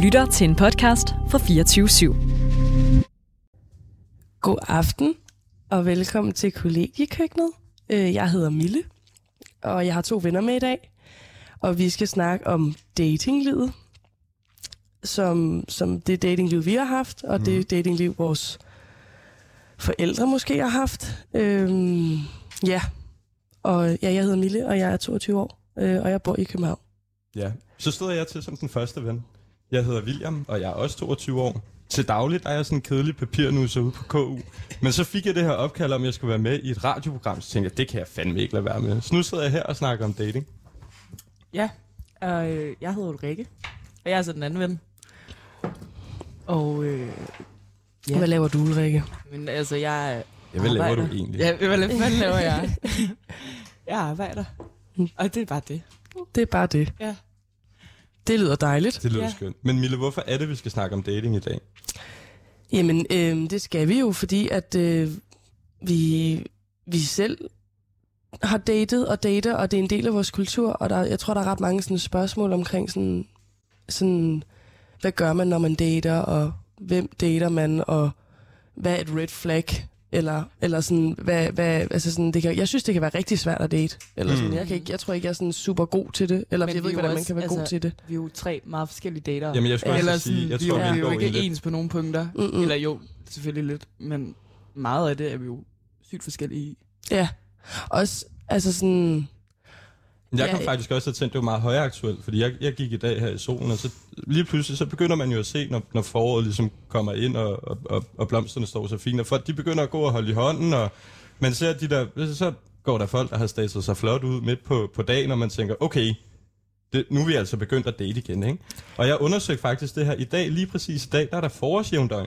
lytter til en podcast fra 24 /7. God aften, og velkommen til kollegiekøkkenet. Øh, Jeg hedder Mille, og jeg har to venner med i dag. Og vi skal snakke om datinglivet, som, som det datingliv, vi har haft, og det datingliv, vores forældre måske har haft. Øhm, ja, og ja, jeg hedder Mille, og jeg er 22 år, øh, og jeg bor i København. Ja, så stod jeg til som den første ven. Jeg hedder William, og jeg er også 22 år. Til dagligt er jeg sådan en kedelig papirnusser ude på KU. Men så fik jeg det her opkald om, at jeg skulle være med i et radioprogram. Så tænkte jeg, det kan jeg fandme ikke lade være med. Så nu sidder jeg her og snakker om dating. Ja, og øh, jeg hedder Ulrikke, og jeg er så den anden ven. Og øh, Ja. Ja. Hvad laver du, Ulrikke? men altså, jeg er- Ja, hvad laver du arbejder. egentlig? Ja, hvad la- fanden laver jeg? jeg arbejder, Mm. og det er bare det. Det er bare det. Ja. Det lyder dejligt. Det lyder Ja. ja. skønt. Men Mille, hvorfor er det, vi skal snakke om dating i dag? Jamen, øh, det skal vi jo, fordi at øh, vi, vi selv har datet og dater, og det er en del af vores kultur, og der, jeg tror, der er ret mange sådan, spørgsmål omkring sådan, sådan, hvad gør man, når man dater, og hvem dater man, og hvad er et red flag, eller, eller sådan, hvad, hvad, altså sådan, det kan, jeg synes, det kan være rigtig svært at date. Eller sådan, Mm. jeg, kan ikke, jeg tror ikke, jeg er sådan super god til det, eller Men Men jeg ved vi ikke, er hvordan jo man også- kan være altså, god altså- til det. Vi er jo tre meget forskellige dater. Jamen, jeg skulle Eller også sige, jeg vi, tror, vi ja. er jo- vi er jo går i en ikke lidt... ens på nogle punkter. Mm-mm. Eller jo, selvfølgelig lidt, men meget af det er vi jo sygt forskellige i. Ja. Også, altså sådan, Jeg kom Ja. faktisk også til at tænke, det var meget højere aktuelt, fordi jeg, jeg gik i dag her i solen, og så lige pludselig, så begynder man jo at se, når, når foråret ligesom kommer ind, og, og, og, og blomsterne står så fint, og folk, de begynder at gå og holde i hånden, og man ser de der, så går der folk, der har staset sig flot ud midt på, på dagen, og man tænker, okay, det, nu er vi altså begyndt at date igen, ikke? Og jeg undersøgte faktisk det her i dag, lige præcis i dag, der er der forårsjævndøgn.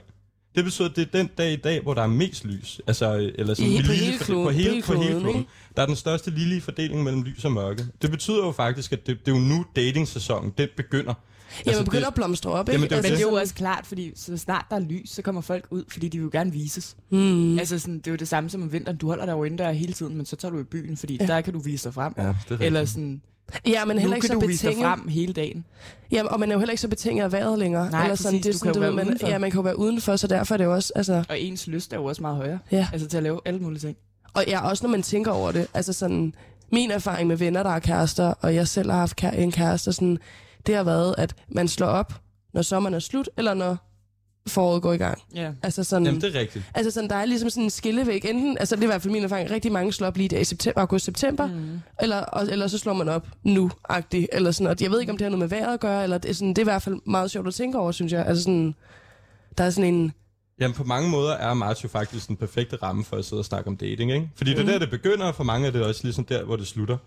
Det betyder, at det er den dag i dag, hvor der er mest lys. Altså, øh, eller sådan I- en på lille- hele kloden. På På hele, hele på hele kloden, kloden. ikke? Der er den største lille fordeling mellem lys og mørke. Det betyder jo faktisk, at det, det er jo nu dating-sæsonen, den begynder. Jamen, altså, begynder det, at blomstre op, ikke? Jamen, det er jo altså, Men det er jo sådan- også klart, fordi så snart der er lys, så kommer folk ud, fordi de vil jo gerne vises. Mm. Altså sådan, det er jo det samme som om vinteren. Du holder dig jo indendør hele tiden, men så tager du i byen, fordi ja. der kan du vise dig frem. Ja, det er rigtigt. Eller sådan, Ja, men nu heller kan ikke så du vise dig betinget. frem hele dagen. Ja, og man er jo heller ikke så betinget af vejret længere. Nej, eller sådan, præcis. det er Du sådan, kan jo det ved være man, udenfor. ja, man kan jo være udenfor, så derfor er det jo også, altså... Og ens lyst er jo også meget højere. Ja. Altså til at lave alle mulige ting. Og ja, også når man tænker over det, altså sådan... Min erfaring med venner, der er kærester, og jeg selv har haft kæ- en kæreste, sådan, det har været, at man slår op, når sommeren er slut, eller når foråret går i gang. Ja. Altså sådan, Jamen, det er rigtigt. altså sådan, der er ligesom sådan en skillevæg. Enten, altså det er i hvert fald min erfaring, rigtig mange slår op lige der i september, august-september, Mm. Eller, og, eller så slår man op nu-agtigt, eller sådan noget. Jeg ved ikke, om det har noget med vejret at gøre, eller det, er sådan, det er i hvert fald meget sjovt at tænke over, synes jeg. Altså sådan, der er sådan en... Jamen, på mange måder er Martio faktisk den perfekte ramme for at sidde og snakke om dating, ikke? Fordi det er Mhm. der, det begynder, og for mange er det også ligesom der, hvor det slutter.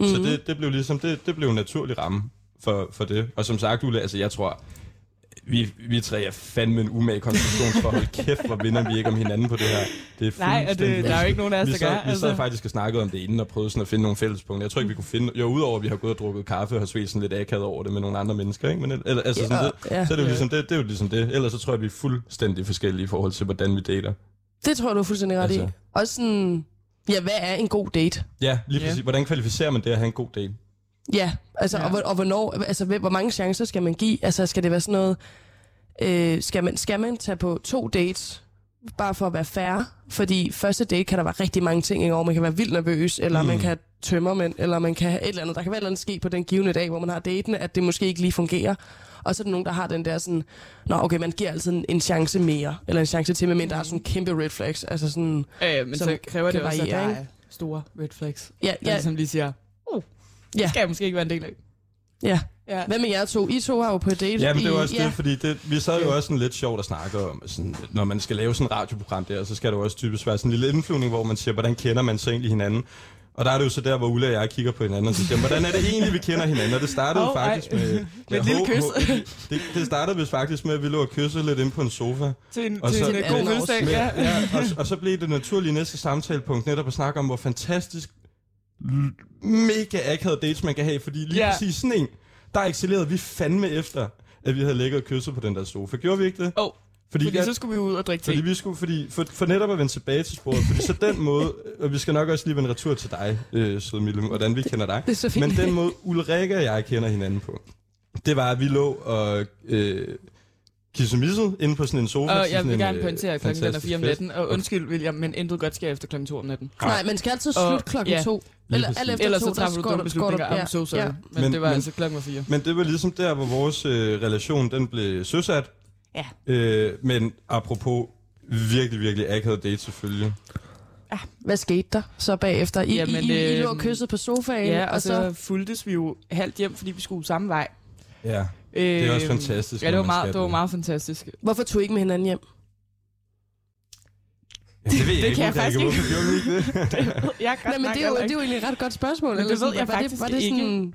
Mm. Så det, det blev ligesom, det, det blev en naturlig ramme for, for det. Og som sagt, Ulla, altså jeg tror, vi, vi tre er fandme en umage konstruktion for hold kæft, hvor vinder vi ikke om hinanden på det her. Det er Nej, og det, fuldstændig- der er jo ikke nogen af os, vi der sad, gør. vi sad Altså. faktisk og snakkede om det inden og prøvede sådan at finde nogle fællespunkter. Jeg tror ikke, vi kunne finde... Jo, udover at vi har gået og drukket kaffe og har svedt sådan lidt akavet over det med nogle andre mennesker, ikke? Men, el- eller, altså, Ja, sådan, det, ja. så er det, jo ligesom det, det er jo ligesom det. Ellers så tror jeg, vi er fuldstændig forskellige i forhold til, hvordan vi dater. Det tror jeg, du er fuldstændig ret altså. i. Altså. Også sådan... Ja, hvad er en god date? Ja, lige Ja. præcis. Hvordan kvalificerer man det at have en god date? Ja, altså, ja. Ja. Og, hvor- og hvornår, altså, hvem- hvor mange chancer skal man give? Altså, skal det være sådan noget... Øh, skal, man, skal man tage på to dates, bare for at være fair? Fordi første date kan der være rigtig mange ting ind over. Man kan være vildt nervøs, eller mm. man kan have tømmermænd, eller man kan have et eller andet. Der kan være et eller andet ske på den givende dag, hvor man har daten, at det måske ikke lige fungerer. Og så er der nogen, der har den der sådan, nå okay, man giver altid en, en chance mere, eller en chance til, men der er sådan kæmpe red flags. Altså sådan, Øh, Mm. men Som så kræver kan det også, at der variere, er store red flags. ja, Ja. ja, Ligesom lige siger, uh, Ja. ja. skal jeg måske ikke være en del af. ja. Ja. Hvad med jer to? I to har jo på date. Ja, men det var i- også det, fordi det, vi sad jo også sådan lidt sjovt at snakke om, sådan, når man skal lave sådan et radioprogram der, så skal der jo også typisk være sådan en lille indflyvning, hvor man siger, hvordan kender man så egentlig hinanden? Og der er det jo så der, hvor Ulla og jeg kigger på hinanden og så siger, hvordan er det egentlig, vi kender hinanden? Og det startede oh, Åh, ej. faktisk med... Med et lille ho- kys. ho- Det, det startede vist faktisk med, at vi lå og kyssede lidt inde på en sofa. Til en, Og til så- en øh, Til en god fødselsdag. års- Ja. Ja, og, og så blev det naturlige næste samtalepunkt netop at snakke om, hvor fantastisk l- mega akavet dates man kan have, fordi lige Ja. yeah. præcis sådan en, der excellerede vi fandme efter, at vi havde ligget og kysset på den der sofa. Gjorde vi ikke det? Oh, Fordi, fordi jeg, så skulle vi ud og drikke te. fordi vi skulle, fordi, for, for netop at vende tilbage til sporet, fordi så den måde, og vi skal nok også lige vende retur til dig, øh, søde Mille, hvordan vi kender dig. Det er så fint. Men den måde, Ulrike og jeg kender hinanden på, det var, at vi lå og øh, kissemissede inde på sådan en sofa. Og til jeg sådan vil en, gerne øh, pointere, at klokken den er fantastisk 4 om fest. natten. Og undskyld, William, men intet godt sker efter klokken 2 om natten. Nej, man skal altid Og- slutte klokken ja. to. Lige Eller, præcis. eller efter Ellers to, så der træffer du går dumme beslutninger. går du- I'm so sorry. ja. Men, Men- det var men- altså klokken var 4. Men det var ligesom der, hvor vores øh, relation den blev søsat. Ja. Øh, men apropos virkelig, virkelig akavet date selvfølgelig. Hvad skete der så bagefter? I, Jamen, Jamen, I, I, I lå øhm, og kyssede på sofaen, Ja, og så fulgtes vi jo halvt hjem, fordi vi skulle samme vej. Ja, det er også Øhm, fantastisk. Ja, det når var, man skal meget, det var den. meget fantastisk. Hvorfor tog I ikke med hinanden hjem? Ja, det ved det jeg ikke, kan jeg Ulrike. faktisk Hvorfor gjorde vi ikke det? Jeg Nej, men det er, jo, det er jo egentlig et ret godt spørgsmål. Men det Eller ved sådan, jeg var faktisk det, var det sådan,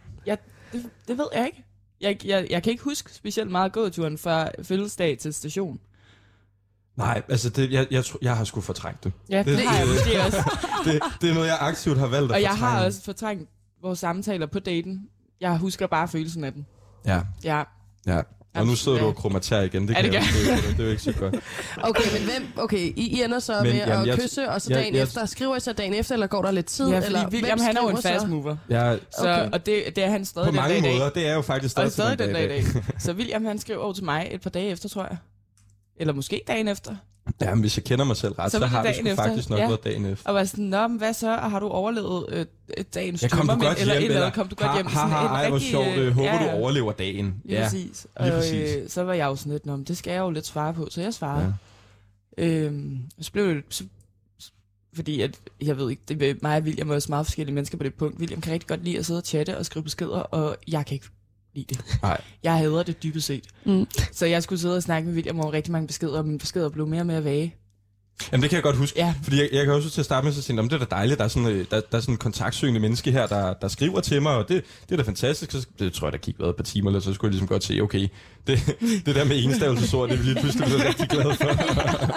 Det, det ved jeg ikke. Jeg, jeg, jeg kan ikke huske specielt meget gåturen fra fødselsdag til station. Nej, altså det, jeg, jeg, tro, jeg har sgu fortrængt det. Ja, Det- det, det har jeg det- måske også. det. Det er noget, jeg aktivt har valgt at Og jeg fortrænge. har også fortrængt vores samtaler på daten. Jeg husker bare følelsen af den. Ja, Ja, ja. Og nu Absolut. sidder du og kromaterer igen. Det Ja, kan det jeg gør også se på dig. Det er jo ikke så godt. Okay, men hvem, okay, I, I ender så Men, med jamen, at jeg- kysse, og så jeg- dagen jeg- efter. Skriver I så dagen efter, eller går der lidt tid? ja eller, fordi hvem William han er jo en skriver fast så? mover. Jeg, Så, Okay. Og det, det er han stadig på mange den dag i måder, dag. det er jo faktisk stadig, Og stadig den dag i i dag. Så William han skrev over til mig et par dage efter, tror jeg. Eller måske dagen efter. Ja, men hvis jeg kender mig selv ret, Så så, var det har det dagen sgu efter. faktisk nok Ja. været dagen efter. Og var sådan, nå, men hvad så? Og har du overlevet øh, øh, dagens Ja, kom du tømmermænd, godt eller hjem, et eller andet? Kom du godt hjem? Ha, ha, Sådan en ha, ej, hvor rigtig, sjovt. øh, Øh, håber, ja, du ja. overlever dagen. Lige ja, præcis. Og lige præcis. Øh, så var jeg jo sådan lidt, "Nå, men det skal jeg jo lidt svare på, så jeg Ja. svarede. Ja. Øhm, så blev det, så, fordi at, jeg ved ikke, det, er mig og William er også meget forskellige mennesker på det punkt. William kan rigtig godt lide at sidde og chatte og skrive beskeder, og jeg kan ikke lide det. Nej. Jeg hader det dybest set. Mm. Så jeg skulle sidde og snakke med William om rigtig mange beskeder, og mine beskeder blev mere og mere vage. Jamen, det kan jeg godt huske. Ja. Fordi jeg, jeg kan også til at starte med, så tænkte, jeg, "Nå, men det er da dejligt, der er sådan, øh, der, der er sådan en kontaktsøgende menneske her, der, der skriver til mig, og det, det er da fantastisk. Så det tror jeg, der gik været et par timer, eller så skulle jeg ligesom godt se, okay, det, det der med enstavelsesord, det er vi lige pludselig blevet rigtig glad for.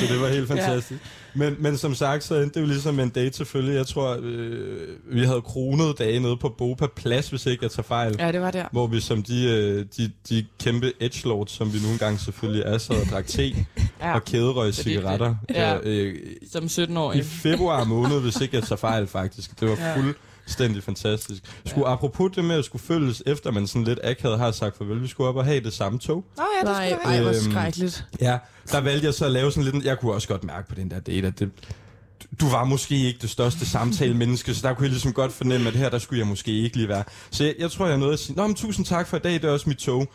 så det var helt fantastisk. Ja. Men, men som sagt, så endte det jo ligesom med en date selvfølgelig. Jeg tror, øh, vi havde kronet dage nede på Bopa Plads, hvis ikke jeg tager fejl. Ja, det var der. Hvor vi som de, øh, de, de kæmpe edgelords, som vi nogle gange selvfølgelig er, sad og drak te Ja. og kæderøg Så det- cigaretter. det- Ja. ja. Øh, Som I 17-årig. februar måned, hvis ikke jeg tager fejl faktisk. Det var Ja. fuldstændig fantastisk. Skulle apropos det med at skulle følges efter, man sådan lidt akavet har sagt farvel, vi skulle op og have det samme tog. Nå ja, det Nej, skulle ej, hvor Øhm, skrækkeligt. Ja, der valgte jeg så at lave sådan lidt... en- Jeg kunne også godt mærke på den der date, at det, du var måske ikke det største samtalemenneske, så der kunne jeg ligesom godt fornemme, at her, der skulle jeg måske ikke lige være. Så jeg, jeg tror, jeg nåede at sige, Nå, men tusind tak for i dag, det er også mit tog.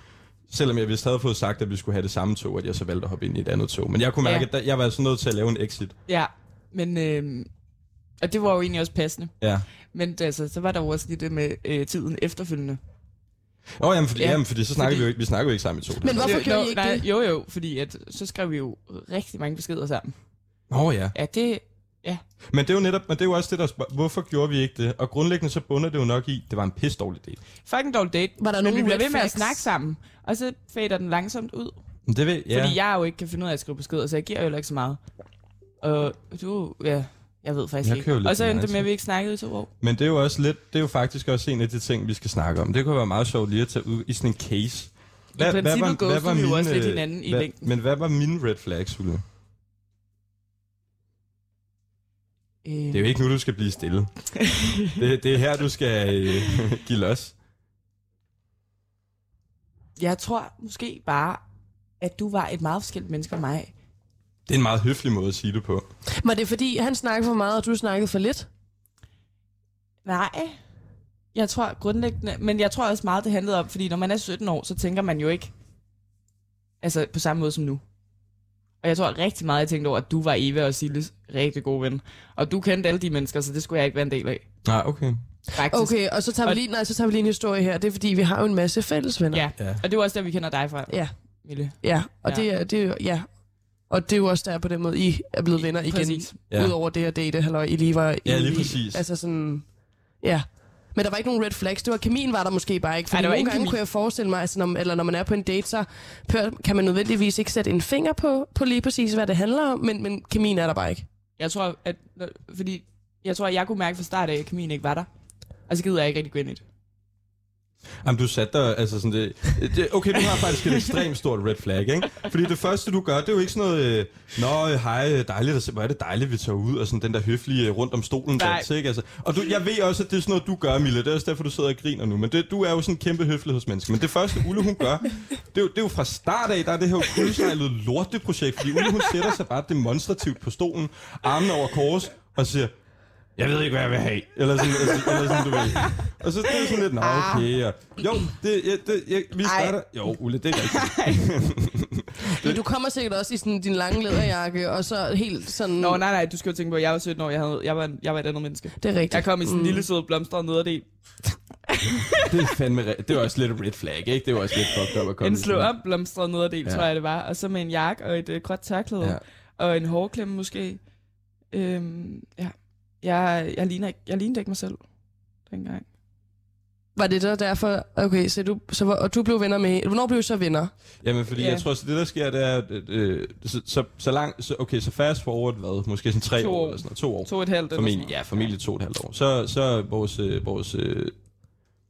Selvom jeg vist havde fået sagt, at vi skulle have det samme tog, at jeg så valgte at hoppe ind i et andet tog. Men jeg kunne mærke, Ja. ja. at der, jeg var altså nødt til at lave en exit. Ja, men... Øh, og det var jo egentlig også passende. Ja. Men altså, så var der jo også lige det med øh, tiden efterfølgende. Åh, oh, jamen, fordi, Ja, ja, jamen, fordi så snakker fordi- vi jo ikke, vi snakker jo ikke sammen i to. Men hvorfor Altså, Jo, gjorde nå, I ikke nej, det? Jo, jo, fordi at, så skrev vi jo rigtig mange beskeder sammen. Åh oh, ja. Ja, det... Men det er jo netop, men det er jo også det, der spørger, hvorfor gjorde vi ikke det? Og grundlæggende så bunder det jo nok i, det var en pisse dårlig del. Fucking dårlig date. Var der men nogen vi bliver red ved med at flags? snakke sammen. Og så fader den langsomt ud. Men det ved, Ja. Fordi jeg jo ikke kan finde ud af at skrive beskeder, så jeg giver jo heller ikke så meget. Og du... Ja, jeg ved faktisk Jeg kører jo ikke. lidt Og så for endte meget det med, at tid. vi ikke snakkede i to år. Men det er jo også lidt, det er jo faktisk også en af de ting, vi skal snakke om. Det kunne være meget sjovt lige at tage ud i sådan en case. I princippet ghostede vi jo også lidt øh, hinanden i hvad, længden. Men hvad var mine red flags, Ulle? Øh, Det er jo ikke nu, du skal blive stille. Det, det er her, du skal øh, give los. Jeg tror måske bare, at du var et meget forskelligt menneske fra mig. Det er en meget høflig måde at sige det på. Var det fordi, han snakkede for meget, og du snakkede for lidt? Nej. Jeg tror grundlæggende, men jeg tror også meget, det handlede om, fordi når man er 17 år, så tænker man jo ikke altså på samme måde som nu. Og jeg tror rigtig meget, jeg tænkte over, at du var Eva og Silles rigtig gode ven. Og du kendte alle de mennesker, så det skulle jeg ikke være en del af. Nej, ah, okay. Faktisk. Okay, og så tager vi Og- lige, nej, så tager vi lige en historie her. Det er fordi, vi har jo en masse fælles venner. Ja. Ja. Og det var også der, vi kender dig fra, Ja, Mille. ja. Og Ja. det er, det er jo- ja. Og det er jo også der på den måde, I er blevet venner igen. Præcis. Ja. Ja. Udover det at date, halløj, I lige var... Ja, i, lige præcis. Altså sådan... Ja. Men der var ikke nogen red flags. Det var kemien var der måske bare ikke. Ej, For der var nogle ingen gange kemi. kunne jeg forestille mig, altså, når, eller når man er på en date, så pør- kan man nødvendigvis ikke sætte en finger på, på lige præcis, hvad det handler om, men, men kemien er der bare ikke. Jeg tror, at, fordi jeg tror, at jeg kunne mærke fra start af, at kemien ikke var der. Og så gider jeg ikke rigtig gå ind i det. Jamen, du satte dig, altså sådan det, det... Okay, du har faktisk et ekstremt stort red flag, ikke? Fordi det første, du gør, det er jo ikke sådan noget... Øh, Nå, øh, hej, øh, dejligt at se, hvor er det dejligt, vi tager ud, og sådan den der høflige øh, rundt om stolen Nej. dans, ikke? Altså, og du, jeg ved også, at det er sådan noget, du gør, Mille. Det er også derfor, du sidder og griner nu. Men det, du er jo sådan en kæmpe høflighedsmenneske. Men det første, Ulle, hun gør, det er jo, det er jo fra start af, der er det her kuldsejlede lorteprojekt. Fordi Ulle, hun sætter sig bare demonstrativt på stolen, armen over kors, og siger, jeg ved ikke, hvad jeg vil have. Eller sådan, altså, eller sådan du ved. Og så det er sådan lidt, nå okay. Og, jo, det, ja, det, jeg, vi starter... Jo, Ulle, det er rigtigt. Ja, du kommer sikkert også i sådan din lange læderjakke, og så helt sådan... Nå, nej, nej, du skal jo tænke på, at jeg var 17 år, jeg, havde, jeg, var, en, jeg var et andet menneske. Mm. Det er rigtigt. Mm. Jeg kom i sådan en lille sød blomstret nederdel. Det er fandme rigtigt. Det er også lidt et red flag, ikke? Det er jo også lidt fucked up at komme. En i slå sådan- op blomstret nederdel, Ja. ja. tror jeg det var. Og så med en jakke og et øh, gråt tørklæde. Ja. Ja. Og en hårklemme måske. Øhm, ja. Øh, Jeg, jeg, ligner ikke, jeg lignede ikke mig selv dengang. Var det så derfor... Okay, så du, så, var- og du blev venner med... Hvornår blev I så venner? Jamen, fordi Ja. jeg tror, så det der sker, det er, at øh, så, så, så langt, så, okay, så fast forward, hvad? Måske sådan tre To år, år. eller sådan noget, to år. To og et halvt. eller sådan Formentlig, noget. ja, formentlig to og et halvt år. Så, så vores, øh, vores øh,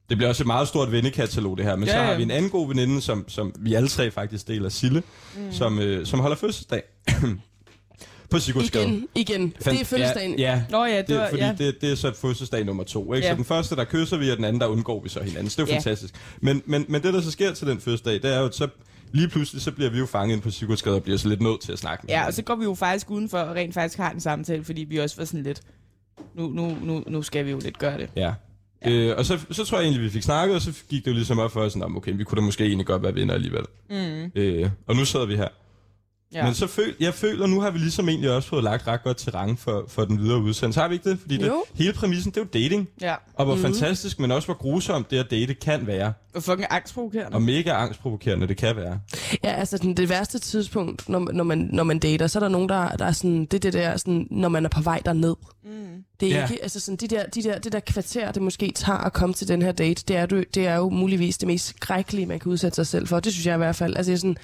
det bliver også et meget stort vennekatalog, det her. Men ja, Ja, så ja. har vi en anden god veninde, som, som vi alle tre faktisk deler, Sille, mm. som, øh, som holder fødselsdag på Sigurdsgade. Igen, igen. Det er fødselsdagen. Ja, ja. Nå ja, det, Det, var, fordi ja. det, det er så fødselsdag nummer to. Ikke? Ja. Ja. Så den første, der kysser vi, og den anden, der undgår vi så hinanden. Så det er jo ja. Ja. fantastisk. Men, men, men det, der så sker til den fødselsdag, det er jo, at så lige pludselig, så bliver vi jo fanget ind på Sigurdsgade og bliver så lidt nødt til at snakke med Ja, hinanden. og så går vi jo faktisk udenfor og rent faktisk har en samtale, fordi vi også var sådan lidt, nu, nu, nu, nu skal vi jo lidt gøre det. Ja. Øh, og så, så tror jeg egentlig, vi fik snakket, og så gik det jo ligesom op for os, sådan, "Nå, okay, vi kunne da måske egentlig godt være venner alligevel. Mm. Øh, og nu sidder vi her. Ja. Mm-hmm. Ja. Men så føl, jeg føler, nu har vi ligesom egentlig også fået lagt ret godt terræn for, for den videre udsendelse. Har vi ikke det? Fordi det, Jo. hele præmissen, det er jo dating. ja. Og Mhm. hvor mm. fantastisk, men også hvor grusomt det at date kan være. Og fucking angstprovokerende. Og mega angstprovokerende det kan være. Ja, altså sådan, det værste tidspunkt, når, når, man, når man dater, så er der nogen, der, der er sådan, det er det der, sådan, når man er på vej derned. Mm. Det er Ja. yeah. ikke, altså sådan, de der, de der, det der kvarter, det måske tager at komme til den her date, det er, du, det er jo muligvis det mest skrækkelige, man kan udsætte sig selv for. Det synes jeg i hvert fald. Altså, jeg, er sådan,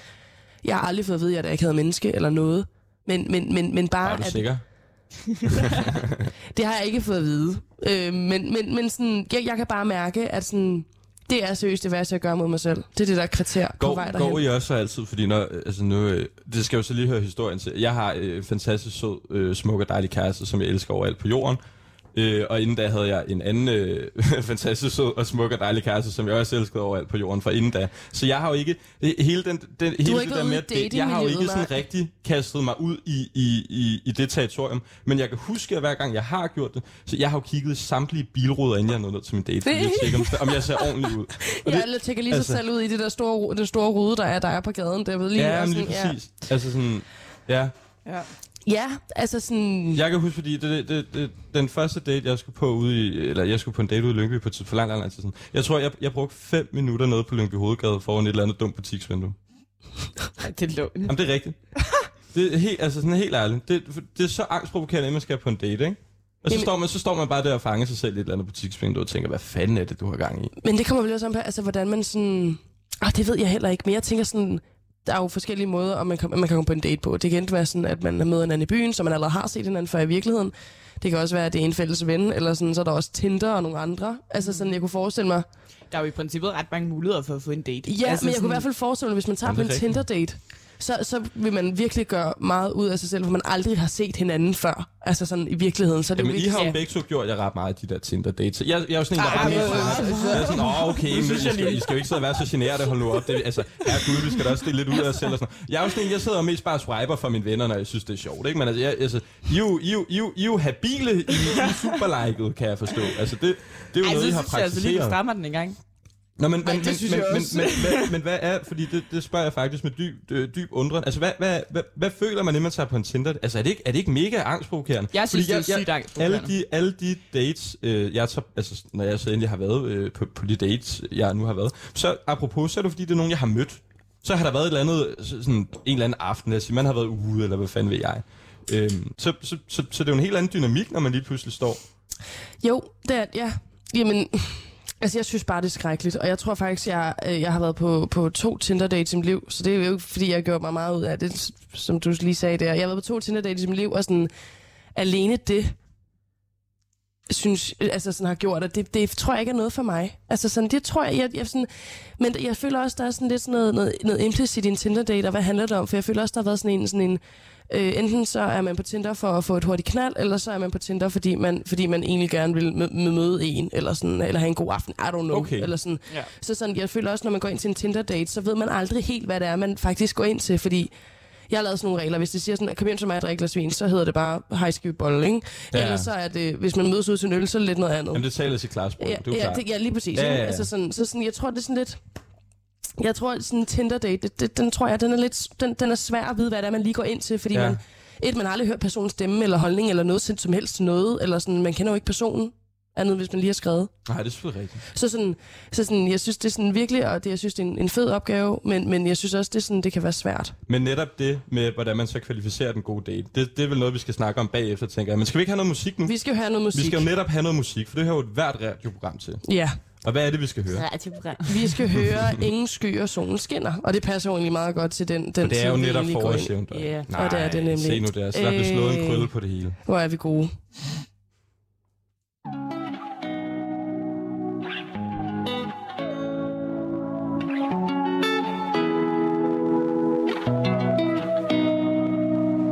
jeg har aldrig fået at vide, at jeg da ikke havde menneske eller noget. Men, men, men, men bare, Er du at- sikker? det har jeg ikke fået at vide. Øh, men men, men sådan, jeg, jeg kan bare mærke, at sådan, det er seriøst det værste, jeg gør mod mig selv. Det er det der kvarter på Går, vej derhen. går I også altid, fordi når, øh, altså nu, øh, det skal jeg jo så lige høre historien til. Jeg har øh, en fantastisk sød, øh, smuk og dejlig kæreste, som jeg elsker overalt på jorden. Øh, og inden da havde jeg en anden øh, fantastisk sød og smuk og dejlig kæreste, som jeg også elskede overalt på jorden fra inden da. Så jeg har jo ikke, øh, hele den, den hele ikke det været der ude med, i at det, jeg har jo ikke datingmiljøet, sådan nej. rigtig kastet mig ud i, i, i, i det territorium, men jeg kan huske, at hver gang jeg har gjort det, så jeg har jo kigget i samtlige bilruder, inden jeg nåede ned til min date, fordi jeg tjekker, om, om jeg ser ordentligt ud. Og Ja, eller tænker lige altså, altså- sig selv ud i det der store, den store rude, der er, der er på gaden. Der ved lige, Ja, og men sådan, lige præcis. Ja. Altså sådan, ja. Ja. Ja. ja, altså sådan... Ja. Jeg kan huske, fordi det, det, det, den første date, jeg skulle på ude i, eller jeg skulle på en date ude i Lyngby på et tids- for lang, lang, lang tid siden. Jeg tror, jeg, jeg brugte fem minutter nede på Lyngby Hovedgade foran et eller andet dumt butiksvindue. Mm. Ej, det lå. Jamen, det er rigtigt. Det er helt, altså sådan helt ærligt. Det, det er så angstprovokerende, at man skal på en date, ikke? Og så Jamen- står, man, så står man bare der og fanger sig selv i et eller andet butiksvindue og tænker, hvad fanden er det, du har gang i? Men det kommer vel også om på, altså hvordan man sådan... Ah, det ved jeg heller ikke, men jeg tænker sådan... Der er jo forskellige måder, om man, kom, man kan komme på en date på. Det kan enten være sådan, at man møder hinanden i byen, så man allerede har set hinanden før i virkeligheden. Det kan også være, at det er en fælles ven, eller sådan, så er der også Tinder og nogle andre. Altså sådan, jeg kunne forestille mig... Der er jo i princippet ret mange muligheder for at få en Ja, date. altså, men jeg sådan- kunne i hvert fald forestille mig, hvis man tager Jamen, på det en er rigtigt. Tinder-date, så, så vil man virkelig gøre meget ud af sig selv, for man aldrig har set hinanden før. Altså sådan i virkeligheden. Så er det Jamen, I virkelig- har jo Ja. begge to gjort jer ret meget i de der Tinder-dates. Jeg, jeg er jo sådan en, der Ej, bare ej, mere ej, sådan, ej, jeg er sådan, åh, okay, men I skal, I skal jo ikke sidde og være så generet og holde nu op. Det, altså, herregud, vi skal da også stille lidt ud af os selv. Og sådan. noget. Jeg er jo sådan en, jeg sidder og mest bare og swiper for mine venner, når jeg synes, det er sjovt. Ikke? Men altså, jeg, altså, I, er jo, I, er jo, I, er jo, I er jo habile i, i superliket, kan jeg forstå. Altså, det, det er jo Ej, noget, I så har synes jeg altså lige, at du praktiseret. strammer den en gang. Nå, men, men, Ej, men, det men, synes men, jeg men, også. men, hvad, men hvad er, fordi det, det spørger jeg faktisk med dyb, øh, dyb undren. Altså, hvad, hvad, hvad, hvad føler man, når man tager på en Tinder? Altså, er det ikke, er det ikke mega angstprovokerende? Jeg synes, Fordi det er sygt alle angstprovokerende. de, alle de dates, øh, jeg tager, altså, når jeg så endelig har været øh, på, på de dates, jeg nu har været, så apropos, så er det fordi, det er nogen, jeg har mødt. Så har der været et eller andet, øh, så- sådan en eller anden aften, lad os sige, man har været ude, eller hvad fanden ved jeg. Øhm, så, så, så, så det er jo en helt anden dynamik, når man lige pludselig står. Jo, det er ja. Jamen, altså jeg synes bare, det er skrækkeligt. Og jeg tror faktisk, jeg, øh, jeg har været på, på to Tinder-dates i mit liv, så det er jo ikke, fordi jeg gjorde mig meget ud af det, s- som du lige sagde der. Jeg har været på to Tinder-dates i mit liv, og sådan alene det synes, altså sådan har gjort, og det, det tror jeg ikke er noget for mig. Altså sådan, det tror jeg, jeg, jeg sådan, men jeg føler også, der er sådan lidt sådan noget, noget, noget implicit i en Tinder-date, og hvad handler det om? For jeg føler også, der har været sådan en, sådan en øh, enten så er man på Tinder for at få et hurtigt knald, eller så er man på Tinder, fordi man, fordi man egentlig gerne vil mø- møde en, eller, sådan, øh, eller have en god aften, I don't know. Okay. Eller sådan. Ja. Så sådan, jeg føler også, når man går ind til en Tinder-date, så ved man aldrig helt, hvad det er, man faktisk går ind til, fordi jeg har lavet sådan nogle regler. Hvis det siger sådan, kom hjem til mig og drik et glas vin, så hedder det bare high school bolle, ikke? Ja. Ja. Eller så er det, hvis man mødes ud til en øl, så er det lidt noget andet. Jamen, det taler sit klare sprog, ja, det er jo ja, klart. det, ja, lige præcis. Ja, ikke? ja, ja. Altså sådan, så sådan, jeg tror, det er sådan lidt... Jeg tror, sådan en Tinder-date, det, det, den tror jeg, den er, lidt, den, den er svær at vide, hvad det er, man lige går ind til, fordi Ja. ja. man, et, man har aldrig hørt personens stemme eller holdning eller noget som helst til noget, eller sådan, man kender jo ikke personen andet, end hvis man lige har skrevet. Nej, det er selvfølgelig rigtigt. Så sådan, så sådan, jeg synes, det er sådan virkelig, og det, jeg synes, det er en, en fed opgave, men, men jeg synes også, det, er sådan, det kan være svært. Men netop det med, hvordan man så kvalificerer den gode date, det, det er vel noget, vi skal snakke om bagefter, tænker jeg. Men skal vi ikke have noget musik nu? Vi skal jo have noget musik. Vi skal jo netop have noget musik, for det hører jo et hvert radioprogram til. Ja, Og hvad er det, vi skal høre? Radioprogram. vi skal høre Ingen skyer, solen skinner, og det passer jo egentlig meget godt til den, den For det er jo tid, vi netop egentlig går ind. forårsjævndøj. Ja, Nej, og det er det nemlig. se nu der, så der bliver slået en Øh. krølle på det hele. Hvor er vi gode.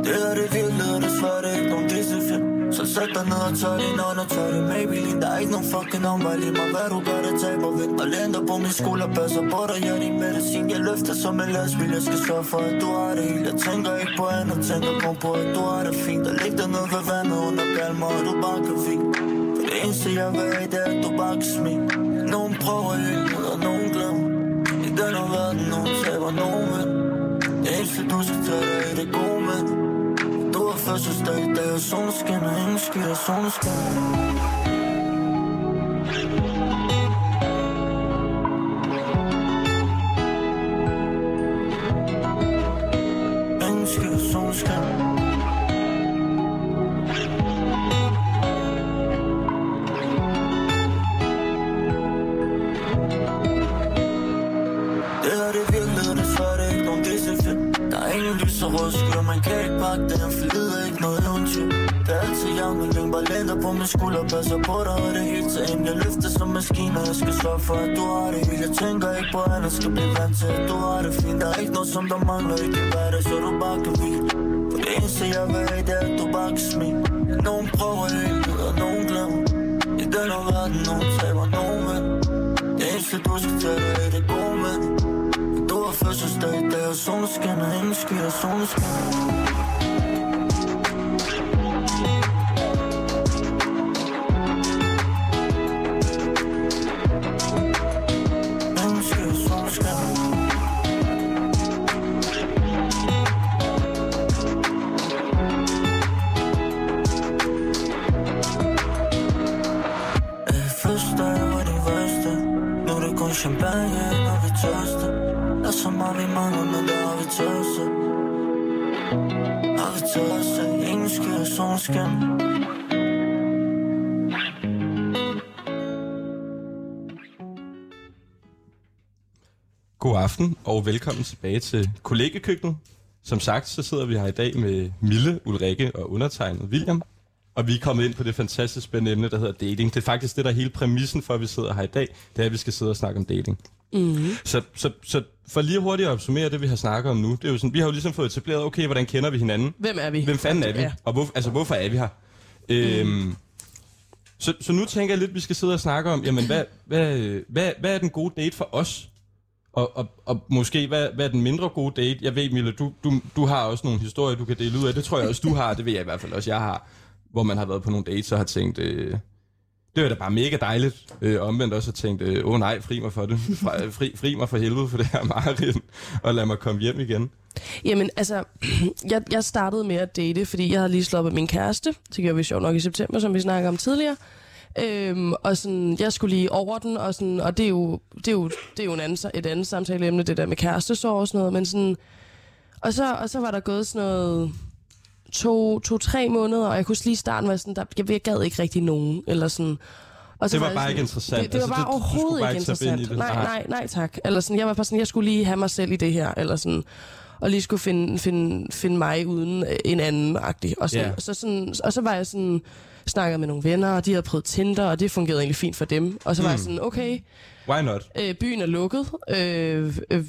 Det her det vildt, og det svært, det er ikke nogen dissefilm Så sæt dig ned og tør din ånd og tør det Maybelline Der er ikke nogen fucking omvej, lige mig hvad du gør, det taber vind Og lænder på min skulder, passer på dig, jeg er din medicin Jeg løfter som en lastbil, jeg skal sørge for, at du har det hele Jeg tænker ikke på andet, tænker kun på, at du har det fint Og læg dig ned ved vandet under palmer, og du bare kan fint For det eneste jeg vil have, det er, at du bare kan smile Nogen prøver helt, og nogen glemmer I den her verden, nogen taber, nogen vinder det eneste du skal tage dig i det gode med Du har fødselsdag i dag og er solen skinner Ingen skyer solen skinner Ingen skyer solen skinner Det her det virkelig, og det så er det ikke nogen dissefilm Der er ingen lys og rød skyer, man kan ikke pakke det Han forlider ikke noget eventyr Det er altid jeg, min link bare lænder på min skulder Passer på dig og det hele til en Jeg løfter som maskiner, jeg skal sørge for at du har det hele Jeg tænker ikke på andet, skal blive vant til at du har det fint Der er ikke noget som der mangler i din hverdag, så du bare kan hvile For det eneste jeg vil have, det er at du bare kan smile Nogen prøver helt, og nogen glemmer I den her verden, nogen taber, nogen vinder det eneste du skal tage dig af det gode med Du har fødselsdag i dag og solen skinner Ingen skyer solen skinner Ingen skyer solen skinner Øh, Fødselsdag var det værste Nu er det kun champagne, når vi tørster Der er så meget vi mangler, men der har vi tørstet Har vi tørstet Ingen skyer, solen skinner God aften, og velkommen tilbage til kollegekøkkenet. Som sagt, så sidder vi her i dag med Mille, Ulrikke og undertegnet William. Og vi er kommet ind på det fantastisk spændende emne, der hedder dating. Det er faktisk det, der er hele præmissen for, at vi sidder her i dag. Det er, at vi skal sidde og snakke om dating. Mm. Så, så, så for lige hurtigt at opsummere det, vi har snakket om nu. Det er jo sådan, vi har jo ligesom fået etableret, okay, hvordan kender vi hinanden? Hvem er vi? Hvem fanden er vi? Ja. Og hvor, altså, hvorfor er vi her? Øhm, så, så nu tænker jeg lidt, vi skal sidde og snakke om, jamen, hvad, hvad, øh, hvad, hvad er den gode date for os? Og, og, og måske, hvad, hvad er den mindre gode date? Jeg ved, Mille, du, du, du har også nogle historier, du kan dele ud af. Det tror jeg også, du har. Det ved jeg i hvert fald også, jeg har. Hvor man har været på nogle dates og har tænkt, øh, det var da bare mega dejligt. Øh, og omvendt også har tænkt, øh, åh nej, fri mig for det. Fri, fri, fri mig for helvede for det her mareridt. Og lad mig komme hjem igen. Jamen, altså, jeg, jeg startede med at date, fordi jeg havde lige slået op med min kæreste. Det gjorde vi sjovt nok i september, som vi snakkede om tidligere. Øhm, og sådan, jeg skulle lige over den, og, sådan, og det er jo, det er jo, det er jo en anden, et andet samtaleemne, det der med kærestesorg og sådan noget, men sådan, og så, og så var der gået sådan noget to, to, tre måneder, og jeg kunne lige i starten være sådan, der, jeg, jeg gad ikke rigtig nogen, eller sådan. Og så Det var jeg bare sådan- ikke interessant. Det, det var Altså, det- bare du skulle overhovedet bare ikke ikke tappe ind i interessant. det. Nej, Nej. nej, nej tak. Eller sådan, jeg var bare sådan, jeg skulle lige have mig selv i det her, eller sådan. og lige skulle finde, finde, finde mig uden øh, en anden agtig. Og, sådan, Ja. yeah. så sådan, og så var jeg sådan, snakkede med nogle venner, og de havde prøvet Tinder, og det fungerede egentlig fint for dem. Og så Mm. var jeg sådan, okay, Why not? øh, byen er lukket, øh, øh,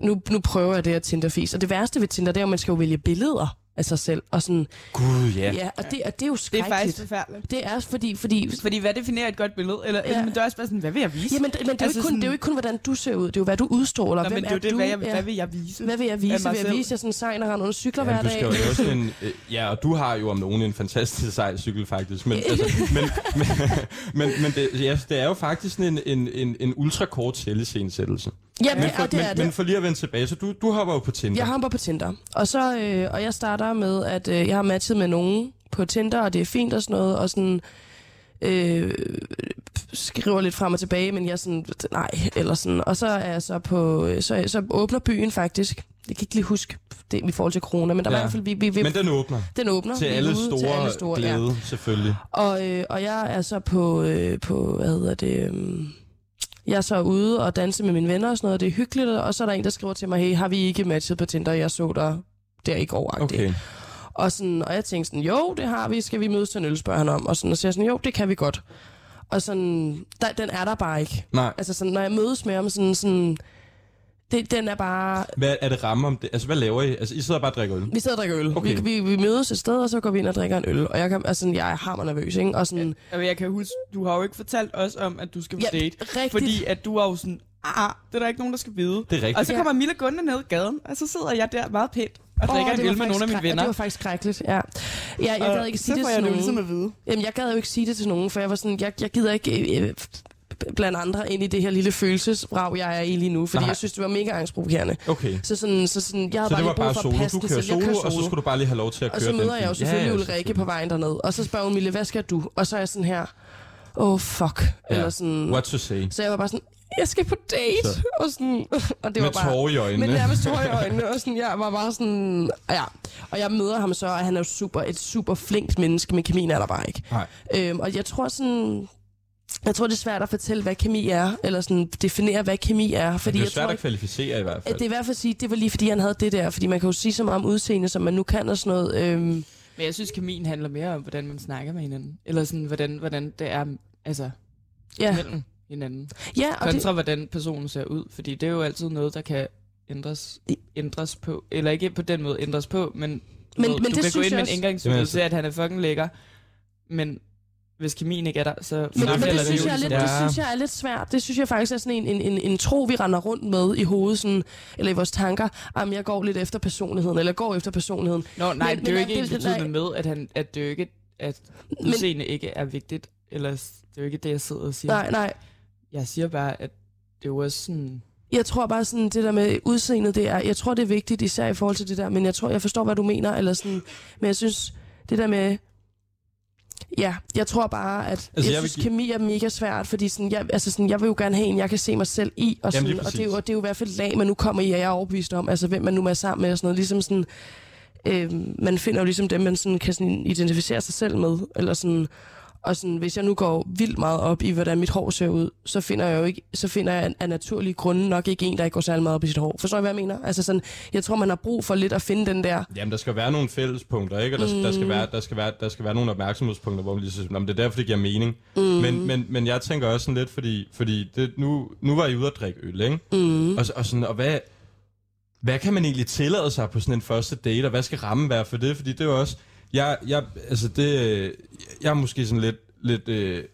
nu, nu prøver jeg det her Tinder-fis. Og det værste ved Tinder, det er, at man skal jo vælge billeder af sig selv. Og sådan, Gud, ja. ja, og det, og det er jo Det er skrækkeligt. faktisk forfærdeligt. Det er også fordi, fordi Fordi hvad definerer et godt billede? Eller, Ja. ja. men det er også bare sådan, hvad vil jeg vise? Jamen, det, men det, er jo Altså ikke kun, sådan- det er jo ikke kun, hvordan du ser ud. Det er jo, hvad du udstråler. Nå, Hvem men det er er jo det, du? hvad, jeg, hvad vil, vil jeg vise? hvad vil jeg Af vise? mig Vil jeg selv? vise, at jeg er sådan en sej, der render og cykler hver Jamen, du dag? skal jo lave sådan en, øh, ja, og du har jo om nogen en fantastisk sej cykel, faktisk. Men, altså, men, men, men, men det, ja, det er jo faktisk sådan en, en, en, en ultrakort sælgesenesættelse. Jamen, Men, for, ja, det er men, det. men for lige at vende tilbage, så du, du hopper jo på Tinder. Jeg hamper på Tinder. Og, så, øh, og jeg starter med, at øh, jeg har matchet med nogen på Tinder, og det er fint og sådan noget, og sådan... Øh, skriver lidt frem og tilbage, men jeg er sådan, nej, eller sådan. Og så er jeg så på, øh, så, så åbner byen faktisk. Jeg kan ikke lige huske det i forhold til corona, men der ja. Ja. var i hvert fald, vi, vi, vi Men den åbner. den åbner. Til Vi er alle, ude, store til alle store ja. glæde, selvfølgelig. Og, øh, og jeg er så på, øh, på hvad hedder det, øh, jeg er så ude og danse med mine venner og sådan noget, og det er hyggeligt, og så er der en, der skriver til mig, hey, har vi ikke matchet på Tinder, jeg så dig der i går okay. Okay. og, sådan, og jeg tænkte sådan, jo, det har vi, skal vi mødes til en øl, spørger han om, og, sådan, og så siger jeg sådan, jo, det kan vi godt. Og sådan, der, den er der bare ikke. Nej. Altså sådan, når jeg mødes med ham, sådan, sådan det, den er bare, Hvad er det ramme om det? Altså, hvad laver I? Altså, I sidder og bare og drikker øl. vi sidder og drikker øl. Okay. Vi, vi, vi, mødes et sted, og så går vi ind og drikker en øl. Og jeg, kan, altså, jeg er hammer nervøs, ikke? Og sådan, Jamen, Altså, jeg kan huske, du har jo ikke fortalt os om, at du skal på Ja, ja, date. rigtigt. Fordi at du var jo sådan, ah, det er der ikke nogen, der skal vide. Det er rigtigt. Og så Ja. kommer Mille Gunde ned ad gaden, og så sidder jeg der meget pænt og drikker Åh, oh, det en var øl med faktisk nogle af mine skræk- venner. Det var faktisk skrækkeligt, ja. ja jeg gad ikke sige så det får til jeg nogen. jo ligesom at vide. Jamen, jeg gad jo ikke sige det til nogen, for jeg var sådan, jeg, jeg gider ikke øh, øh, blandt andre ind i det her lille følelsesbrag, jeg er i lige nu, fordi Nej. jeg synes, det var mega angstprovokerende. Okay. Så sådan, så sådan, jeg havde Så bare det lige var brug bare for solo. at passe Du det kører selv. Jeg solo, kører og så skulle du bare lige have lov til at og køre så den møder jeg jo bil. selvfølgelig ja, ja, Ulrikke på vejen derned, og så spørger hun Mille, hvad skal du? Og så er jeg sådan her, oh fuck, Ja. eller sådan. What to say? Så jeg var bare sådan, jeg skal på date, Så. og sådan, og Med det var bare... tårer i øjnene. Men nærmest tårer i øjnene, og sådan, jeg var bare sådan, ja. Og jeg møder ham så, og han er jo super, et super flinkt menneske, men kemien er der bare ikke. Nej. Øhm, og jeg tror sådan, jeg tror det er svært at fortælle, hvad kemi er, eller sådan definere, hvad kemi er, fordi Fordi det er jeg tror svært at ikke, kvalificere i hvert at fald. det er i hvert fald at sige, det var lige fordi, han havde det der, fordi man kan jo sige så meget om udseende, som man nu kan og sådan noget. Øhm, Men jeg synes, kemin handler mere om, hvordan man snakker med hinanden. Eller sådan, hvordan, hvordan det er altså, ja. mellem hinanden. ja, og det, Kontra, hvordan personen ser ud. Fordi det er jo altid noget, der kan ændres, ændres på. Eller ikke på den måde ændres på, men, du Men- ved, men du det kan gå synes ind jeg med en også- Jamen, indgangsvinkel og altså- se, at han er fucking lækker. Men hvis kemien ikke er der, så... men, Nej, men eller det, det synes er jo jeg er lidt, ligesom- det Ja. synes jeg er lidt svært. Det synes jeg faktisk er sådan en, en, en, en tro, vi render rundt med i hovedet, sådan, eller i vores tanker. Jamen, jeg går lidt efter personligheden, eller jeg går efter personligheden. Nå, nej, Men- det men er jo er ikke det- ens betydende nej. med, at, han, at det er jo ikke, at Men- udseende ikke er vigtigt. Eller s- det er jo ikke det, jeg sidder og siger. Nej, nej. Jeg siger bare, at det er jo også sådan... Jeg tror bare sådan, det der med udseendet, det er, jeg tror det er vigtigt, især i forhold til det der, men jeg tror, jeg forstår, hvad du mener, eller sådan, men jeg synes, det der med, ja, jeg tror bare, at altså, jeg, jeg jeg vil synes, give- kemi er mega svært, fordi sådan, jeg, altså sådan, jeg vil jo gerne have en, jeg kan se mig selv i, og, sådan, lige og det, er jo, præcis. og det er jo i hvert fald lag, man nu kommer i, og jeg er overbevist om, altså hvem man nu er sammen med, og sådan noget, ligesom sådan, øh, man finder jo ligesom dem, man sådan kan sådan identificere sig selv med, eller sådan, og sådan, hvis jeg nu går vildt meget op i, hvordan mit hår ser ud, så finder jeg jo ikke, så finder jeg af naturlige grunde nok ikke en, der ikke går særlig meget op i sit hår. Forstår I, hvad jeg mener? Altså sådan, jeg tror, man har brug for lidt at finde den der. Jamen, der skal være nogle fællespunkter, ikke? Og der, mm. der, skal være, der, skal være, der skal være nogle opmærksomhedspunkter, hvor man lige siger, "Nå, men det er derfor, det giver mening. Mm. Men, men, men jeg tænker også sådan lidt, fordi, fordi det, nu, nu var I ude at drikke øl, ikke? Mm. Og, så- og, sådan, og hvad, hvad kan man egentlig tillade sig på sådan en første date, og hvad skal rammen være for det? Fordi det er jo også... Jeg, jeg, altså det, øh, jeg er måske sådan lidt, lidt øh,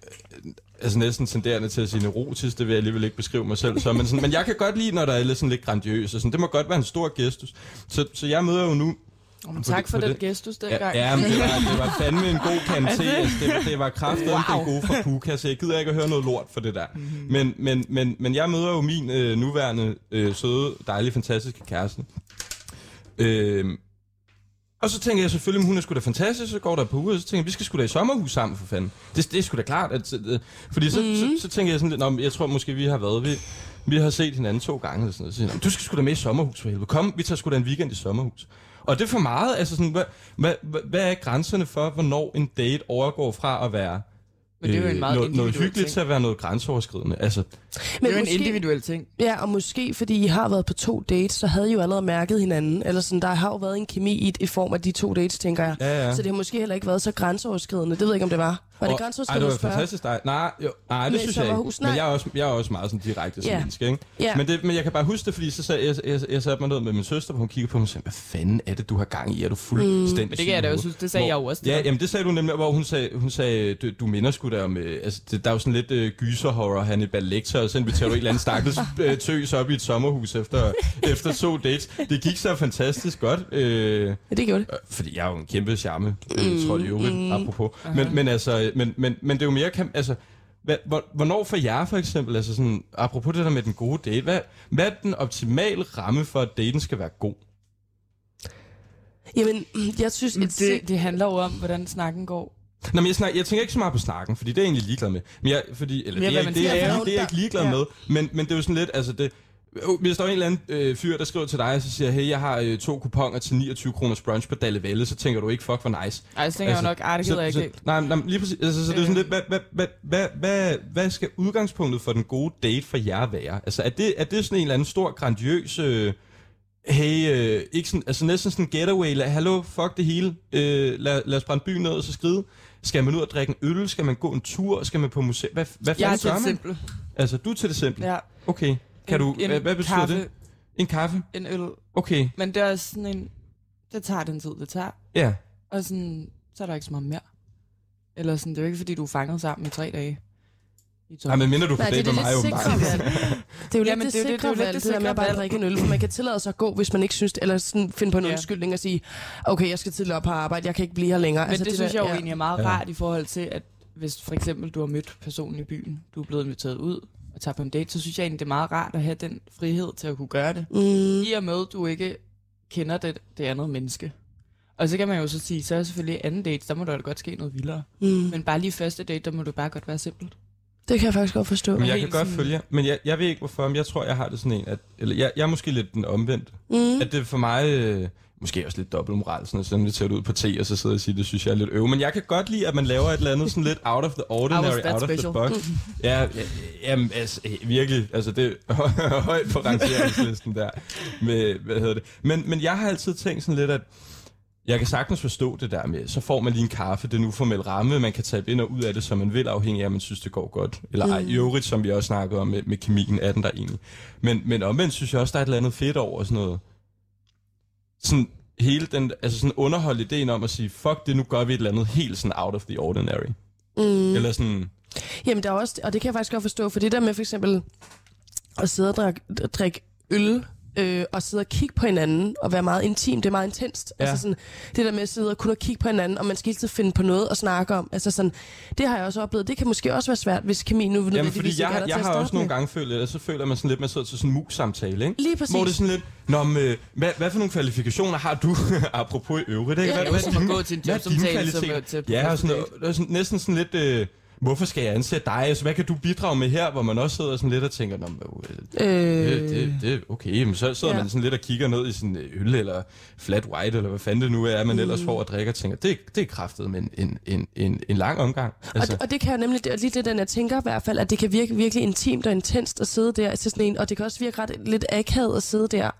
altså næsten tenderende til at sige neurotisk, det vil jeg alligevel ikke beskrive mig selv som, men, sådan, men jeg kan godt lide, når der er lidt, sådan lidt grandiøst, og sådan, det må godt være en stor gestus. Så, så jeg møder jo nu Oh, men tak det- for for den det- gestus dengang. Ja, ja men det var, det var fandme en god kanté. Altså, det, det var kraften wow. Mhm. den gode fra Puka, så jeg gider ikke at høre noget lort for det der. Men, men, men, men jeg møder jo min øh, nuværende øh, søde, dejlige, fantastiske kæreste. Øh, og så tænker jeg selvfølgelig, at hun er sgu da fantastisk, så går der på uge, og så tænker jeg, vi skal sgu da i sommerhus sammen for fanden. Det, det er sgu da klart. At, øh, fordi så, mm. Mhm. så, så, tænker jeg sådan lidt, "Nå, men jeg tror måske, vi har været ved... Vi har set hinanden to gange eller sådan noget. Så siger, jeg, "Nå, men du skal sgu da med i sommerhus for helvede. Kom, vi tager sgu da en weekend i sommerhus. Og det er for meget. Altså sådan, hvad, hvad, hvad, hvad er grænserne for, hvornår en date overgår fra at være øh, Men det er jo en meget noget, noget individuel hyggeligt ting. til at være noget grænseoverskridende? Altså, Men det er jo en individuel ting. Ja, og måske fordi I har været på to dates, så havde I jo allerede mærket hinanden. Eller sådan, der har jo været en kemi i, i form af de to dates, tænker jeg. Ja, ja. Så det har måske heller ikke været så grænseoverskridende. Det ved jeg ikke, om det var. Var det Og- Ej, grænseoverskridende det at var spørge? fantastisk dejligt. Nej, jo, nej det Med synes jeg ikke. sommerhus, nej. Men jeg er også, jeg er også meget sådan direkte som Ja. menneske, ikke? Ja. Men, det, men jeg kan bare huske det, fordi så sagde, jeg, jeg, jeg satte mig ned med min søster, og hun kiggede på mig og sagde, hvad fanden er det, du har gang i? Er du fuldstændig mm. Men det kan jeg da også synes, det sagde jeg jo også til Ja, dig. jamen det sagde du nemlig, hvor hun sagde, hun sagde du, du minder sgu da om, øh, altså det, der er jo sådan lidt øh, gyserhorror, han er lektor, og så inviterer du en eller anden stakkels øh, tøs op i et sommerhus efter, efter to dates. Det gik så fantastisk godt. Øh, Ja, det gjorde det. Øh, fordi jeg er jo en kæmpe charme, mm, tror jeg jo, Mm-hmm. mm. apropos. Men, men, altså, men, men, men det er jo mere, kan, altså, hvad, hvor- hvornår for jer for eksempel, altså sådan, apropos det der med den gode date, hvad, hvad er den optimale ramme for, at daten skal være god? Jamen, jeg synes, Men et det... det, det handler jo om, hvordan snakken går. Nå, men jeg, snakker, jeg tænker ikke så meget på snakken, fordi det er jeg egentlig ligeglad med. Men jeg, fordi, eller Mere, det, er, hvad man det, er, siger. det, er, Ja, det er jeg ikke ligeglad ja. med, men, men det er jo sådan lidt, altså det... øh, Hvis der er en eller anden øh, fyr, der skriver til dig, og så siger, hey, jeg har øh, to kuponer til 29 kroners brunch på Dalle Valle, så tænker du ikke, fuck, hvor nice. Ej, så tænker altså, jeg jo nok, ej, det gider jeg ikke. Så, nej, nej, men lige præcis. Altså, så det er sådan lidt, hvad, hvad, hvad, hvad, hvad, hvad skal udgangspunktet for den gode date for jer være? Altså, er det, er det sådan en eller anden stor, grandiøs... Øh, hey, øh, ikke sådan, altså næsten sådan en getaway, la, hallo, fuck det hele, øh, lad, lad os brænde byen ned og så skride. Skal man ud og drikke en øl? Skal man gå en tur? Skal man på museum? Hvad, hvad fanden Jeg er til gør det man? simple. Altså, du er til det simple. Ja. Okay. Kan En- du, en hvad, hvad betyder kaffe, det? En kaffe? En øl. Okay, Men det er også sådan en... Det tager den tid, det tager. ja. Og sådan, så er der ikke så meget mere. Eller sådan, det er jo ikke, fordi du er fanget sammen i tre dage. I et Nej, men minder du på Nej, det er date det med mig, lidt åbenbart. sikre valg. Det er jo lidt Jamen, det, det er jo det- sikre det er jo lidt valg, det det der med sikre at bare valg. drikke en øl, for man kan tillade sig at gå, hvis man ikke synes, eller sådan finde på en Ja. undskyldning og sige, okay, jeg skal tidligt op på arbejde, jeg kan ikke blive her længere. Men altså, det, det synes der- jeg jo ja. egentlig er meget Ja. ja. rart i forhold til, at hvis for eksempel du har mødt personen i byen, du er blevet inviteret ud og tager på en date, så synes jeg egentlig, det er meget rart at have den frihed til at kunne gøre det. Mm, I og med, du ikke kender det, det andet menneske. Og så kan man jo så sige, så er selvfølgelig anden date, der må der da godt ske noget vildere. mm. Men bare lige første date, der må du bare godt være simpelt. Det kan jeg faktisk godt forstå. Men jeg kan helt godt sådan- følge jer. Men jeg, jeg ved ikke hvorfor, men jeg tror, jeg har det sådan en, at, eller jeg, jeg er måske lidt den omvendt. Mm. At det for mig, øh, måske også lidt dobbeltmoral, sådan at sådan lidt ud på te, og så sidder jeg og siger, det synes jeg er lidt øv. Men jeg kan godt lide, at man laver et eller andet sådan lidt out of the Out ordinary, of that out of the special. Mm. box. Ja, ja, jamen, altså, eh, virkelig, altså det er højt på rangeringslisten der. Med, hvad hedder det? Men, men jeg har altid tænkt sådan lidt, at jeg kan sagtens forstå det der med, så får man lige en kaffe, den uformelle ramme, man kan tabe ind og ud af det, som man vil, afhængig af, om man synes, det går godt. Eller ej, i øvrigt, som vi også snakkede om med, med kemien, er den der egentlig. Men, men omvendt synes jeg også, der er et eller andet fedt over sådan noget. Sådan hele den, altså sådan underholde ideen om at sige, fuck det, nu gør vi et eller andet helt sådan out of the ordinary. Mm. Eller sådan, Jamen, der er også, og det kan jeg faktisk godt forstå, for det der med for eksempel at sidde og drikke, drikke øl, øh, og sidde og kigge på hinanden, og være meget intim, det er meget intenst. Ja. Ja. Altså sådan, det der med at sidde og kunne kigge på hinanden, og man skal hele tiden finde på noget at snakke om. Altså sådan, det har jeg også oplevet. Det kan måske også være svært, hvis kemien nu Jamen, fordi nødvendigvis jeg, ikke er har- jeg der til at har starte også nogle med. gange følt, at så føler man sådan lidt, man sidder til sådan en mus-samtale, ikke? Lige præcis. Hvor det er sådan lidt, Nå, men, øh, hvad, hvad for nogle kvalifikationer har du, apropos i øvrigt, ikke? Ja, Hvad, det er hvad, jo som at gå til en hvad er dine jobsamtale, som, kvaliteter? øh, til- Ja, og første sådan, noget, det er sådan, næsten sådan lidt, øh, hvorfor skal jeg ansætte dig? Altså, hvad kan du bidrage med her? Hvor man også sidder sådan lidt og tænker, Nå, men, øh, Øh, det, det, det, okay, jamen, så sidder Ja. ja. man sådan lidt og kigger ned i sin øh, øl eller flat white, eller hvad fanden det nu er, man mm. ellers får at drikke og tænker, det, det er kraftet, men en, en, en, en lang omgang. Altså. Og, det, og det kan jo nemlig, det er lige det, den jeg tænker i hvert fald, at det kan virke virkelig intimt og intenst at sidde der til sådan en, og det kan også virke ret lidt akavet at sidde der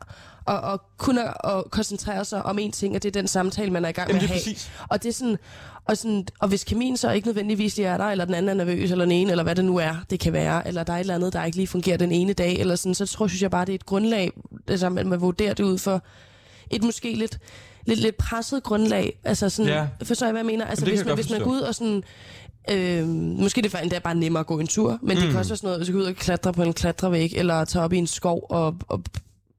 og, og kun at og koncentrere sig om én ting, og det er den samtale, man er i gang Jamen, med at lige have. præcis. Og, det er sådan, og, sådan, og hvis kemien så ikke nødvendigvis lige er der, eller den anden er nervøs, eller den ene, eller hvad det nu er, det kan være, eller der er et eller andet, der ikke lige fungerer den ene dag, eller sådan, så tror synes jeg bare, det er et grundlag, altså, at man vurderer det ud for et måske lidt, lidt, lidt presset grundlag. Altså sådan, Ja. ja. forstår jeg, hvad jeg mener? Altså, Jamen, det hvis kan man, jeg godt hvis man forstå. går ud og sådan, Øh, måske er det er endda bare nemmere at gå en tur, men mm. det kan også være sådan noget, at du skal ud og klatre på en klatrevæg, eller tage op i en skov og, og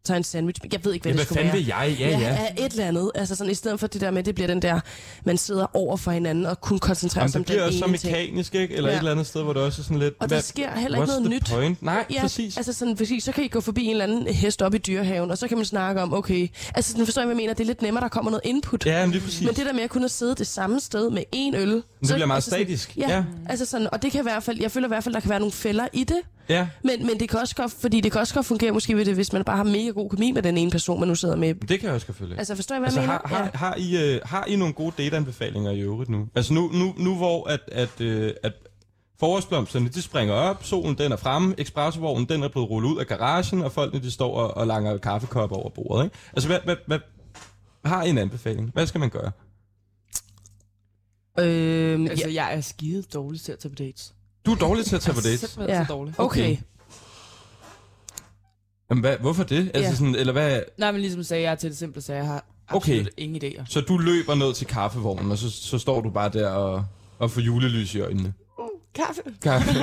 tage en sandwich. Jeg ved ikke, Ja, hvad det hvad skulle fanden være. ved jeg? Ja, ja. ja. et eller andet. Altså sådan, i stedet for det der med, at det bliver den der, man sidder over for hinanden og kun koncentrerer Jamen, sig om det den bliver ene også så ting. mekanisk, ikke? Eller Ja. et eller andet sted, hvor det også er sådan lidt... Og der sker heller ikke what's noget the nyt. Point? Nej, ja, Ja, præcis. Altså, altså sådan, præcis. Så kan I gå forbi en eller anden hest op i dyrehaven, og så kan man snakke om, okay, altså sådan, forstår jeg, hvad jeg mener, det er lidt nemmere, der kommer noget input. ja, men lige præcis. Men det der med at kunne sidde det samme sted med en øl. Det bliver meget statisk. Sådan, ja, Ja. ja, altså sådan, og det kan i hvert fald, jeg føler i hvert fald, der kan være nogle fælder i det. ja. Men, men det kan også godt, fordi det kan også godt fungere måske ved det, hvis man bare har mega god kemi med den ene person, man nu sidder med. Det kan jeg også selvfølgelig. Altså, forstår jeg, hvad Altså, jeg har, mener? har, har, I, øh, har I nogle gode dateanbefalinger i øvrigt nu? Altså nu, nu, nu hvor at, at, øh, at Forårsblomsterne, de springer op, solen den er fremme, ekspresvognen den er blevet rullet ud af garagen, og folkene de står og, og langer kaffekopper over bordet. Ikke? Altså, hvad, hvad, hvad, har I en anbefaling? Hvad skal man gøre? Øhm, Altså, altså, ja. jeg er skide dårlig til at tage på dates. Du er dårlig til at tage på Jeg er dates. Altså, simpelthen ja. så Ja. dårlig. okay. Jamen, hvad, hvorfor det? Altså, Ja. sådan, eller hvad, Nej, men ligesom sagde jeg er til det simple, så jeg har absolut okay. ingen idéer. så du løber ned til kaffevognen, og så, så står du bare der og, og får julelys i øjnene. Kaffe? Kaffe.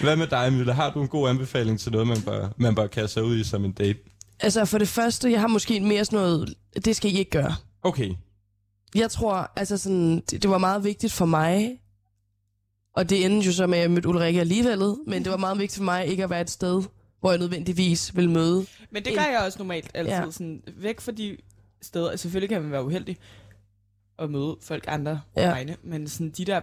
hvad med dig, Mille? Har du en god anbefaling til noget, man bør, man bør kaste sig ud i som en date? altså for det første, jeg har måske mere sådan noget, det skal I ikke gøre. Okay, Jeg tror, altså sådan, det, det var meget vigtigt for mig, og det endte jo så med, at jeg mødte Ulrike alligevel, men det var meget vigtigt for mig ikke at være et sted, hvor jeg nødvendigvis vil møde. Men det gør jeg også normalt altid. Ja. Ja. Sådan, væk fra de steder. Altså, Selvfølgelig kan man være uheldig at møde folk andre ja. Ja. vegne, men sådan de der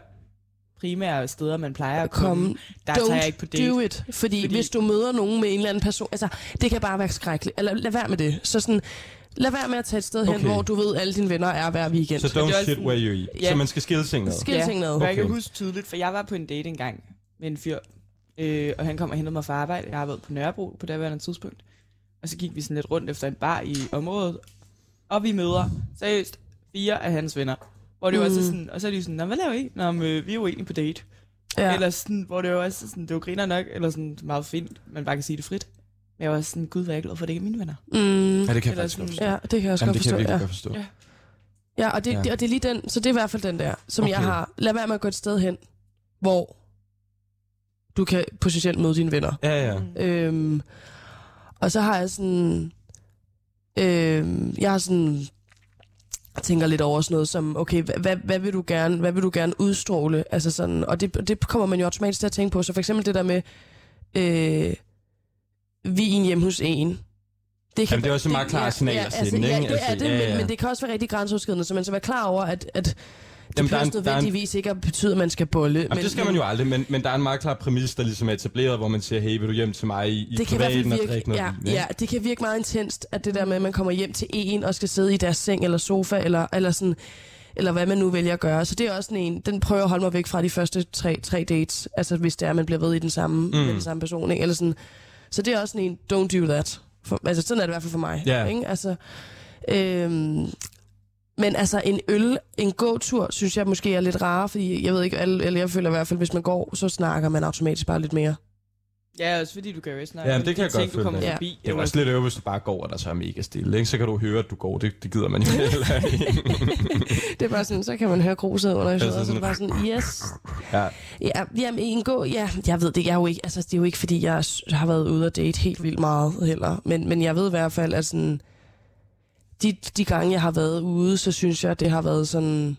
primære steder, man plejer at At komme, komme komme der tager jeg ikke på date. do it. Fordi, Fordi- fordi hvis du møder nogen med en eller anden person, altså det kan bare være skrækkeligt. Eller lad være med det. Så sådan, lad være med at tage et sted hen, Okay. hvor du ved, alle dine venner er hver weekend. så Så det er don't også shit where you eat. Ja. Så man skal skille tingene ad. Skil Ja. ja. ting ad. Okay. Jeg kan Okay. huske tydeligt, for jeg var på en date engang med en fyr, øh, og han kom og hentede mig fra arbejde. Jeg arbejdede på Nørrebro på daværende tidspunkt. Og så gik vi sådan lidt rundt efter en bar i området, og vi møder seriøst fire af hans venner. Hvor det mm. var så sådan, og så er de sådan, "Nå, hvad laver I? Nå, men, øh, vi er jo egentlig på date. Ja. Ja. Eller sådan, hvor det var også sådan, det var griner nok, eller sådan meget fint, man bare kan sige det frit. Men jeg var sådan, gud, hvor er jeg glad for, at det ikke er mine venner. Mm, Ja, det kan jeg Eller faktisk godt sådan- forstå. ja, det kan jeg også Jamen, godt det kan forstå. jeg virkelig ja. godt forstå. Ja. Ja, og det, Ja. ja. og det er lige den, så det er i hvert fald den der, som okay. jeg Okay. har. Lad være med at gå et sted hen, hvor du kan potentielt møde dine venner. Ja, Mm. ja. Øhm, og så har jeg sådan... Øhm, jeg har sådan jeg tænker lidt over sådan noget som, okay, hvad, hvad, hvad, vil du gerne, hvad vil du gerne udstråle? Altså sådan, og det, det kommer man jo automatisk til at tænke på. Så for eksempel det der med, øh, vi er en hjemme hos en. Det Jamen, det er også et meget klart signal at sende, ja, ikke? det er Altså, det, ja, men, ja. men det kan også være rigtig grænseoverskridende, så man skal være klar over, at, at det Jamen, Jamen, der er en- der er en- nødvendigvis ikke at betyde, at man skal bolle. Jamen, det skal man jo aldrig, men, men der er en meget klar præmis, der ligesom er etableret, hvor man siger, hey, vil du hjem til mig i, i det kan i hvert privaten og fald drikke virke, noget? ja, vin?" ja, det kan virke meget intenst, at det der med, at man kommer hjem til en og skal sidde i deres seng eller sofa, eller, eller, sådan, eller hvad man nu vælger at gøre. Så det er også sådan en, den prøver at holde mig væk fra de første tre, tre dates, altså hvis det er, at man bliver ved i den samme, mm. med den samme person. Ikke? Eller sådan. Så det er også sådan en, don't do that. For, altså sådan er det i hvert fald for mig. Ja. Ikke? Altså, øhm, men altså en øl, en gåtur, synes jeg måske er lidt rarere, fordi jeg ved ikke, alle, eller jeg føler i hvert fald, hvis man går, så snakker man automatisk bare lidt mere. Ja, også fordi du kan jo ikke snakke Ja, om men det kan de jeg godt ting, du følge kommer dig i. forbi. Det er jo også lidt øvrigt, hvis du bare går, og der så er mega stille. Ikke? Så kan du høre, at du går. Det, det gider man jo heller ikke. Det er bare sådan, så kan man høre gruset under i Altså sådan- så det er bare sådan, yes. Ja. Ja, jamen, en god, ja, jeg ved det, jeg er jo ikke, altså, det er jo ikke, fordi jeg s- har været ude og date helt vildt meget heller, men, men jeg ved i hvert fald, at sådan, de, de gange, jeg har været ude, så synes jeg, det har været sådan,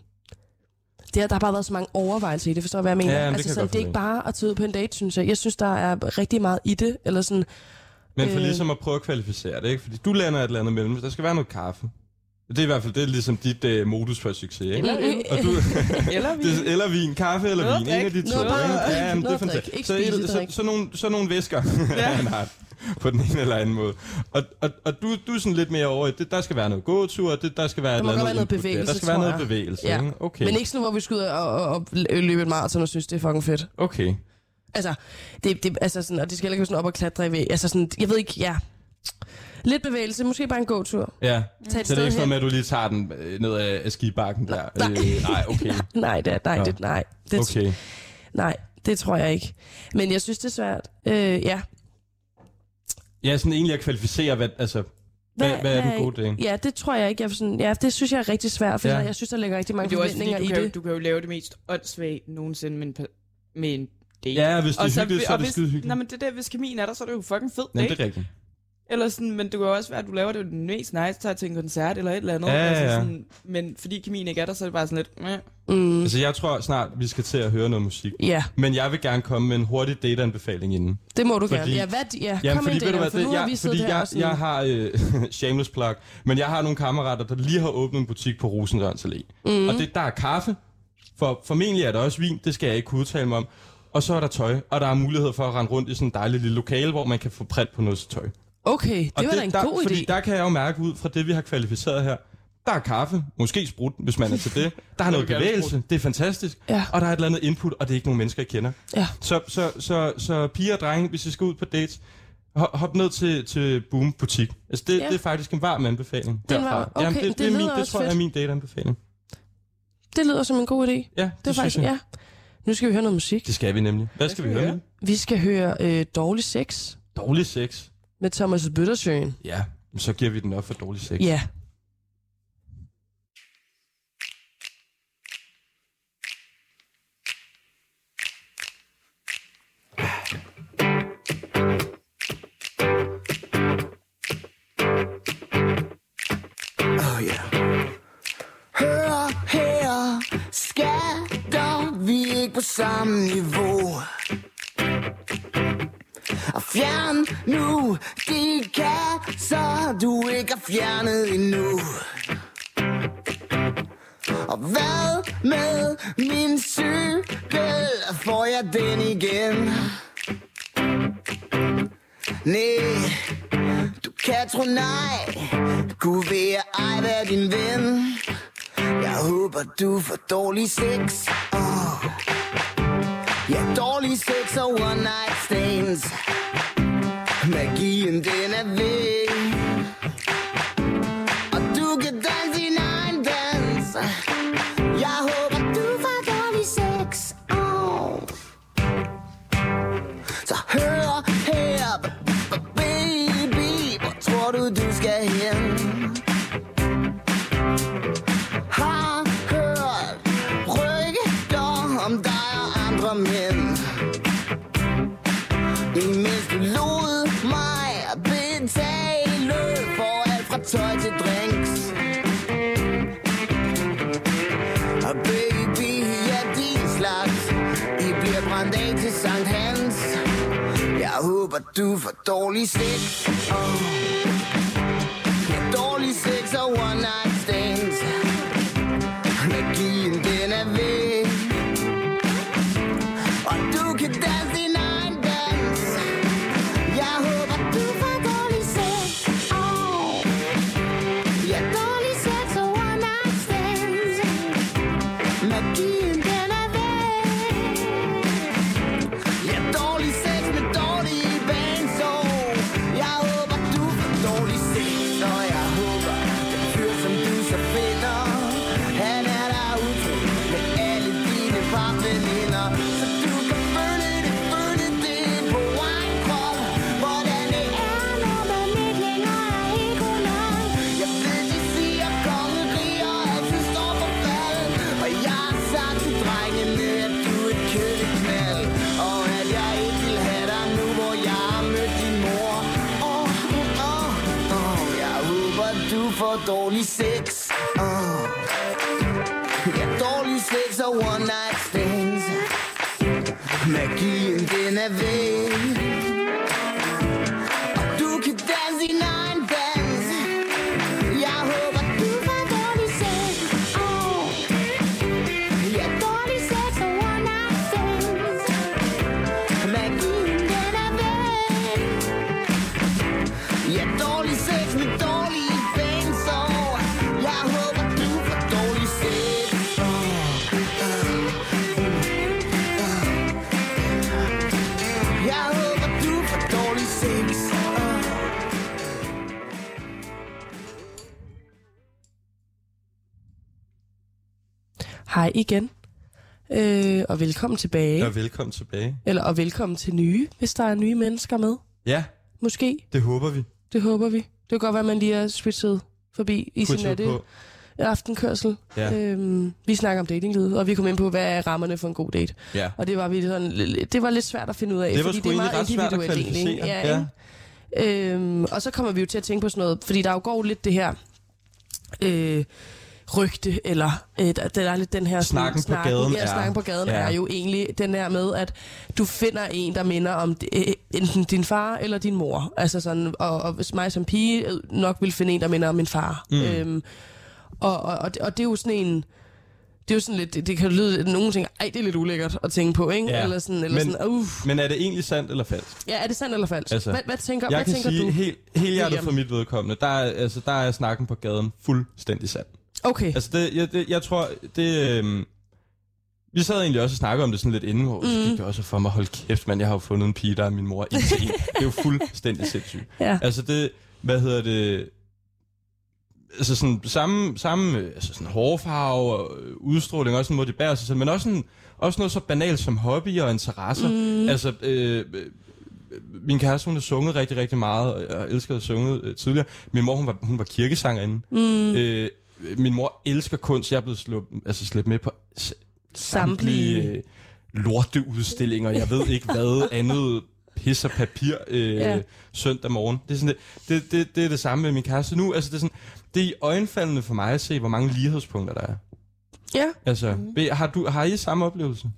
det, har- der har bare været så mange overvejelser i det, forstår du, hvad jeg mener? Ja, jamen, det kan altså, jeg sådan, godt det er ikke bare at tage ud på en date, synes jeg. Jeg synes, der er rigtig meget i det, eller sådan, Men for Øh. ligesom at prøve at kvalificere det, ikke? Fordi du lander et eller andet mellem. Der skal være noget kaffe. Det er i hvert fald det er ligesom dit uh, modus for succes, ikke? Eller øl. Og du, Eller vi. det, eller vin, kaffe eller Noget vin, at en af de to. Noget ikke? bare at drikke. ja, jamen, det er Noget at drikke. fantastisk. Ikke Så, et, så, spisedrik. så, nogle, så nogle væsker, ja. Nej, på den ene eller anden måde. Og, og, og du, du er sådan lidt mere over, i, det, der skal være noget gåtur, det, der skal være Der må et eller godt være noget input der. bevægelse, Der skal være tror noget jeg. bevægelse, Ja. ikke? Okay. okay. men ikke sådan, hvor vi skal ud og, og, og løbe et maraton og synes, det er fucking fedt. Okay. Altså, det, det, altså sådan, og det skal heller ikke være sådan op og klatre i væg. Altså sådan, jeg ved ikke, ja. Lidt bevægelse, måske bare en god tur. Ja. Tag Så et det er sted ikke sådan, hen. med, at du lige tager den øh, ned af, af skibakken der? Nej. Øh, nej, okay. Nej, det, er- nej, Nå. det, nej, det, okay. okay. nej, det tror jeg ikke. Men jeg synes, det er svært. Øh, ja. Ja, sådan egentlig at kvalificere, hvad, altså, hvad, hvad, hvad er den gode dame? Ja, det tror jeg ikke. Jeg er sådan, ja, det synes jeg er rigtig svært, for Ja. ja. jeg synes, der ligger rigtig Men mange det er jo også fordi, forventninger du i kan, jo, det. du kan jo lave det mest åndssvage nogensinde med en, pa- med en date. Ja, hvis det er hyggeligt, så er og det hvis, skide hyggeligt. Nej, men det der, hvis kemien er der, så er det jo fucking fed Jamen, date. det er rigtigt. Eller sådan, men det kan jo også være, at du laver det den mest nice, tager til en koncert eller et eller andet. Ja, ja, Altså ja. sådan, men fordi kemien ikke er der, så er det bare sådan lidt... Meh. Mm, Altså, jeg tror snart, vi skal til at høre noget musik. ja, Men jeg vil gerne komme med en hurtig dateanbefaling inden. det må du Fordi- fordi, gerne. Ja, hvad, ja, Ja, kom fordi, ind, ved du hvad, Daniel, for nu det, har vi jeg, siddet fordi her jeg, og sådan- jeg har, øh, shameless plug, men jeg har nogle kammerater, der lige har åbnet en butik på Rosendørns Allé. Mm. Og det, der er kaffe, for formentlig er der også vin, det skal jeg ikke kunne udtale mig om. Og så er der tøj, og der er mulighed for at rende rundt i sådan en dejlig lille lokale, hvor man kan få print på noget tøj. Okay, det Og var da en der, god fordi idé. der kan jeg jo mærke ud fra det, vi har kvalificeret her, Der er kaffe, måske sprut, hvis man er til det. Der er noget vil gerne bevægelse, det er fantastisk. Ja. Og der er et eller andet input, og det er ikke nogen mennesker, jeg kender. Ja. Så, så, så, så piger og drenge, hvis I skal ud på dates, ho- hop ned til, til Boom Butik. Altså det, Ja. ja. det er faktisk en varm anbefaling. var- derfra. okay, Jamen, det det, det, er lyder min, det også tror jeg er fedt. min date-anbefaling. Det lyder som en god idé. Ja, det, Det er faktisk, synes jeg. ja. Nu skal vi høre noget musik. Det skal vi nemlig. Hvad skal vi høre? Mille? Vi skal høre øh, Dårlig Sex Dårlig sex. med Thomas Bøttersøen. Ja, så giver vi den op for dårlig sex. Ja. Oh yeah. Hør her, skatter, vi er ikke på samme niveau. Og fjern nu de kasser, du ikke har fjernet endnu. Og hvad med min cykel, får jeg den igen? Nej, du kan tro nej Du kunne være ej være din ven Jeg håber du får dårlig sex oh. Ja, dårlig sex og one night stands Magien den er væk Og du kan danse din egen dans Jeg håber du får dårlig sex oh. Så hør her, b- b- baby, hvor tror du, du skal hen? Har hørt rygter om dig og andre mænd. Imens du lod mig betale for alt fra tøj til drinks. Og baby, ja, din slags I bliver brændt af til Sankt Hans Jeg håber, du får dårlig sex oh. Ja, dårlig sex og one night stands Magien, den er væk Og du kan danse din egen dans Jeg håber, du får dårlig sex oh. Ja, dårlig sex og one night stands Magien den er væk Ja, dårlig sex med dårlige bands Og jeg håber du får dårlig sex Og jeg håber den fyr som du så finder Han er derude med alle dine parveninder Så du kan føle det, føle det på egen krop Hvordan det er, når man ikke længere er helt kunnet Jeg ved, de siger kongeriger altid står for fald Og jeg har sagt til drengene, at du er et kødeknald Og at jeg ikke vil have dig nu, hvor jeg har mødt din mor Åh, oh, åh, oh, oh, jeg håber, du får dårlig sex oh. Ja, dårlig sex og one night stands Magien den er væk Og du kan danse din egen dans Jeg håber du får dårlig sex oh. Ja, dårlig sex og one night stands Magien den er væk Ja, dårlig sex med dårlige fans Og jeg håber du får dårlig sex Jeg håber du får dårlig sex Hej igen. Øh, og velkommen tilbage. Ja, velkommen tilbage. Eller og velkommen til nye, hvis der er nye mennesker med. Ja, Måske. det håber vi. Det håber vi. Det kan godt være, at man lige er switchet forbi i sin Putter natte på. aftenkørsel. Ja. Øhm, vi snakker om datinglivet, og vi kom ind på, hvad er rammerne for en god date. Ja. Og det var, vi sådan, lidt- det var lidt svært at finde ud af, Det var fordi sgu det er egentlig meget ret svært at individuelt egentlig. kvalificere. Ja, ja. Øhm, og så kommer vi jo til at tænke på sådan noget, fordi der jo går lidt det her øh, rygte, eller øh, der, der er lidt den her... sådan- Snakken på gaden ja, er- snakken på gaden ja. ja. er jo egentlig den der med, at du finder en, der minder om øh, enten din far eller din mor. Altså sådan, og, og hvis mig som pige øh, nok vil finde en, der minder om min far. Mm. Øhm, og, og, og, det, og det er jo sådan en Det er jo sådan lidt, det, det kan jo lyde, nogen tænker, ej, det er lidt ulækkert at tænke på, ikke? Ja. Eller sådan, eller Men- sådan, uff. Men er det egentlig sandt eller falsk? Ja, er det sandt eller falsk? Altså, Altså, hvad, hvad tænker, Jeg hvad kan tænker sige du? helt, helt hjertet William? for mit vedkommende, der er, altså, der er snakken på gaden fuldstændig sand. Okay, Altså, det, jeg, det, jeg tror, det... Øhm, vi sad egentlig også og snakkede om det sådan lidt inden, hvor mm. så gik det også for mig, hold kæft, mand, jeg har jo fundet en pige, der er min mor. En til en. Det er jo fuldstændig sindssygt. Ja. Altså, det... Hvad hedder det? Altså sådan samme, samme øh, altså sådan hårfarve og øh, udstråling, også en måde, de bærer sig selv, men også, sådan, også noget så banalt som hobby og interesser. Mm. Altså, øh, øh, min kæreste, hun har sunget rigtig, rigtig meget, og jeg elskede at synge øh, tidligere. Min mor, hun var, hun var kirkesangerinde. Mm. Øh, min mor elsker kunst, jeg er blevet slået, altså, slæbt med på s- samtlige samtlige. øh, lorteudstillinger, jeg ved ikke hvad andet pis og papir øh, ja. Ja. søndag morgen. Det er, sådan, det, det, det, det er det samme med min kæreste nu. Altså, det, er sådan, det er i øjenfaldende for mig at se, hvor mange lighedspunkter der er. Ja, Altså, mm. har, du, har I samme oplevelse?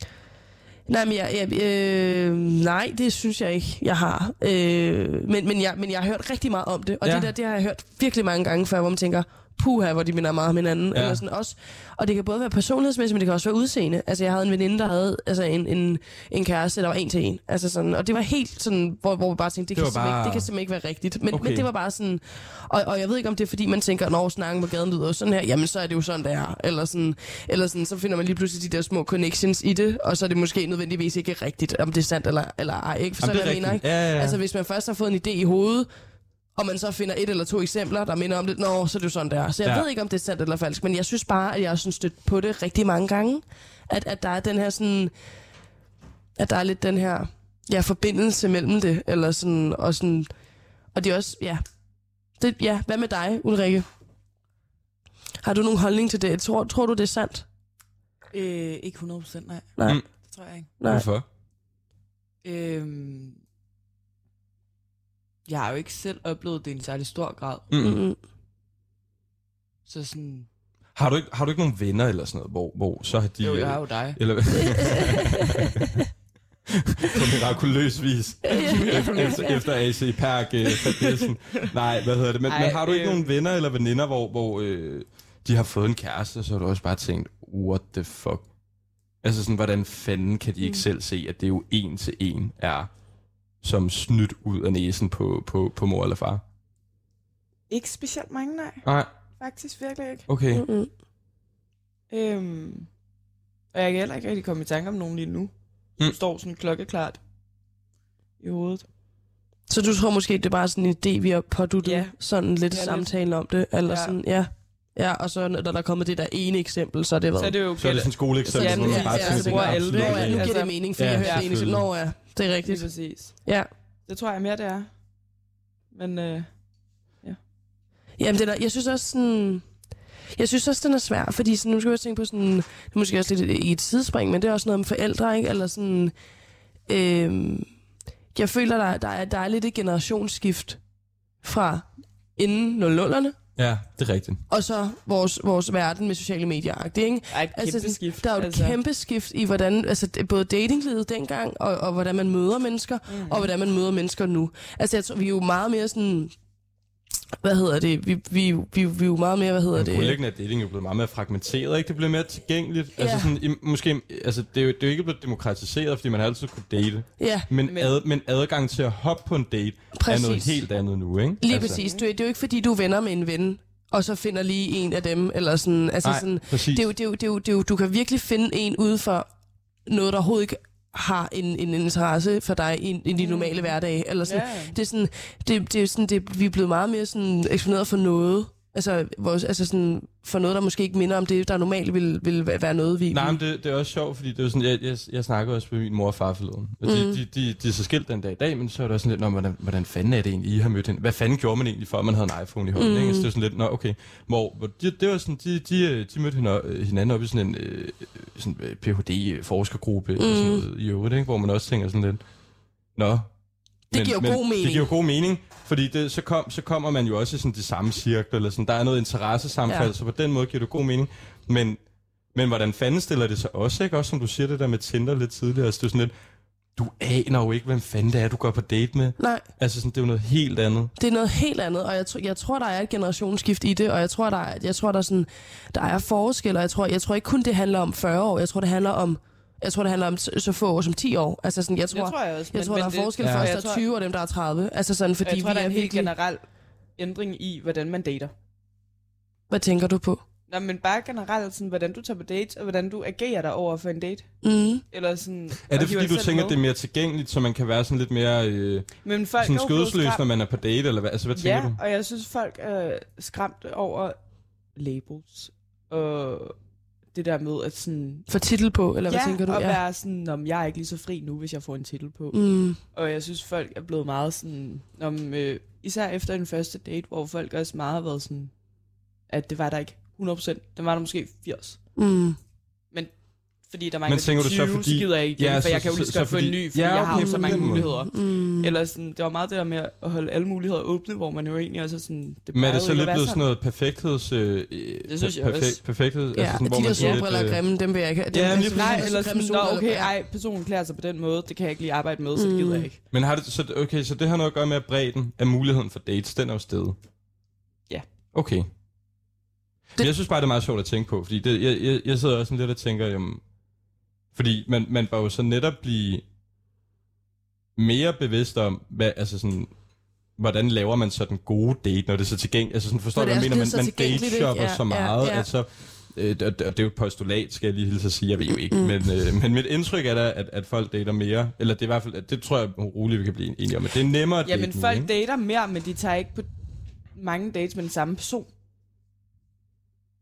nej, men jeg, jeg, øh, nej, det synes jeg ikke, jeg har. Øh, men, men, jeg, men jeg har hørt rigtig meget om det, og Ja. ja. det der, det har jeg hørt virkelig mange gange før, hvor man tænker, puha, hvor de minder meget om hinanden. Ja. Ja. Eller sådan også. Og det kan både være personlighedsmæssigt, men det kan også være udseende. Altså, jeg havde en veninde, der havde altså, en, en, en kæreste, der var en til en. Altså, sådan, og det var helt sådan, hvor, hvor man bare tænkte, det, Det det, kan, var bare... bare- Ikke, det kan simpelthen ikke være rigtigt. Men, Okay. okay. men det var bare sådan... Og, og jeg ved ikke, om det er, fordi man tænker, når snakken på gaden lyder sådan her, jamen så er det jo sådan, det er. Eller sådan, eller sådan, så finder man lige pludselig de der små connections i det, og så er det måske nødvendigvis ikke rigtigt, om det er sandt eller, eller ej. Ikke? For Jamen, sådan, det er jeg mener, rigtigt. ikke? Ja, ja, ja. Altså, hvis man først har fået en idé i hovedet, og man så finder et eller to eksempler, der minder om det, nå, så er det jo sådan, der. Så jeg Ja. ja. ved ikke, om det er sandt eller falsk, men jeg synes bare, at jeg har sådan stødt på det rigtig mange gange, at, at der er den her sådan, at der er lidt den her, ja, forbindelse mellem det, eller sådan, og sådan, og det er også, ja, det, ja, hvad med dig, Ulrikke? Har du nogen holdning til det? Tror, tror du, det er sandt? Øh, ikke 100 nej. Nej. Mm. Det tror jeg ikke. Nej. Hvorfor? Øhm, jeg har jo ikke selv oplevet det i en særlig stor grad. Mm. Mm-mm. Så sådan, Har, du ikke, har du ikke nogen venner eller sådan noget, hvor, hvor så har de... jo, øh, jeg har jo dig. Eller På mirakuløs vis. efter, efter AC Park øh, fadæsen. Nej, hvad hedder det? Men, Ej, Ej, men har du ikke øh... øh. nogen venner eller veninder, hvor, hvor øh, de har fået en kæreste, og så har du også bare tænkt, what the fuck? Altså sådan, hvordan fanden kan de ikke mm. selv se, at det jo en til en er som snydt ud af næsen på, på, på mor eller far? Ikke specielt mange, nej. Nej, Faktisk virkelig ikke. okay. Mm. Mm-mm. Øhm, og jeg kan heller ikke rigtig komme i tanke om nogen lige nu. Som Mm. mm. står sådan klokkeklart i hovedet. Så du tror måske, det er bare sådan en idé, vi har påduttet Ja. ja. sådan lidt Ja, ja, lidt. samtale om det, eller Ja. ja. sådan, ja. Ja, og så når der er kommet det der ene altså, eksempel, så er det Så er været... det jo Så er det okay. sådan et skoleeksempel, Ja, hvor man ja, bare ja, tænker, så det bruger er alle absolut det, Nå, ja, nu ikke. ikke? giver Altså- det mening, for Ja, ja, jeg hørte det ene eksempel. selvfølgelig. Nå, ja, det er Lige rigtigt. præcis. Ja. Det tror jeg mere, det er. Men øh, Jamen, den er, jeg synes også sådan... Jeg synes også, den er svær, fordi sådan, nu skal jeg også tænke på sådan... Det er måske også lidt i et sidespring, men det er også noget med forældre, ikke? Eller sådan... Øhm, jeg føler, der, der, er, der er lidt et generationsskift fra inden 00'erne, Ja, det er rigtigt. og så vores, vores verden med sociale medier. Ikke? ej, kæmpe Altså, sådan, skift. der er jo et altså. kæmpe skift i, hvordan, altså det- både datinglivet dengang, og, og hvordan man møder mennesker, mm. og hvordan man møder mennesker nu. Altså, jeg tror, vi er jo meget mere sådan, hvad hedder det, vi, vi, vi, vi er jo meget mere, hvad hedder Men det? Grundlæggende er dating jo blevet meget mere fragmenteret, ikke? Det bliver mere tilgængeligt. Ja. Altså Ja. sådan, i- måske, altså det er, jo, det er jo ikke blevet demokratiseret, fordi man har altid kunne date. Ja, Men, men, Men- ad, men adgang til at hoppe på en date Præcis. er Præcis. noget helt andet nu, ikke? lige altså. præcis. Du, det er jo ikke, fordi du er venner med en ven, og så finder lige en af dem, eller sådan, altså Nej, sådan, præcis. det er, jo, det, er jo, det, er jo, det er jo, du kan virkelig finde en ude for noget, der overhovedet ikke har en, en interesse for dig i, i din normale hverdag, eller sådan. Ja. Det er sådan, det, det er sådan det, vi er blevet meget mere sådan eksponeret for noget, altså, vores, altså sådan, for noget, der måske ikke minder om det, der normalt vil, vil være noget, vi... Nej, men det, det er også sjovt, fordi det er jo sådan, jeg, jeg, jeg snakker også med min mor og far forleden. Og de, mm. de, de, de er så skilt den dag i dag, men så er det også sådan lidt, "Nå, hvordan, hvordan fanden er det egentlig, I har mødt hende? Hvad fanden gjorde man egentlig, før man havde en iPhone i hånden? Mm. Ikke? Så det er sådan lidt, nå okay. Hvor, hvor de, det var sådan, de, de, øh, de mødte hende, øh, hinanden op i sådan en øh, sådan PhD-forskergruppe mm. og sådan noget i øvrigt, ikke? hvor man også tænker sådan lidt, nå, Det giver jo god mening. Det giver jo god mening, fordi det, så, kom, så kommer man jo også i sådan de samme cirkler, eller sådan, der er noget interessesamfald, ja. Ja. så på den måde giver det god mening. Men, men hvordan fanden stiller det sig også, ikke? Også som du siger det der med Tinder lidt tidligere, altså det er sådan lidt, du aner jo ikke, hvem fanden det er, du går på date med. Nej, Altså, sådan, det er jo noget helt andet. det er noget helt andet, og jeg, tr- jeg tror, der er et generationsskift i det, og jeg tror, der er, jeg tror, der er, sådan, der er forskel, og jeg tror, jeg tror ikke kun, det handler om 40 år, jeg tror, det handler om jeg tror, det handler om t- så få år som 10 år. Altså sådan, jeg tror, Det tror jeg også. jeg tror der er forskel for ja. os, Jeg der tror- er 20 og dem, der er 30. Altså sådan, fordi jeg tror, vi der er er en helt virkelig... generel ændring i, hvordan man dater. Hvad tænker du på? Nå, men bare generelt, sådan, hvordan du tager på dates, og hvordan du agerer dig over for en date. Mm. Eller sådan, Er og det, hiver fordi du selv tænker, med. at det er mere tilgængeligt, så man kan være sådan lidt mere øh, Men folk sådan er jo blevet skødesløs, skræmt. når man er på date, eller hvad? Altså, hvad tænker ja, du? og jeg synes, folk er skræmt over labels. Og det der med, at sådan... For titel på, eller hvad ja, tænker du? at være sådan, om jeg er ikke lige så fri nu, hvis jeg får en titel på. Mm. Mm. Og jeg synes, folk er blevet meget sådan... Om, øh, især efter den første date, hvor folk også meget har været sådan... At det var der ikke 100%. Den var der måske 80. Mm. Fordi der Men mangler tænker du 20, så, så, fordi- fordi... gider jeg ikke det, Ja, ja, for så- jeg kan jo så- lige så så godt få en fordi- ny, fordi Ja, jeg har okay, jo så på mange den måde. muligheder. Mm. Eller sådan, det var meget det der med at holde alle muligheder åbne, hvor man jo egentlig også er sådan... Det Men er plejer det jo så lidt ikke at være blevet sådan noget perfektheds... Øh, det synes jeg også. Perfektheds, Ja, altså sådan, hvor de der man sådan solbriller er lidt... Øh, grimme, dem vil jeg ikke have. Dem Ja, vil jeg lige simpelthen Nej, ikke have. eller Mm. sådan, Nå, solbriller, okay, ja. ej, personen klæder sig på den måde, det kan jeg ikke lige arbejde med, så det gider jeg ikke. men har det, så, okay, så det har noget at gøre med, at bredden af muligheden for dates, den er jo stedet. Ja. Okay. Det... Men jeg synes bare, det er meget sjovt at tænke på, fordi det, jeg, jeg, jeg sidder også sådan lidt og tænker, jamen, fordi man, man bør jo så netop blive mere bevidst om, hvad, altså sådan, hvordan laver man så den gode date, når det er så tilgængeligt? Altså sådan, forstår Når du, det hvad er jeg mener? Man, blevet man så tilgængeligt, ikke? date-shopper Ja, så ja, meget, ja. at så Øh, og, det- og det er jo et postulat, skal jeg lige hilse at sige. Jeg ved jo Mm. ikke, men, øh, men mit indtryk er da, at, at folk dater mere. Eller det er i hvert fald, at det tror jeg roligt, vi kan blive enige om. At det er nemmere at Ja, date men nu, folk ikke? dater mere, men de tager ikke på mange dates med den samme person.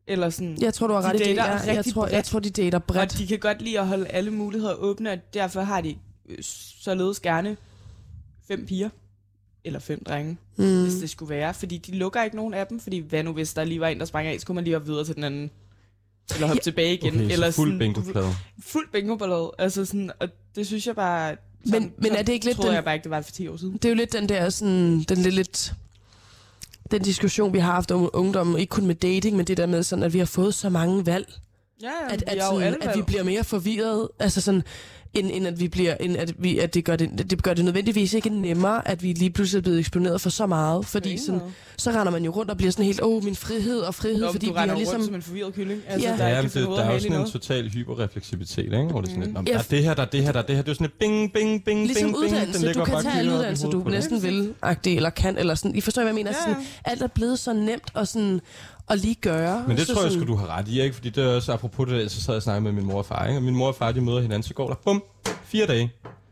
Eller sådan. Jeg tror, du har De ret i det. dater Jeg, jeg, rigtig tror, jeg bredt. tror, de dater bredt. Og de kan godt lide at holde alle muligheder åbne, og derfor har de øh, således gerne fem piger. Eller fem drenge, mm. hvis det skulle være. Fordi de lukker ikke nogen af dem, fordi hvad nu, hvis der lige var en, der sprang af, så kunne man lige hoppe videre til den anden. Eller hoppe ja. tilbage igen. Okay, eller så fuld sådan- bingoplade. fuld bingo Altså sådan, og det synes jeg bare... Sådan, Men- men er det ikke lidt troede den- den... jeg bare ikke, det var for 10 år siden. Det er jo lidt den der sådan, den lidt, lidt den diskussion, vi har haft om ungdommen, ikke kun med dating, men det der med, sådan, at vi har fået så mange valg, Ja, ja, at, vi at, er jo sådan, alle at vi valg. bliver mere forvirret, altså sådan, end, end at, vi bliver, end at, vi, at det, gør det, det gør det nødvendigvis ikke nemmere, at vi lige pludselig er blevet eksponeret for så meget, fordi ingen sådan, måde. så render man jo rundt og bliver sådan helt, åh, oh, min frihed og frihed, Nå, fordi fordi vi du har render ligesom... ligesom... rundt som en forvirret kylling. Altså, Ja. der, Ja, men ikke kan det, finde ud der af er jo at hale sådan i en noget. total hyperrefleksivitet, ikke? Hvor det er sådan Mm. lidt, "Nå, men Ja. der er det her, der er det her, der er det her. Det er jo sådan et bing, bing, bing, Ligesom bing, bing. Den uddannelse. ligger Du kan bare tage og alle kører op i uddannelser, hovedet du på dig. næsten vil, agtig, eller kan, eller sådan. I forstår, hvad jeg mener? Ja, Ja. ja. Sådan, alt er blevet så nemt og sådan, at lige gøre. Men det så tror jeg sådan, sgu, du har ret i, ikke? Fordi det er også apropos det, der, så sad jeg og snakkede med min mor og far, ikke? Og min mor og far, de møder hinanden, så går der, bum, fire dage.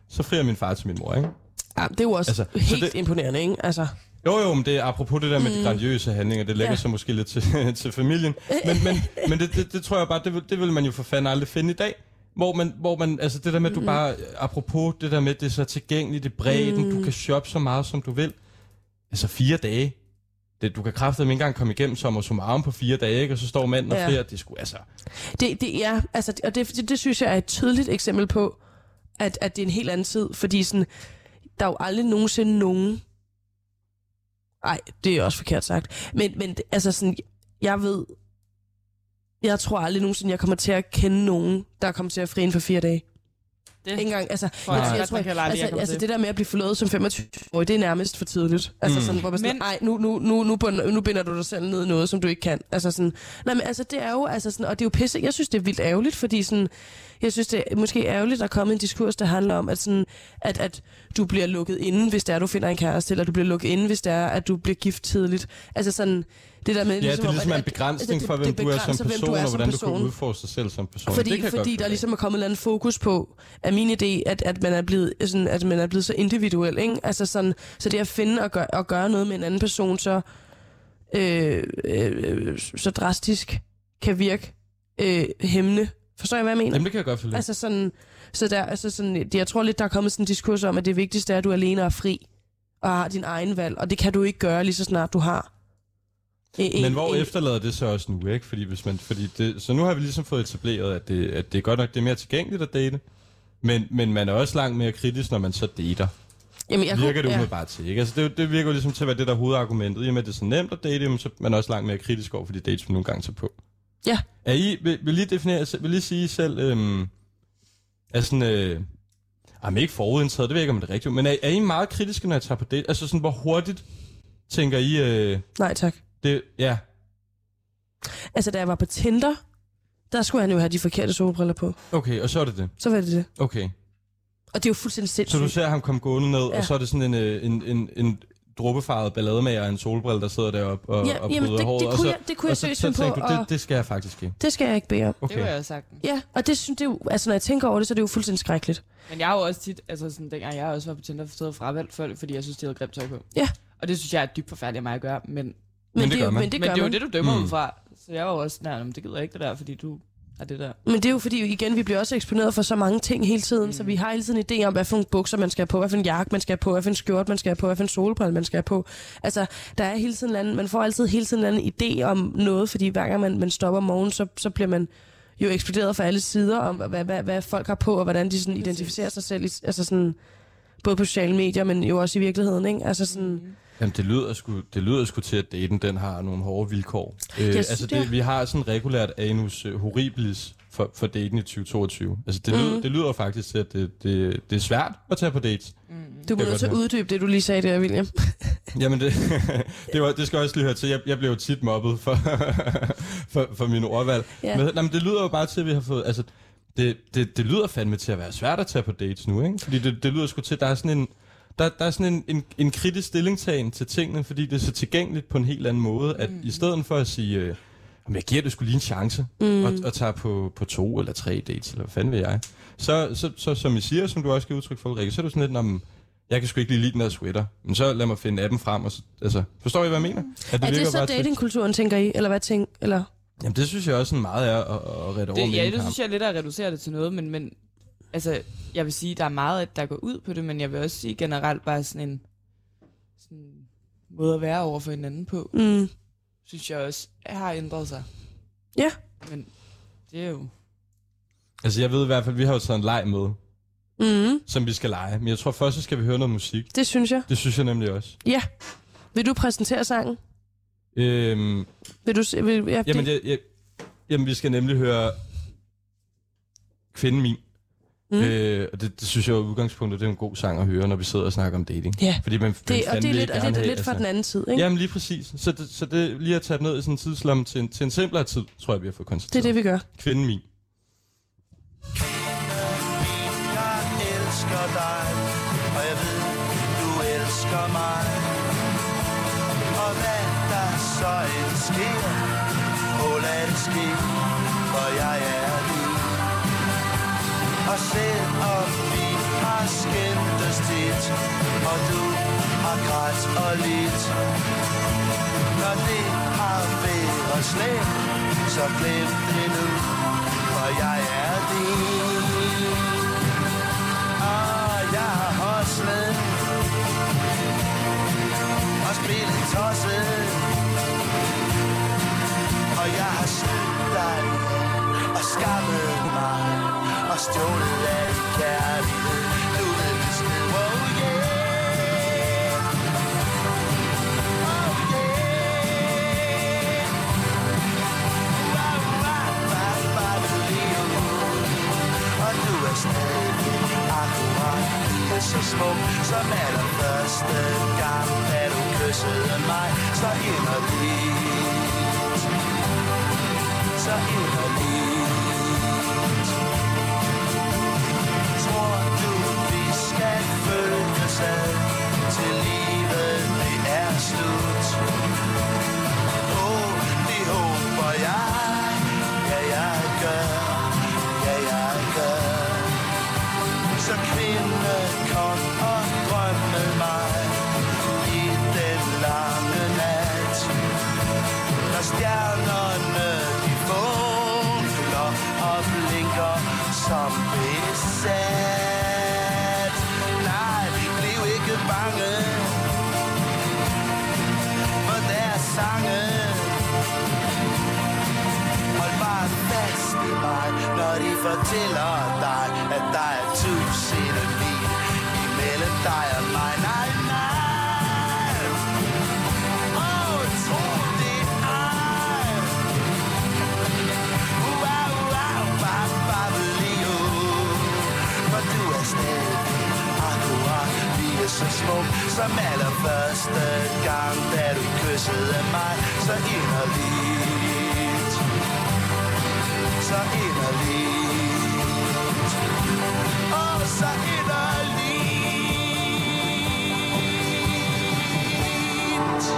Så frier min far til min mor, ikke? Ja, det er jo også Altså, altså, så helt det... det- imponerende, ikke? Altså, Jo, jo, men det er apropos det der med mm. de grandiøse handlinger, det lægger Ja. ja. sig måske lidt til, til familien. Men, men, men det, det, det tror jeg bare, det, vil- det vil man jo for fanden aldrig finde i dag. Hvor man, hvor man, altså det der Mm. med, at du bare, apropos det der med, at det er så tilgængeligt i bredden, mm. du kan shoppe så meget, som du vil. Altså fire dage. Det, du kan kraftedeme ikke engang komme igennem sommer som arm på fire dage, ikke? Og så står manden Ja. og frier, det er sgu, altså... det, det er, altså, og det, det, det synes jeg er et tydeligt eksempel på, at, at det er en helt anden tid, fordi sådan, der er jo aldrig nogensinde nogen... Nej, det er også forkert sagt. Men, men altså sådan, jeg ved... Jeg tror aldrig nogensinde, jeg kommer til at kende nogen, der kommer til at fri inden for fire dage. Det- Ikke engang, altså, Tror jeg jeg, jeg, godt, tror, man kan jeg, lege, det altså, jeg kommer altså til. det der med at blive forlovet som 25-årig, det er nærmest for tidligt. Mm. Altså sådan, hvor man sådan, Men- nej, nu, nu, nu, nu, binder, nu binder du dig selv ned i noget, som du ikke kan. Altså sådan, nej, men altså det er jo, altså sådan, og det er jo pisse, jeg synes det er vildt ærgerligt, fordi sådan, jeg synes det er måske ærgerligt at komme en diskurs, der handler om, at, sådan, at, at du bliver lukket inden, hvis det er, du finder en kæreste, eller du bliver lukket inden, hvis det er, at du bliver gift tidligt. Altså sådan, det der med... Ja, det er om, ligesom at- en at- begrænsning altså, for, det- hvem det du er som begrænser, hvem person, er og som hvordan du kan person. udforske dig selv som person. Det Fordi, kan jeg godt fordi der forstå. ligesom er kommet et eller andet fokus på, at min idé, at, at, man er blevet, sådan, at man er blevet så individuel. Ikke? Altså sådan, så det at finde og gøre, at gøre noget med en anden person så, øh, øh, så drastisk kan virke øh, hæmmende. Forstår jeg, hvad jeg mener? Jamen, det kan jeg godt forstå. Altså sådan, så der, altså sådan, det- jeg tror lidt, der er kommet sådan en diskurs om, at det vigtigste er, at du er alene og er fri, og har din egen valg, og det kan du ikke gøre lige så snart du har. E- En, Men hvor en- efterlader det så også nu, ikke? Fordi hvis man, fordi det, så nu har vi ligesom fået etableret, at det, at det er godt nok det er mere tilgængeligt at date, men, men man er også langt mere kritisk, når man så dater. e- Jamen, jeg virker det ja. umiddelbart til, ikke? Altså, det, er jo- det virker jo ligesom til at være det, der er hovedargumentet. I og med, at det er så nemt at date, jamen, så er man også langt mere kritisk over for de dates, man nogle gange tager på. Ja. Er I, vil, vil lige definere, vil lige sige selv, øhm, er sådan, øh, Jamen ikke forudindtaget, det ved jeg ikke, om det er rigtigt. Men er, er I meget kritiske, når jeg tager på date? Altså sådan, hvor hurtigt tænker I... Øh, Nej, tak. det, ja, Altså, da jeg var på Tinder, der skulle han jo have de forkerte solbriller på. okay, og så er det det. Så var det det. Okay. Og det er jo fuldstændig Så du sindssygt. ser ham komme gående ned, ja. Ja. og så er det sådan en, øh, en, en, en druppefarvet ballademager og en solbrille, der sidder deroppe og, Ja, og jamen, bryder det- håret. det og kunne så, jeg- det kunne og jeg så, seriøst så, finde tænker på, du, det, og- det skal jeg faktisk ikke. Det skal jeg ikke bede om. Det var Okay. jeg altså. sagtens. Ja, og det synes det er jo, altså når jeg tænker over det, så er det jo fuldstændig skrækkeligt. Men jeg har jo også tit, altså sådan, dengang jeg også var på Tinder, stod og fravalgt folk, fordi jeg synes, de havde grimt tøj på. Ja. Og det synes jeg er dybt forfærdeligt af mig at gøre, men, Men, det det, er gør jo- man. men det men gør det er jo man. det, du dømmer mm. Mm. ud fra. Så jeg var jo også, nej, men det gider jeg ikke det der, fordi du er det der. Men det er jo fordi, igen, vi bliver også eksponeret for så mange ting hele tiden, mm. så vi har hele tiden en idé om, hvad for nogle bukser man skal have på, hvad for en jakke man skal have på, hvad for en skjort man skal have på, hvad for en solbrille man skal have på. Altså, der er hele tiden en anden, man får altid hele tiden en anden idé om noget, fordi hver gang man, man stopper om morgenen, så, så bliver man jo eksploderet fra alle sider om, hvad, hvad, hvad folk har på, og hvordan de sådan identificerer sig selv, i- altså sådan, både på sociale medier, men jo også i virkeligheden, ikke? Altså sådan, mm. Jamen, det lyder, sgu, det lyder sgu til, at daten den har nogle hårde vilkår. Øh, synes, altså, det er- det, vi har sådan regulært anus øh, horribilis for, for daten i 2022. Altså, det, lyder, det lyder faktisk til, at det, det, det er svært at tage på dates. Mm. du kan bliver nødt godt til at være. uddybe det, du lige sagde der, William. Jamen, det, det, var, det skal jeg også lige høre til. Jeg, jeg blev jo tit mobbet for, for, for mine ordvalg. Ja. Ja. Men, nej, men det lyder jo bare til, at vi har fået... Altså, det, det, det lyder fandme til at være svært at tage på dates nu, ikke? Fordi det, det lyder sgu til, at der er sådan en... Der, der er sådan en, en, en kritisk stillingtagen til tingene, fordi det er så tilgængeligt på en helt anden måde, at Mm. i stedet for at sige, øh, "Jamen, jeg giver det skulle lige en chance, mm. og, og tager på, på to eller tre dates, eller hvad fanden ved jeg, så, så, så som I siger, som du også giver udtryk for, Rikke, så er det sådan lidt, om jeg kan sgu ikke lige lide den der sweater, men så lad mig finde appen frem, og så, altså, forstår I, hvad jeg mener? At Mm. Er det virker så bare til- datingkulturen, tænker I? Eller hvad tænker eller? Jamen, det synes jeg også sådan meget er at, at rette over Det, med ja, en det kamp. synes jeg lidt er at reducere det til noget, men, men altså, jeg vil sige, der er meget, at der går ud på det, men jeg vil også sige generelt bare sådan en sådan måde at være over for hinanden på, Mm. synes jeg også har ændret sig. Ja. Men det er jo... Altså, jeg ved i hvert fald, vi har jo taget en leg med, Mm. som vi skal lege, men jeg tror først, så skal vi høre noget musik. Det synes jeg. Det synes jeg nemlig også. Ja. Vil du præsentere sangen? Øhm, Vil du, se- vil, ja, jamen, det, jeg, jeg, jamen, vi skal nemlig høre Kvinden Min. Mm. Mm. Øh, og det, det synes jeg jo i udgangspunktet, det er en god sang at høre, når vi sidder og snakker om dating. Ja. Fordi man, det, og det er lidt, og det er lidt fra den anden tid, ikke? altså- Jamen lige præcis. Så det, så det lige at tage ned i sådan en tidslomme til en, til en simplere tid, tror jeg, vi har fået Det er konstateret. det, vi gør. Kvinden min. Jeg elsker dig, og jeg ved, du elsker mig. Og hvad der så end sker, åh lad det ske, for jeg er din. Og selvom vi har skændtes tit, og du har grædt og lidt, når det har været slemt, så glem det nu, for jeg er din. Ah, jeg har hostlet Og spillet tosset Og jeg har snydt dig Og skammet mig Og stjålet af din kærlighed Du ved det sned, oh yeah Oh yeah Ba, ba, ba, ba, du lige nu og du er stadig akkurat lige så smuk Som allerførste gang, da du kyssede mig Så inderligt Så inderligt Tror du, vi skal følges ad Til livet det er slut Åh, det håber jeg. Ja, jeg gør. Ja, jeg gør. Så kvinde, kom og drøm med mig i den lange nat. Når stjernerne de funkler og blinker som besat. Nej, bliv ikke bange for deres sange Hold bare fast i mig, når de fortæller dig At der er tusinde mil imellem dig og mig Nej, nej Åh, tro det ej Wow, wow, bare, bare, For du er stadig Som allerførste gang, da du kyssede mig Så inderligt Så inderligt Oh, Åh, så inderligt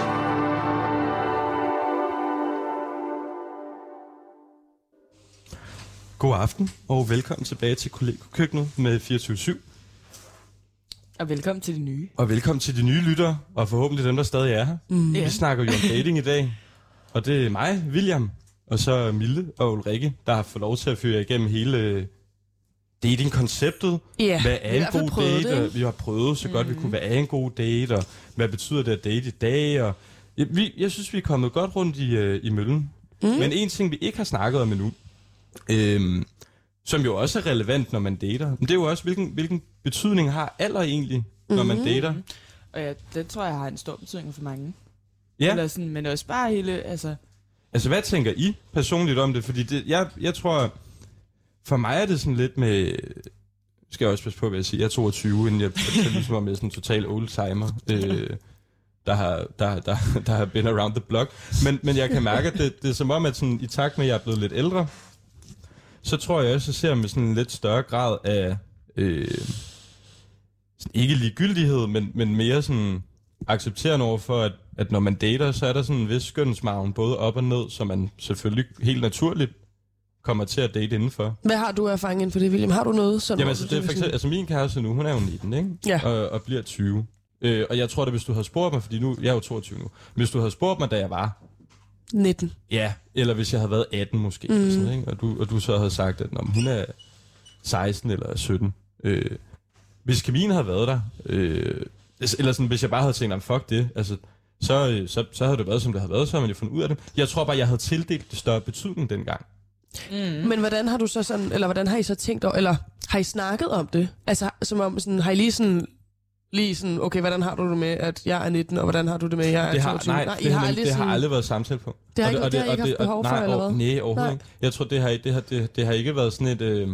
God aften, og velkommen tilbage til Kollegekøkkenet med 24 Og velkommen til det nye. Og velkommen til de nye lyttere, og forhåbentlig dem, der stadig er her. Mm. Ja. Vi snakker jo om dating i dag, og det er mig, William, og så Mille og Ulrikke, der har fået lov til at føre jer igennem hele øh, dating-konceptet. Ja, hvad vi har i er en hvert fald god prøvet date? det, Mm. ikke? og vi har prøvet så godt, vi kunne. Hvad er en god date? Og hvad betyder det at date i dag? Og, ja, vi, jeg synes, vi er kommet godt rundt i, øh, i møllen. Mm. Men en ting, vi ikke har snakket om endnu, øhm, som jo også er relevant, når man dater, men det er jo også, hvilken, hvilken betydning har alder egentlig, når Mhm. Mhm. man dater? Og ja, det tror jeg har en stor betydning for mange. Ja. Eller sådan, men også bare hele, altså... Altså, hvad tænker I personligt om det? Fordi det, jeg, jeg tror, for mig er det sådan lidt med... Skal jeg også passe på, hvad jeg siger. Jeg er 22, inden jeg så ligesom om jeg er sådan en total oldtimer. Øh, der har, der, der, der har been around the block. Men, men jeg kan mærke, at det, det er som om, at sådan, i takt med, at jeg er blevet lidt ældre, så tror jeg også, at jeg ser med sådan en lidt større grad af, øh, sådan ikke ligegyldighed, men, men mere sådan accepterende over for, at, at når man dater, så er der sådan en vis skønsmagen både op og ned, som man selvfølgelig helt naturligt kommer til at date indenfor. Hvad har du erfaring inden for det, William? Har du noget? Sådan, Jamen hvor altså, du det er tænker for eksempel, altså min kæreste nu, hun er jo 19, ikke? Ja. Og, og bliver 20. Øh, og jeg tror da, hvis du havde spurgt mig, fordi nu, jeg er jo 22 nu, hvis du havde spurgt mig, da jeg var, sådan 19. ja, eller hvis jeg havde været 18 måske, mm. eller sådan, ikke? Og, du, og du så havde sagt, at "Nå, men hun er 16 eller 17. Øh, hvis kemien havde været der, øh, eller sådan, hvis jeg bare havde tænkt, "Jamen, fuck det, altså, så, øh, så, så havde det været, som det havde været, så havde man jo fundet ud af det. Jeg tror bare, jeg havde tildelt det større betydning dengang. Mm. Men hvordan har du så sådan, eller hvordan har I så tænkt over, eller har I snakket om det? Altså, som om sådan, har I lige sådan, lige sådan, okay, hvordan har du det med, at jeg er 19, og hvordan har du det med, at jeg er det har, 22? nej, I det, har men, aldrig det har sådan- aldrig været samtale på. Det har Og ikke- det har I og ikke haft og- behov for, nej, eller og- hvad? Nej, overhovedet Nej. ikke. Jeg tror, det har, ikke- det har, det, det har ikke været sådan et... Øh,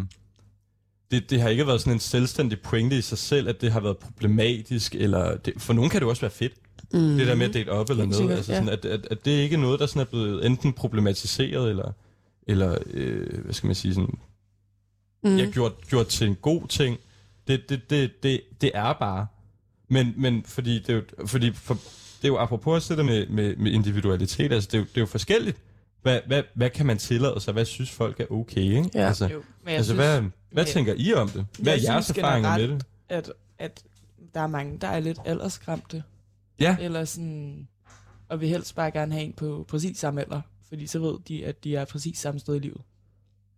det, det har ikke været sådan en selvstændig pointe i sig selv, at det har været problematisk, eller det, for nogen kan det jo også være fedt, mm. det der med at date op eller Helt noget. sikkert, Altså ja. sådan, at, at, at det er ikke noget, der sådan er blevet enten problematiseret, eller, eller øh, hvad skal man sige, sådan, mm. jeg gjort, gjort til en god ting. Det, det, det, det, det er bare. Men, men fordi, det er jo, fordi for, det er jo apropos det der med, med, med individualitet, altså det er jo, det er jo forskelligt. Hvad, hvad, hvad kan man tillade sig? Hvad synes folk er okay? Ikke? Ja. altså, Jo, men jeg altså synes- hvad, hvad jeg- tænker I om det? Hvad er jeg jeres synes erfaringer med generelt, det? At, at der er mange, der er lidt aldersskræmte. Ja. Eller sådan, og vil helst bare gerne have en på præcis samme alder. Fordi så ved de, at de er præcis samme sted i livet.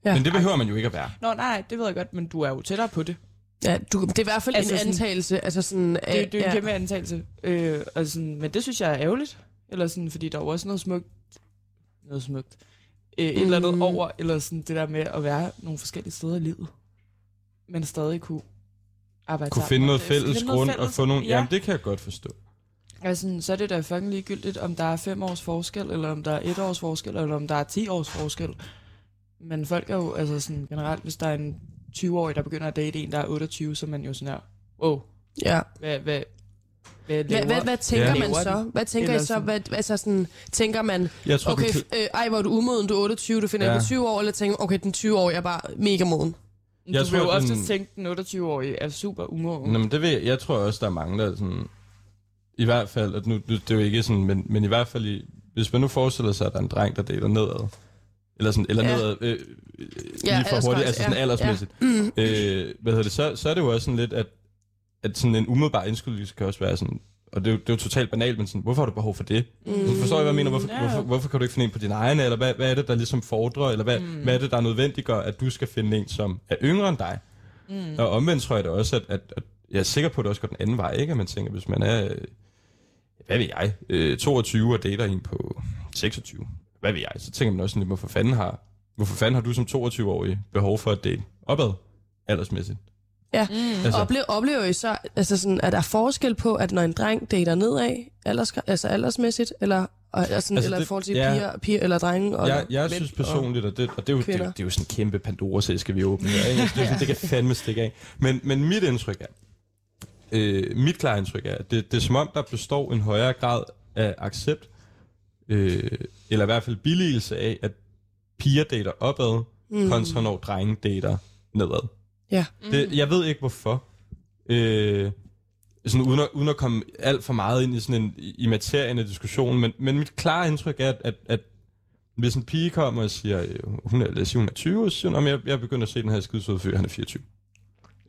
Ja. Men det behøver man jo ikke at være. Nå nej, nej, det ved jeg godt, men du er jo tættere på det. Ja, du, det er i hvert fald Altså altså en sådan- antagelse, altså sådan... Det, er jo- det er jo en ja. kæmpe antagelse. Øh, og sådan, men det synes jeg er ærgerligt. Eller sådan, fordi der er jo også noget smukt. Noget smukt. Øh, et eller andet Mm. over, eller sådan det der med at være nogle forskellige steder i livet. Men stadig kunne arbejde Kunne sammen finde om noget det. fælles Altså, Finde noget grund og fælles- få nogle... Ja. Jamen, det kan jeg godt forstå. Altså, så er det da fucking ligegyldigt, om der er fem års forskel, eller om der er et års forskel, eller om der er ti års forskel. Men folk er jo, altså sådan generelt, hvis der er en 20-årig, der begynder at date en, der er 28, så er man jo sådan her, wow, ja. hvad, hvad, hvad, Hvad, lever? hvad, hvad tænker Ja. man så? Hvad tænker I Eller så? sådan- Hvad, altså sådan, tænker man, Jeg tror, okay, den, f- øh, ej, hvor er du umoden, du er 28, du finder Ja. ja. på 20 år, eller tænker man, okay, den 20 år er bare mega moden. Du Jeg jeg vil tror, jo den- oftest den... tænke, den 28-årige er super umoden. Nå, men det ved jeg. Jeg tror også, der er mange, der er sådan... I hvert fald, at nu, nu det er jo ikke sådan, men, men i hvert fald, i, hvis man nu forestiller sig, at der er en dreng, der deler nedad, eller sådan, eller Ja. ja. nedad, øh, øh, Ja, lige for hurtigt, aldersgrænse, altså sådan ja. aldersmæssigt, ja. Mm. Øh, hvad hedder det, så, så er det jo også sådan lidt, at, at sådan en umiddelbar indskydelse kan også være sådan, og det er, jo, det er jo totalt banalt, men sådan, hvorfor har du behov for det? Mm. Forstår jeg, hvad jeg mener? Hvorfor, Ja. ja. hvorfor, hvorfor kan du ikke finde en på din egen? Eller hvad, hvad er det, der ligesom fordrer? Eller hvad, mm. hvad er det, der nødvendiggør, at du skal finde en, som er yngre end dig? Mm. Og omvendt tror jeg da også, at, at, at jeg er sikker på, at det også går den anden vej, ikke? At man tænker, hvis man er, øh, hvad ved jeg, øh, 22 og dater en på 26, hvad ved jeg, så tænker man også sådan lidt, hvorfor fanden har, hvorfor fanden har du som 22-årig behov for at date opad aldersmæssigt? Ja, mm. altså. Ople- oplever I så, altså sådan, at der er forskel på, at når en dreng dater nedad, alders, altså aldersmæssigt, eller, og, altså, sådan, Altså, eller i det- forhold til ja. ja. piger, piger eller drenge? Og Jeg, jeg mænd synes personligt, og det, og det, er, jo, det, er jo, kvinder. det er jo sådan en kæmpe Pandoras æske, vi åbner her. Ikke? Altså, Det, er sådan, det kan fandme stikke af. Men, men mit indtryk er, øh, mit klare indtryk er, at det, det er som om, der består en højere grad af accept, øh, eller i hvert fald billigelse af, at piger dater opad, mm. kontra når drenge dater nedad. Ja. Det, jeg ved ikke hvorfor. Øh, sådan uden, at, uden at komme alt for meget ind i sådan en i materien af diskussionen, men, men mit klare indtryk er, at, at, at hvis en pige kommer og siger, øh, hun er, lad os sige, hun er 20, så siger hun, "Nå, men jeg, jeg begynder at se den her skidesøde fyr, han er 24.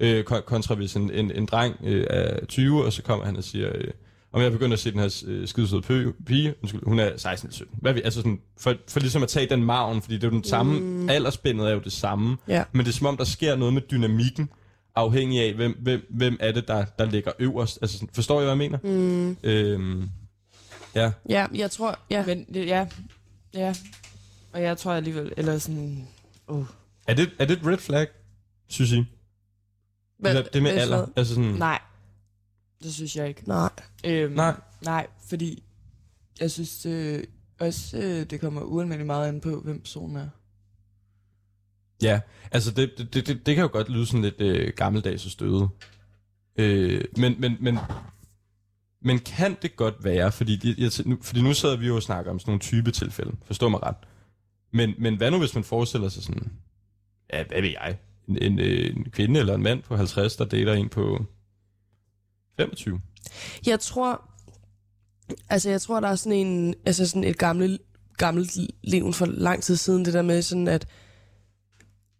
Øh, kon- kontra hvis en, en, en dreng øh, er 20, og så kommer han og siger, øh, om jeg begynder at se den her øh, skidesøde pø- pige, undskyld, hun er 16 eller 17. Hvad er vi, altså sådan, for, for ligesom at tage den maven, fordi det er jo den samme, mm. aldersspændet er jo det samme, Ja. men det er som om, der sker noget med dynamikken, afhængig af, hvem, hvem, hvem er det, der, der ligger øverst. Altså, sådan, forstår I, hvad jeg mener? Mm. Øhm, ja, Ja, jeg tror... Ja. Men det- ja, ja. Og jeg tror alligevel, eller sådan... Uh. er det, er det et red flag, synes I? Hvad- Eller det med hvad- alder? Altså sådan, Nej, det synes jeg ikke. Nej. Øhm, Nej. Nej, fordi jeg synes øh, også, øh, det kommer ualmindeligt meget an på, hvem personen er. Ja, altså det, det, det, det det kan jo godt lyde sådan lidt øh, gammeldags og støde. Øh, men, men, men, men kan det godt være, fordi, det- jeg, tæ- nu, fordi nu sidder vi jo og snakker om sådan nogle type tilfælde, forstå mig ret. Men, men hvad nu, hvis man forestiller sig sådan, ja, hvad ved jeg, en, en, øh, en kvinde eller en mand på 50, der dater en på 25? Jeg tror, altså jeg tror, der er sådan, en, altså sådan et gammelt, gammelt leven for lang tid siden, det der med sådan, at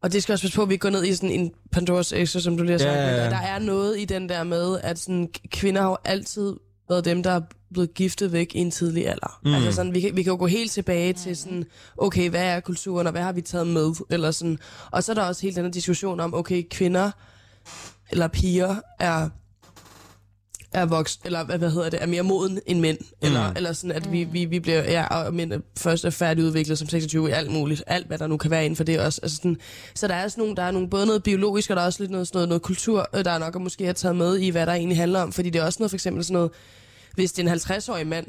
og det skal også passe på, at vi ikke går ned i sådan en Pandoras æske, som du lige har sagt. Ja, ja, ja. men Der er noget i den der med, at sådan, kvinder har jo altid været dem, der er blevet giftet væk i en tidlig alder. Mm. Altså sådan, vi, kan, vi kan jo gå helt tilbage til sådan, okay, hvad er kulturen, og hvad har vi taget med? Eller sådan. Og så er der også helt den her diskussion om, okay, kvinder eller piger er er vokst, eller hvad, hvad hedder det, er mere moden end mænd, Mm. eller, eller sådan, at vi, vi, vi bliver, ja, og mænd er først er færdigudviklet som 26 i alt muligt, alt hvad der nu kan være inden for det også. Altså sådan, så der er sådan nogle, der er nogle, både noget biologisk, og der er også lidt noget, sådan noget, noget kultur, øh, der er nok at måske har taget med i, hvad der egentlig handler om, fordi det er også noget, for eksempel sådan noget, hvis det er en 50-årig mand,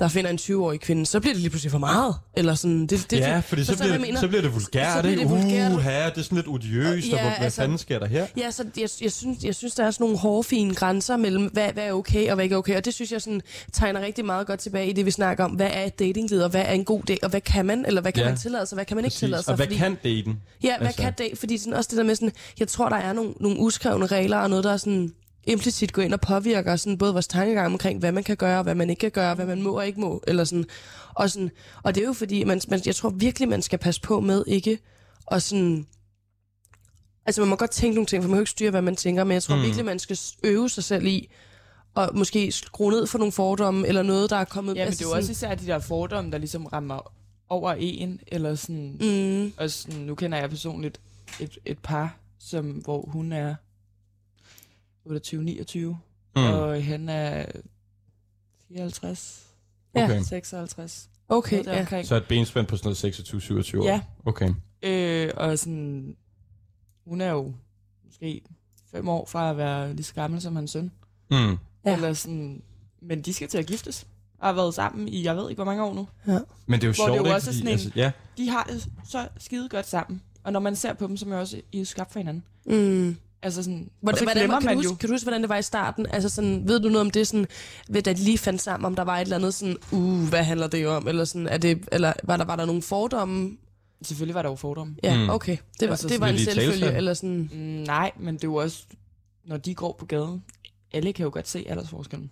der finder en 20-årig kvinde, så bliver det lige pludselig for meget, eller sådan, det, det, ja, det- fordi så, forstår bliver, du, hvad jeg det, mener? så bliver det vulgært, Så bliver det vulgært. Uh, det er sådan lidt odiøst, ja, og hvor, Ja, hvad altså, altså- fanden sker der her? Ja, så jeg, jeg, synes, jeg synes, der er sådan nogle hårde, fine grænser mellem, hvad, hvad er okay og hvad ikke er okay. Og det synes jeg sådan, tegner rigtig meget godt tilbage i det, vi snakker om. Hvad er et datingled, og hvad er en god date, og hvad kan man, eller hvad kan Ja. ja. man tillade sig, og hvad kan man ikke tillade Præcis. sig. Og hvad kan daten? Ja, hvad altså? altså. kan det? Fordi sådan, også det der med sådan, jeg tror, der er nogle, nogle uskrevne regler, og noget, der er sådan implicit går ind og påvirker sådan både vores tankegang omkring, hvad man kan gøre, og hvad man ikke kan gøre, hvad man må og ikke må, eller sådan. Og, sådan, og det er jo fordi, man, man, jeg tror virkelig, man skal passe på med ikke og sådan... Altså, man må godt tænke nogle ting, for man kan jo ikke styre, hvad man tænker, men jeg tror mm. virkelig, man skal øve sig selv i og måske skrue ned for nogle fordomme, eller noget, der er kommet... Ja, men altså det er jo også især de der fordomme, der ligesom rammer over en, eller sådan... sådan, mm, Og sådan, nu kender jeg personligt et, et par, som, hvor hun er 28-29, mm. og han er 54, Okay. 56, okay, noget ja. deromkring. Så et benspænd på sådan noget 26-27 år? Ja. Okay. Øh, og sådan, hun er jo måske fem år fra at være lige så gammel som hans søn. Mm. Ja. Ja. Eller sådan, men de skal til at giftes, og har været sammen i, jeg ved ikke, hvor mange år nu. Men det er jo Hvor sjovt, det jo ikke? også er Fordi, sådan en- altså, ja. De har det så skide godt sammen. Og når man ser på dem, så er man jo også, I er jo skabt for hinanden. Mm. Altså sådan, Hvordan, så hvordan, glemmer kan, man du jo. huske, kan du huske, hvordan det var i starten? Altså sådan, ved du noget om det, sådan, ved, da de lige fandt sammen, om der var et eller andet sådan, uh, hvad handler det om? Eller, sådan, er det, eller var, der, var der nogle fordomme? Selvfølgelig var der jo fordomme. Ja, Mm. mm. okay. Det var, Altså altså, det var sådan en lidt i selvfølge, talesæt. eller sådan... Mm, nej, men det er jo også, når de går på gaden, alle kan jo godt se aldersforskellen.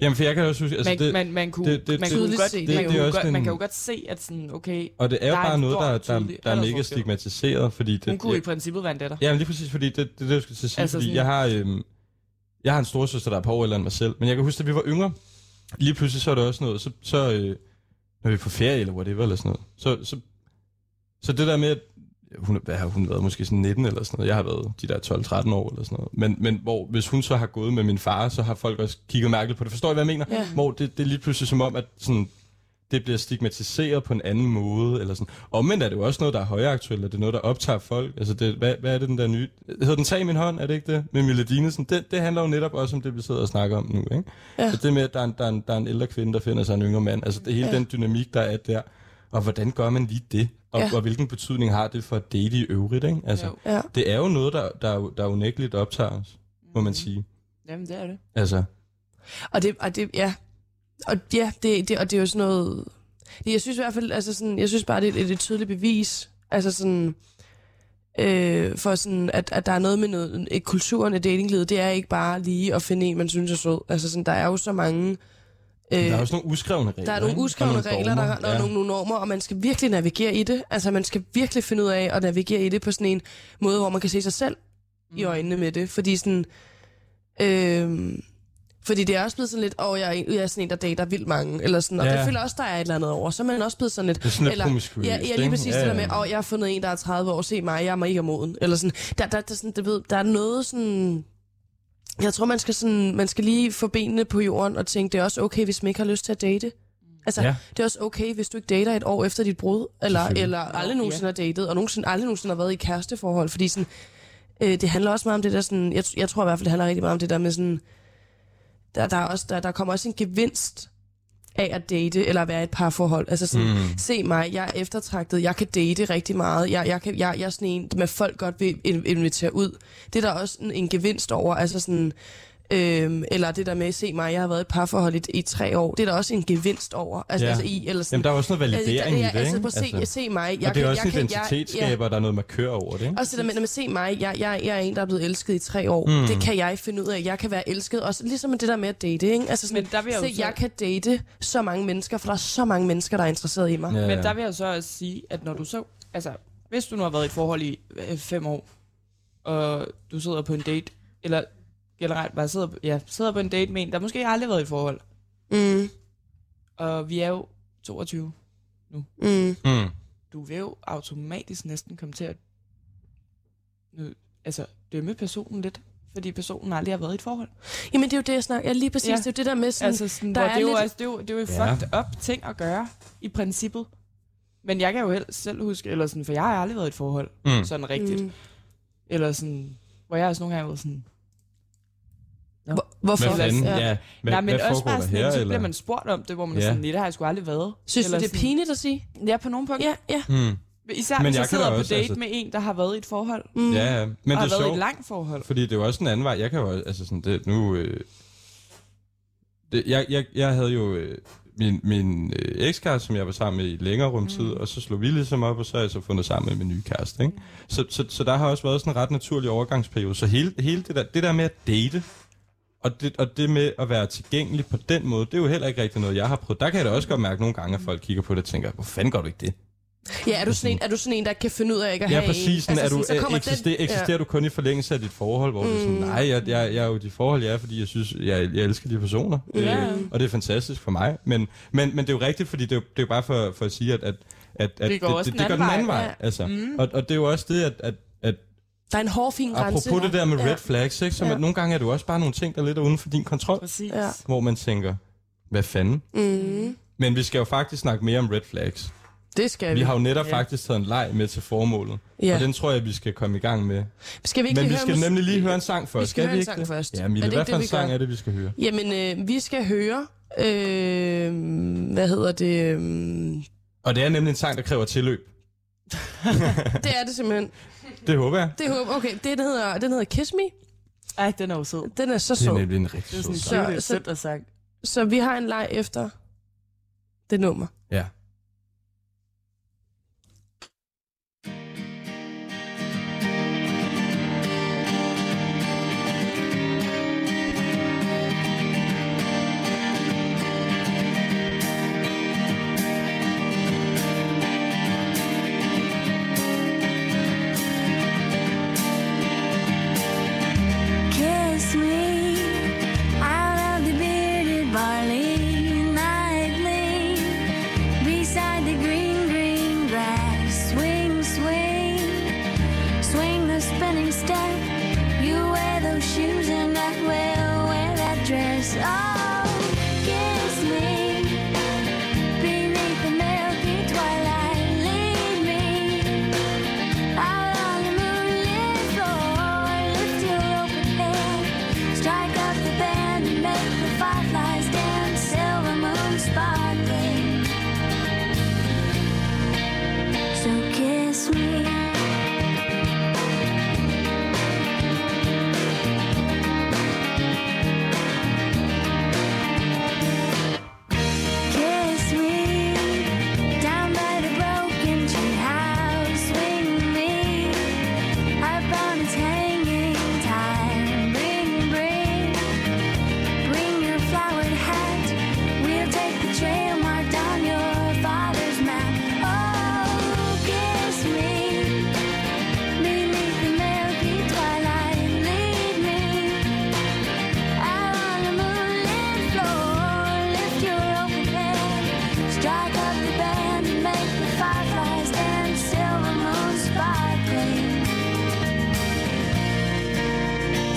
Jamen, for jeg kan også huske... Altså, Altså, det, man, man, man, kunne, det- det- man, det- kunne tydeligt godt, se man, det. Det- det er kunne også godt, man en- kan jo godt se, at sådan, okay, og det er jo der er bare en noget, stor, der, der, tydelig der er mega aldersforskel. stigmatiseret, fordi... Det, hun kunne i princippet være en datter. Jamen, lige præcis, fordi det, det, er det jeg skulle til at sige, altså, Altså fordi sådan- jeg har... Øhm, jeg har en storsøster, der er på år eller mig selv, men jeg kan huske, at vi var yngre. Lige pludselig så er det også noget, så, så øh, når vi er på ferie eller whatever eller sådan noget, så, så, så det der med, at hun, hvad har hun været, måske sådan 19 eller sådan noget, jeg har været de der 12-13 år eller sådan noget, men, men hvor, hvis hun så har gået med min far, så har folk også kigget mærkeligt på det, forstår I, hvad jeg mener? Ja. Hvor det, det er lige pludselig som om, at sådan, det bliver stigmatiseret på en anden måde, eller sådan. Omvendt er det jo også noget, der er højaktuelt, og det er noget, der optager folk. Altså, det, hvad, hvad er det, den der nye... Hedder den Tag i min hånd, er det ikke det? Med Mille Dinesen. Det, det handler jo netop også om det, vi sidder og snakker om nu, ikke? Ja. Så det med, at der er, en, der, er en, der er en ældre kvinde, der finder sig en yngre mand. Altså, det, hele ja. den dynamik, der er der. Og hvordan gør man lige det? Og, ja. Ja. og hvilken betydning har det for at date i øvrigt, ikke? Altså, Jo. Ja. Mm. det er jo noget, der, der, der unægteligt optager os, må man sige. Jamen, det er det. Altså, Og det, og det ja, og ja, det, det, og det er jo sådan noget... det- Jeg synes i hvert fald, altså sådan, jeg synes bare, det er et, et tydeligt bevis, altså sådan, øh, for sådan, at, at der er noget med noget, et, kulturen af datinglivet, det er ikke bare lige at finde en, man synes er sød. Altså sådan, der er jo så mange... Øh, der er jo sådan nogle uskrevne regler. der er nogle ikke? Og uskrevne regler, der, dogmer. er- der er nogle, nogle normer, og man skal virkelig navigere i det. Altså, man skal virkelig finde ud af at navigere i det på sådan en måde, hvor man kan se sig selv mm. i øjnene med det. Fordi sådan... Øh, fordi det er også blevet sådan lidt, åh, oh, jeg, er en- jeg er sådan en, der dater vildt mange, eller sådan, og Ja. ja. det føler også, der er et eller andet over. Så er man også blevet sådan lidt... Det er sådan lidt eller, promiskuøst, Ja, ja, lige ikke? præcis Ja, det der ja. med, åh, oh, jeg har fundet en, der er 30 år, se mig, jeg er mega moden. Eller sådan, der, der, der, sådan, du ved, der er noget sådan... Jeg tror, man skal, sådan, man skal lige få benene på jorden og tænke, det er også okay, hvis man ikke har lyst til at date. Altså, Ja. ja. det er også okay, hvis du ikke dater et år efter dit brud, eller, Selvfølgelig. eller aldrig nogensinde har datet, og nogensinde, aldrig nogensinde har været i kæresteforhold, fordi sådan, øh, det handler også meget om det der sådan, jeg, jeg tror i hvert fald, det handler rigtig meget om det der med sådan, der, der, er også, der, der kommer også en gevinst af at date, eller at være i et parforhold. Altså sådan, mm. se mig, jeg er eftertragtet, jeg kan date rigtig meget, jeg, jeg, kan, jeg, jeg er sådan en, med folk godt vil in- invitere ud. Det er der også en, en gevinst over, altså sådan, øhm, eller det der med, se mig, jeg har været i et parforhold i, i tre år, det er der også en gevinst over, altså, Ja. ja. altså i, eller sådan. Jamen, der er også noget Altså, der- validering der- i det, altså, ikke? prøv at se, se mig, jeg og det er kan- også jeg en kan- jeg- identitetsskaber, der er noget markør over det, ikke? og så der med, når man ser mig, jeg, jeg, jeg er en, der er blevet elsket i tre år. Mm. Det kan jeg finde ud af. Jeg kan være elsket. Også ligesom med det der med at date, ikke? Altså sådan, Men der vil jeg jo se, så- jeg kan date så mange mennesker, for der er så mange mennesker, der er interesseret i mig. Ja. Ja, Men ja. der vil jeg så også sige, at når du så... Altså, hvis du nu har været i et forhold i øh, fem år, og du sidder på en date, eller generelt bare sidder, ja, sidder på en date med en, der måske aldrig har været i et forhold, Mm, og vi er jo 22. mm. Mm. Du vil jo automatisk næsten komme til at nu, altså, dømme personen lidt, fordi personen aldrig har været i et forhold. Jamen, det er jo det, jeg snakker. Ja, lige præcis. Ja. Ja. Det er jo det der med sådan... Altså sådan, der der er hvor det, er jo, lidt- altså, det, er jo, det er jo Ja. fucked up ting at gøre, i princippet. Men jeg kan jo helst selv huske, eller sådan, for jeg har aldrig været i et forhold, Mm. sådan rigtigt. Mm. Eller sådan, hvor jeg også nogle gange har været sådan, Hvor, hvorfor? Hvad fanden? Ja. Ja. Hvad, nej, men hvad også foregår bare der sådan, her? her, så eller? bliver man spurgt om det, hvor man ja. Ja. er sådan, nej, det har jeg sgu aldrig været. Synes du, Eller det er sådan- pinligt at sige? Ja, på nogle punkter. Ja, ja. Mm. Ja. Især Men hvis jeg jeg kan da sidder på også, date altså- med en, der har været i et forhold, Mm. Ja, ja. men og det har er været i sjovt, et langt forhold. fordi det er jo også en anden vej. Jeg kan jo altså sådan det, nu... Øh, det, jeg, jeg, jeg havde jo øh, min, min øh, ekskæreste, som jeg var sammen med i et længere rumtid, mm. og så slog vi ligesom op, og så har jeg så fundet sammen med min nye kæreste. Ikke? Så, så, så der har også været sådan en ret naturlig overgangsperiode. Så hele, hele det, der, det der med at date, og det, og det med at være tilgængelig på den måde, det er jo heller ikke rigtig noget, jeg har prøvet. Der kan jeg da også godt mærke nogle gange, at folk kigger på det og tænker, hvor fanden gør du ikke det? ja er, du sådan en, er du sådan en, der ikke kan finde ud af ikke at Ja, have en? præcis. Sådan, altså, er du, så kommer eksister, den- eksisterer ja. du kun i forlængelse af dit forhold, hvor mm. du er sådan, nej, jeg, jeg, jeg er jo i de forhold, jeg er, fordi jeg synes, jeg, jeg elsker de personer. Øh, Ja. og det er fantastisk for mig. Men, men, men det er jo rigtigt, fordi det er jo, det er jo bare for, for at sige, at, at, at, at Det går det, også det, det den gør den anden anden vej. vej, vej altså. mm. og, og det er jo også det, at, at, at Der er en hård, fin grænse. apropos det der med Ja. red flags, ikke, som Ja. at nogle gange er det jo også bare nogle ting, der er lidt uden for din kontrol, Præcis. Ja. hvor man tænker, hvad fanden? Mm. Men vi skal jo faktisk snakke mere om red flags. Det skal vi. Vi har jo netop faktisk taget en leg med til formålet, Ja. og den tror jeg, vi skal komme i gang med. Skal vi ikke Men lige vi høre skal musik? nemlig lige høre en sang først. Vi skal høre en ikke sang det? først. Ja, Er Mille, det hvad ikke for en det, vi sang gør? er det, vi skal høre? Jamen, øh, vi skal høre, øh, hvad hedder det? Øh, Og det er nemlig en sang, der kræver tilløb. det er det simpelthen. Det håber jeg. Det håber okay. Det, den hedder, den hedder Kiss Me. Ej, den er jo sød. Den er så Det er sød. nemlig en rigtig sød sang. Så- cute, så- sødt sang. Så vi har en leg efter det nummer. Ja. Kiss me out of the bearded barley nightly. Be Oh. Oh, Strike up the band and make the fireflies dance, silver moon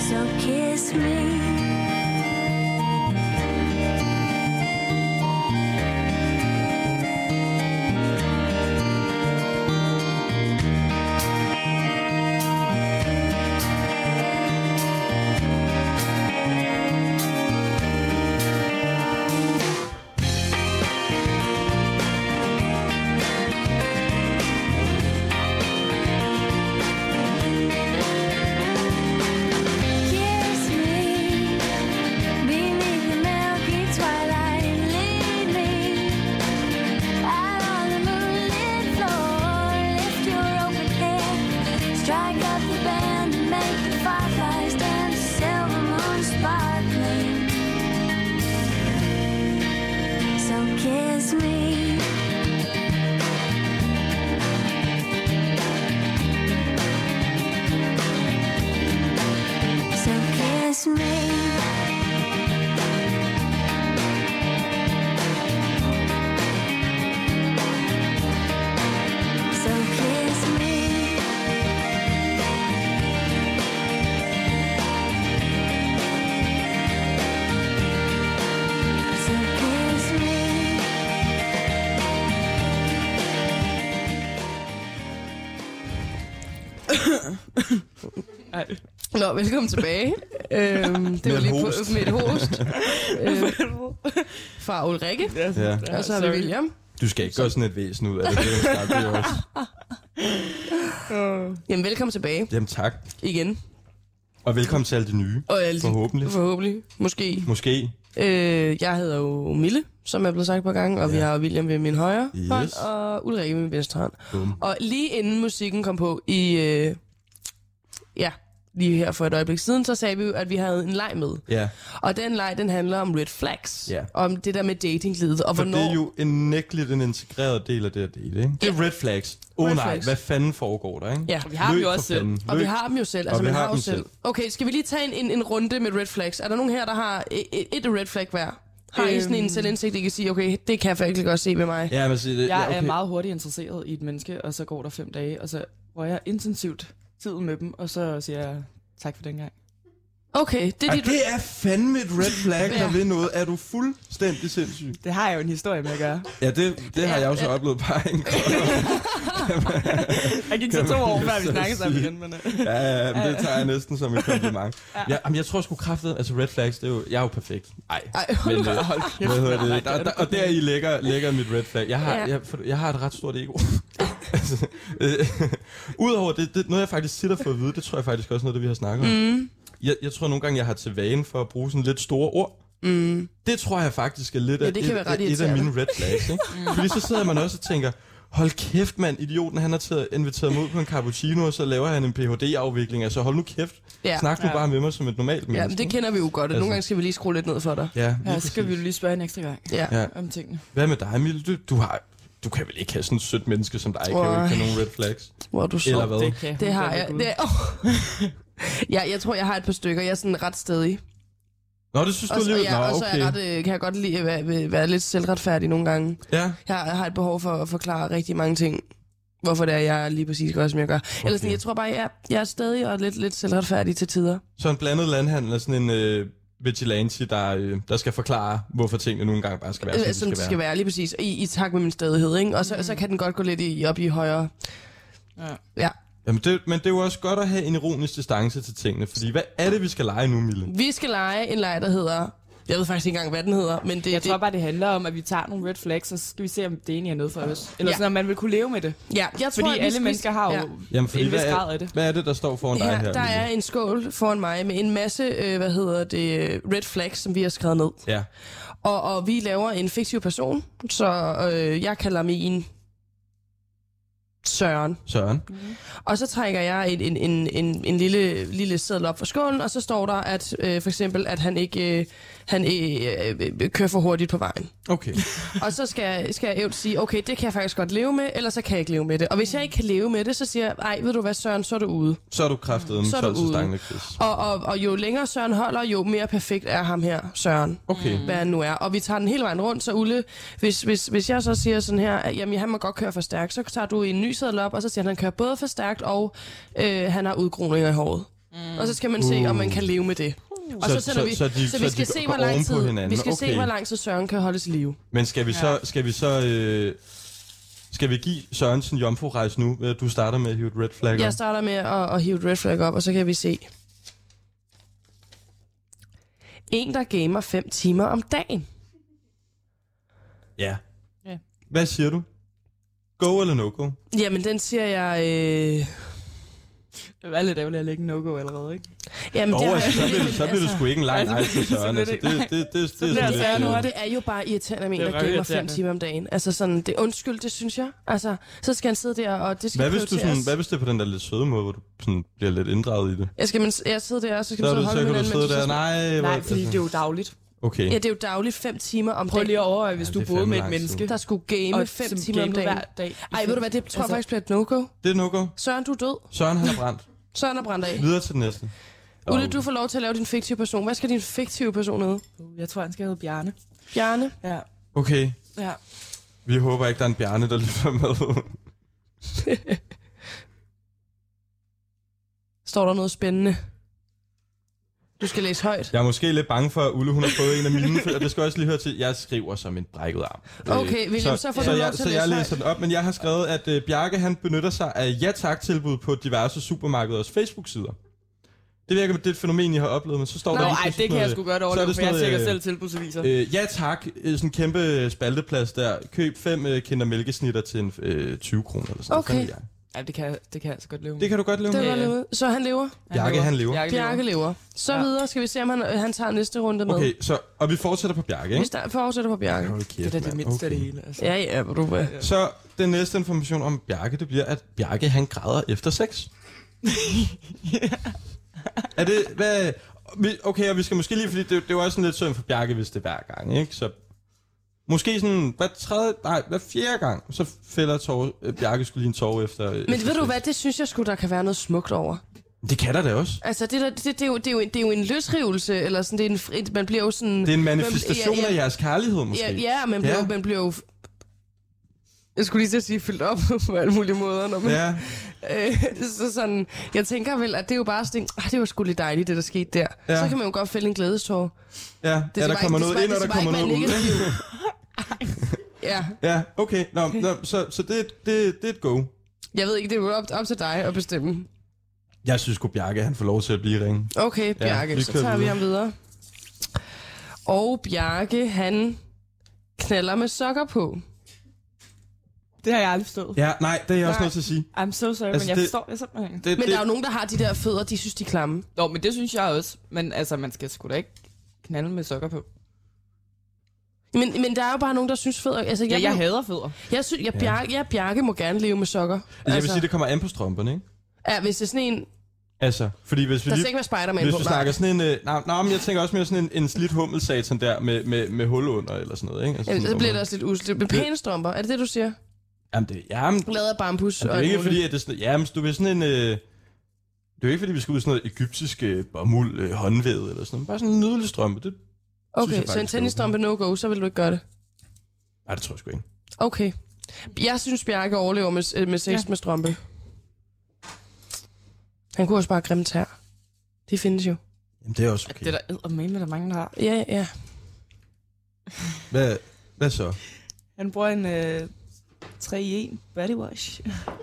sparkling. So kiss me. Kiss me beneath the milky twilight and lead me out on the moonlit floor. Lift your open head, strike up the band and make the fireflies dance, silver moon sparkling. So kiss me. So kiss me. So kiss me. So kiss me. Nå, velkommen tilbage. øhm, det var et lige host. på med et host. øhm, fra Ulrikke, Ja. og så er det William. Du skal ikke gøre sådan et væsen ud af det. det er jo skarpt i os. Jamen, velkommen tilbage Jamen tak. igen. Og velkommen til alle de nye. Og alle de- Forhåbentlig. Forhåbentlig. Måske. Måske. Øh, jeg hedder jo Mille, som er blevet sagt på gang, og ja. vi Ja. har William ved min højre Yes. hånd, og Ulrikke ved min venstre hånd. Bum. Og lige inden musikken kom på i... Øh, ja, lige her for et øjeblik siden, så sagde vi jo, at vi havde en leg med. Ja. Og den leg, den handler om red flags. Ja. Om det der med datinglivet, og For hvornår... det er jo en nægteligt en integreret del af det at date, ikke? Det er red flags. Åh oh, Red nej, flags. hvad fanden foregår der, ikke? Ja. Vi har dem Løb jo for også selv. fanden. Og vi Løb. har dem jo selv. Altså, vi man har har jo dem selv. selv. Okay, skal vi lige tage en, en, en runde med red flags? Er der nogen her, der har et, et red flag hver? Har Øhm. I sådan en selvindsigt, I kan sige, okay, det kan jeg faktisk godt se ved mig? Ja, men se, det, Jeg ja, okay. er meget hurtigt interesseret i et menneske, og så går der fem dage, og så bruger jeg intensivt tiden med dem, og så siger jeg tak for dengang. Okay, Øh, det er Ej, dit... det er fandme et red flag, Ja. der ved noget. Er du fuldstændig sindssyg? Det har jeg jo en historie med at gøre. Ja, det, det har jeg også oplevet par en Jeg gik så to år, før vi snakkede sammen igen. Men, uh. Ja, ja, ja, men det tager jeg næsten som et kompliment. Ja, men jeg tror sgu kraftet, altså red flags, det er jo, jeg er jo perfekt. Nej, Ej, hold men, øh, Hold kæft. Hvad hedder det? Der, der, og der i lægger, lægger mit red flag. Jeg har, Ja. ja. jeg, for- jeg har et ret stort ego. altså, øh, Udover det, det, noget jeg faktisk tit har fået at vide, det tror jeg faktisk også er noget, det vi har snakket om. Mm. Jeg, jeg tror nogle gange, jeg har til vane for at bruge sådan lidt store ord. Mm. Det tror jeg faktisk er lidt Ja, af, det kan være et, ret et af irriterende. mine red flags. Ikke? Mm. Fordi så sidder man også og tænker, hold kæft mand, idioten han har taget, inviteret mig ud på en cappuccino, og så laver han en Ph.D.-afvikling. Altså hold nu kæft, Ja. ja. snak nu Ja. ja. bare med mig som et normalt Ja, menneske. men det kender vi jo godt, og nogle Altså. gange skal vi lige skrue lidt ned for dig. Ja, lige Ja, så skal vi præcis. jo lige spørge en ekstra gang Ja. Ja. om tingene. Hvad med dig, Mille? Du, du, har, du kan vel ikke have sådan et sødt menneske som dig, kan jo Nej. ikke have nogen red flags? Hvor er du så. Eller hvad? Det, kan Det hun har godt jeg. ved Gud. Det er, oh. ja, jeg tror, jeg har et par stykker. Jeg er sådan ret stedig. Nå, det synes Og du så, alligevel? ja, og Nå, så er okay. jeg ret, øh, kan jeg godt lide at være, være- være lidt selvretfærdig nogle gange. Ja, Jeg har et behov for at forklare rigtig mange ting, hvorfor det er, jeg er lige præcis gør, som jeg gør. Okay. Ellers, jeg tror bare, jeg er, jeg er stadig og lidt, lidt selvretfærdig til tider. så en blandet landhandel er sådan en øh, vigilante, der, øh, der skal forklare, hvorfor tingene nogle gange bare skal være, som Ja, de Øh, sådan skal, det skal være. være, lige præcis. I, i takt med min stadighed, ikke? Og så, mm. så kan den godt gå lidt i, op i højere. Ja. Ja. Jamen, det, men det er jo også godt at have en ironisk distance til tingene, fordi hvad er det, vi skal lege nu, Mille? Vi skal lege en leg, der hedder... Jeg ved faktisk ikke engang, hvad den hedder, men det, Jeg det, tror bare, det handler om, at vi tager nogle red flags, og så skal vi se, om det egentlig er noget for os. Eller Ja. ja. sådan, om man vil kunne leve med det. ja, jeg tror, Fordi at vi alle skal- mennesker har jo Ja. Jamen, fordi en vis hvad grad er, af det. hvad er det, der står foran dig Her, her, der er Mille? en skål foran mig med en masse, øh, hvad hedder det, red flags, som vi har skrevet ned. Ja, Og, og vi laver en fiktiv person, så øh, jeg kalder min Søren. Mm-hmm. Søren. Og så trækker jeg en, en, en, en, en lille, lille seddel op fra skålen, og så står der, at øh, for eksempel, at han ikke øh, han, øh, øh, kører for hurtigt på vejen. Okay. Og så skal, skal jeg ævnt sige, okay, det kan jeg faktisk godt leve med, eller så kan jeg ikke leve med det. Og hvis jeg ikke kan leve med det, så siger jeg, ej, ved du hvad, Søren, så er du ude. Så er du kraftet Så er du med ude. stangen, Chris. Og, og, og jo længere Søren holder, jo mere perfekt er ham her, Søren. Mm. Okay. hvad han nu er. Og vi tager den hele vejen rundt, så Ulle, hvis, hvis, hvis jeg så siger sådan her, at jamen, han må godt køre for stærkt, så tager du en ny sædel op, og så siger han, at han kører både for stærkt, og øh, han har udgroninger i håret. Mm. Og så skal man se, om man kan leve med det. Og så, Så- så, sender så- vi, så de- så så vi de skal se, går hvor lang oven på tid, hinanden. vi skal se, Okay. hvor lang tid Søren kan holdes i live. Men skal vi så, skal vi så, øh, skal vi give Søren sin jomfru-rejse nu? ved at Du starter med at hive et red flag Jeg yes. starter med at, at hive et red flag op, og så kan vi se. En, der gamer 5 timer om dagen. Ja. Ja. Hvad siger du? Go eller no go? Jamen, den siger jeg... Øh... Det var lidt ærgerligt at lægge en no-go allerede, ikke? Jamen, Nå, det har altså, jeg- så bliver det, så bliver det sgu ikke en lang altså, rejse for så bliver Søren. det Altså, det, ikke- det, det, det, det, bliver er Søren sådan nu, og lidt... øh, det er jo bare irriterende, at Det en, er der røv gamer fem irriterende. timer om dagen. Altså sådan, det er undskyld, det synes jeg. Altså, så skal han sidde der, og det skal Hvad hvis, du sådan, prioriteres. hvad hvis det er på den der lidt søde måde, hvor du sådan bliver lidt inddraget i det? Jeg skal man, jeg sidde der, og så skal Så, man er sidde du, og så kan du sidde holde hinanden, mens der, man nej... hvor- Nej, fordi det er jo dagligt. Okay. Ja, det er jo dagligt fem timer om Prøv dagen, lige at overveje, hvis Ja, du det er boede fandme med et lang tid. menneske, der skulle game og fem som timer om gamede dagen. hver dag. Ej, ved du hvad, det tror jeg Altså- faktisk bliver et no-go. Det er no-go. Søren, du er død. Søren han er brændt. Søren er brændt af. Videre til den næste. Ulle, du får lov til at lave din fiktive person. Hvad skal din fiktive person hedde? Uh, Jeg tror, han skal hedde Bjarne. Bjarne? Ja. Okay, ja. vi håber ikke, der er en bjerne, der lytter med. Står der noget spændende? Du skal læse højt. Jeg er måske lidt bange for, at Ulle hun har fået en af mine, for- og det skal jeg også lige høre til. Jeg skriver som en brækket arm. Okay, Øh, William, så får så du lov jeg, til så at læse jeg læser højt. den op, men jeg har skrevet, at øh, Bjarke han benytter sig af ja tak tilbud på diverse supermarkeders Facebook-sider. Det virker, det er et fænomen, jeg har oplevet, men så står Nå, der... lige ej, sådan det kan noget- øh, jeg sgu godt så er det overleve, for sådan jeg tjekker noget, selv tilbudsaviser. Øh, ja tak, Øh, sådan en kæmpe spalteplads der. Køb fem øh, kinder mælkesnitter til en, øh, 20 kroner eller sådan Okay. noget. Fandme, Bjarke. Ja, det kan, jeg- det kan jeg altså godt leve med. Det kan du godt leve Det med. var levet. Så han lever. Bjarke, han lever. Bjarke lever. Så Ja. videre skal vi se, om han, han tager næste runde med. Okay, så, og vi fortsætter på Bjarke, Vi ikke? starter, fortsætter på Bjarke. Hold Det kæft, er da det mand. mindste af det Okay. hele. Altså. Ja, ja, hvor du hvad? Så den næste information om Bjarke, det bliver, at Bjarke han græder efter sex. er det, hvad, vi- okay, og vi skal måske lige, fordi det, det var sådan lidt synd for Bjarke, hvis det er hver gang, ikke? Så måske sådan, hver tredje, nej, hver fjerde gang, så fælder tår, øh, Bjarke skulle lige en tårer efter. Men ved du hvad, det synes jeg sgu, der kan være noget smukt over. Det kan der da også. Altså, det, der, det, det, er, jo, det, er, jo, en- det er jo en løsrivelse, eller sådan, det er en, fri- man bliver jo sådan... Det er en manifestation ja, ja. af jeres kærlighed, måske. ja, ja, man bliver, Ja. ja. man bliver jo... Jeg skulle lige til at sige fyldt op på alle mulige måder, når man... Ja. Ja, Øh, så sådan, jeg tænker vel, at det er jo bare sådan, ah, det var sgu lidt dejligt, det der skete der. Ja. Ja. Så kan man jo godt fælde en glædestår. ja, Det ja skal der bare kommer ikke- det noget skal ind, og der kommer bare- det skal bare noget ikke ud. være Ja, Ja, okay. Nå, nå, så, så det, det, det er et go. jeg ved ikke, det er jo op, op til dig at bestemme. Jeg synes sgu, Bjarke, han får lov til at blive ringe. Okay, Bjarke, vi ja, så kører tager vi videre. ham videre. Og Bjarke, han knaller med sokker på. Det har jeg aldrig forstået. Ja, nej, det er jeg også Nej. nødt til at sige. I'm so sorry, Altså, men jeg det- forstår det simpelthen ikke. Det, Men det, der er jo nogen, der har de der fødder, de synes, de er klamme. Nå, men det synes jeg også. Men altså, man skal sgu da ikke knalde med sokker på. Men, men der er jo bare nogen, der synes fødder... Altså, Ja, jeg, jeg jeg, hader fødder. jeg, synes, jeg, Bjarke, jeg, Bjarke må gerne leve med sokker. Altså, Altså, jeg vil sige, det kommer an på strømperne, ikke? ja, hvis det er sådan en... Altså, fordi hvis vi Der skal lige... ikke være Spider-Man Hvis på. vi nej. snakker sådan en... Øh, nej, nej, men jeg tænker også mere sådan en, en slidt hummelsatan der med, med, med hul under eller sådan noget, ikke? Altså, Jamen, sådan så noget. bliver det også lidt usligt. Men pæne strømper, er det det, du siger? Jamen, det, jamen, Lavet af bambus. det er og jo ikke alt muligt. fordi, at det er sådan... Jamen, du vil sådan en... Øh, det er jo ikke, fordi vi skal ud i sådan noget egyptisk øh, bomuld øh, håndvævet eller sådan noget. Bare sådan en nydelig strømpe. Det, synes jeg Okay, så en faktisk, tennisstrømpe no-go, så vil du ikke gøre det. nej, det tror jeg sgu ikke. Okay. Jeg synes, Bjarke overlever med, øh, med sex ja. Ja. med strømpe. Han kunne også bare have grimme tær. De findes jo. Jamen, det er også okay. Det er der eddermame, der er mange, der har. Ja, ja. Hvad, hvad så? Han bruger en øh, 3 i 1 body wash.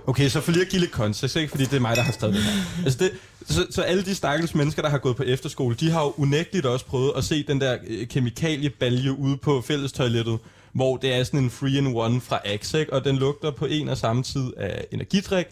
Okay, så for lige at give lidt kontekst, ikke? fordi det er mig, der har skrevet det her. Altså det, så, så alle de stakkels mennesker, der har gået på efterskole, de har jo unægteligt også prøvet at se den der øh, kemikaliebalje ude på fællestoilettet, hvor det er sådan en free and one fra Axe, ikke? og den lugter på en og samme tid af energidrik,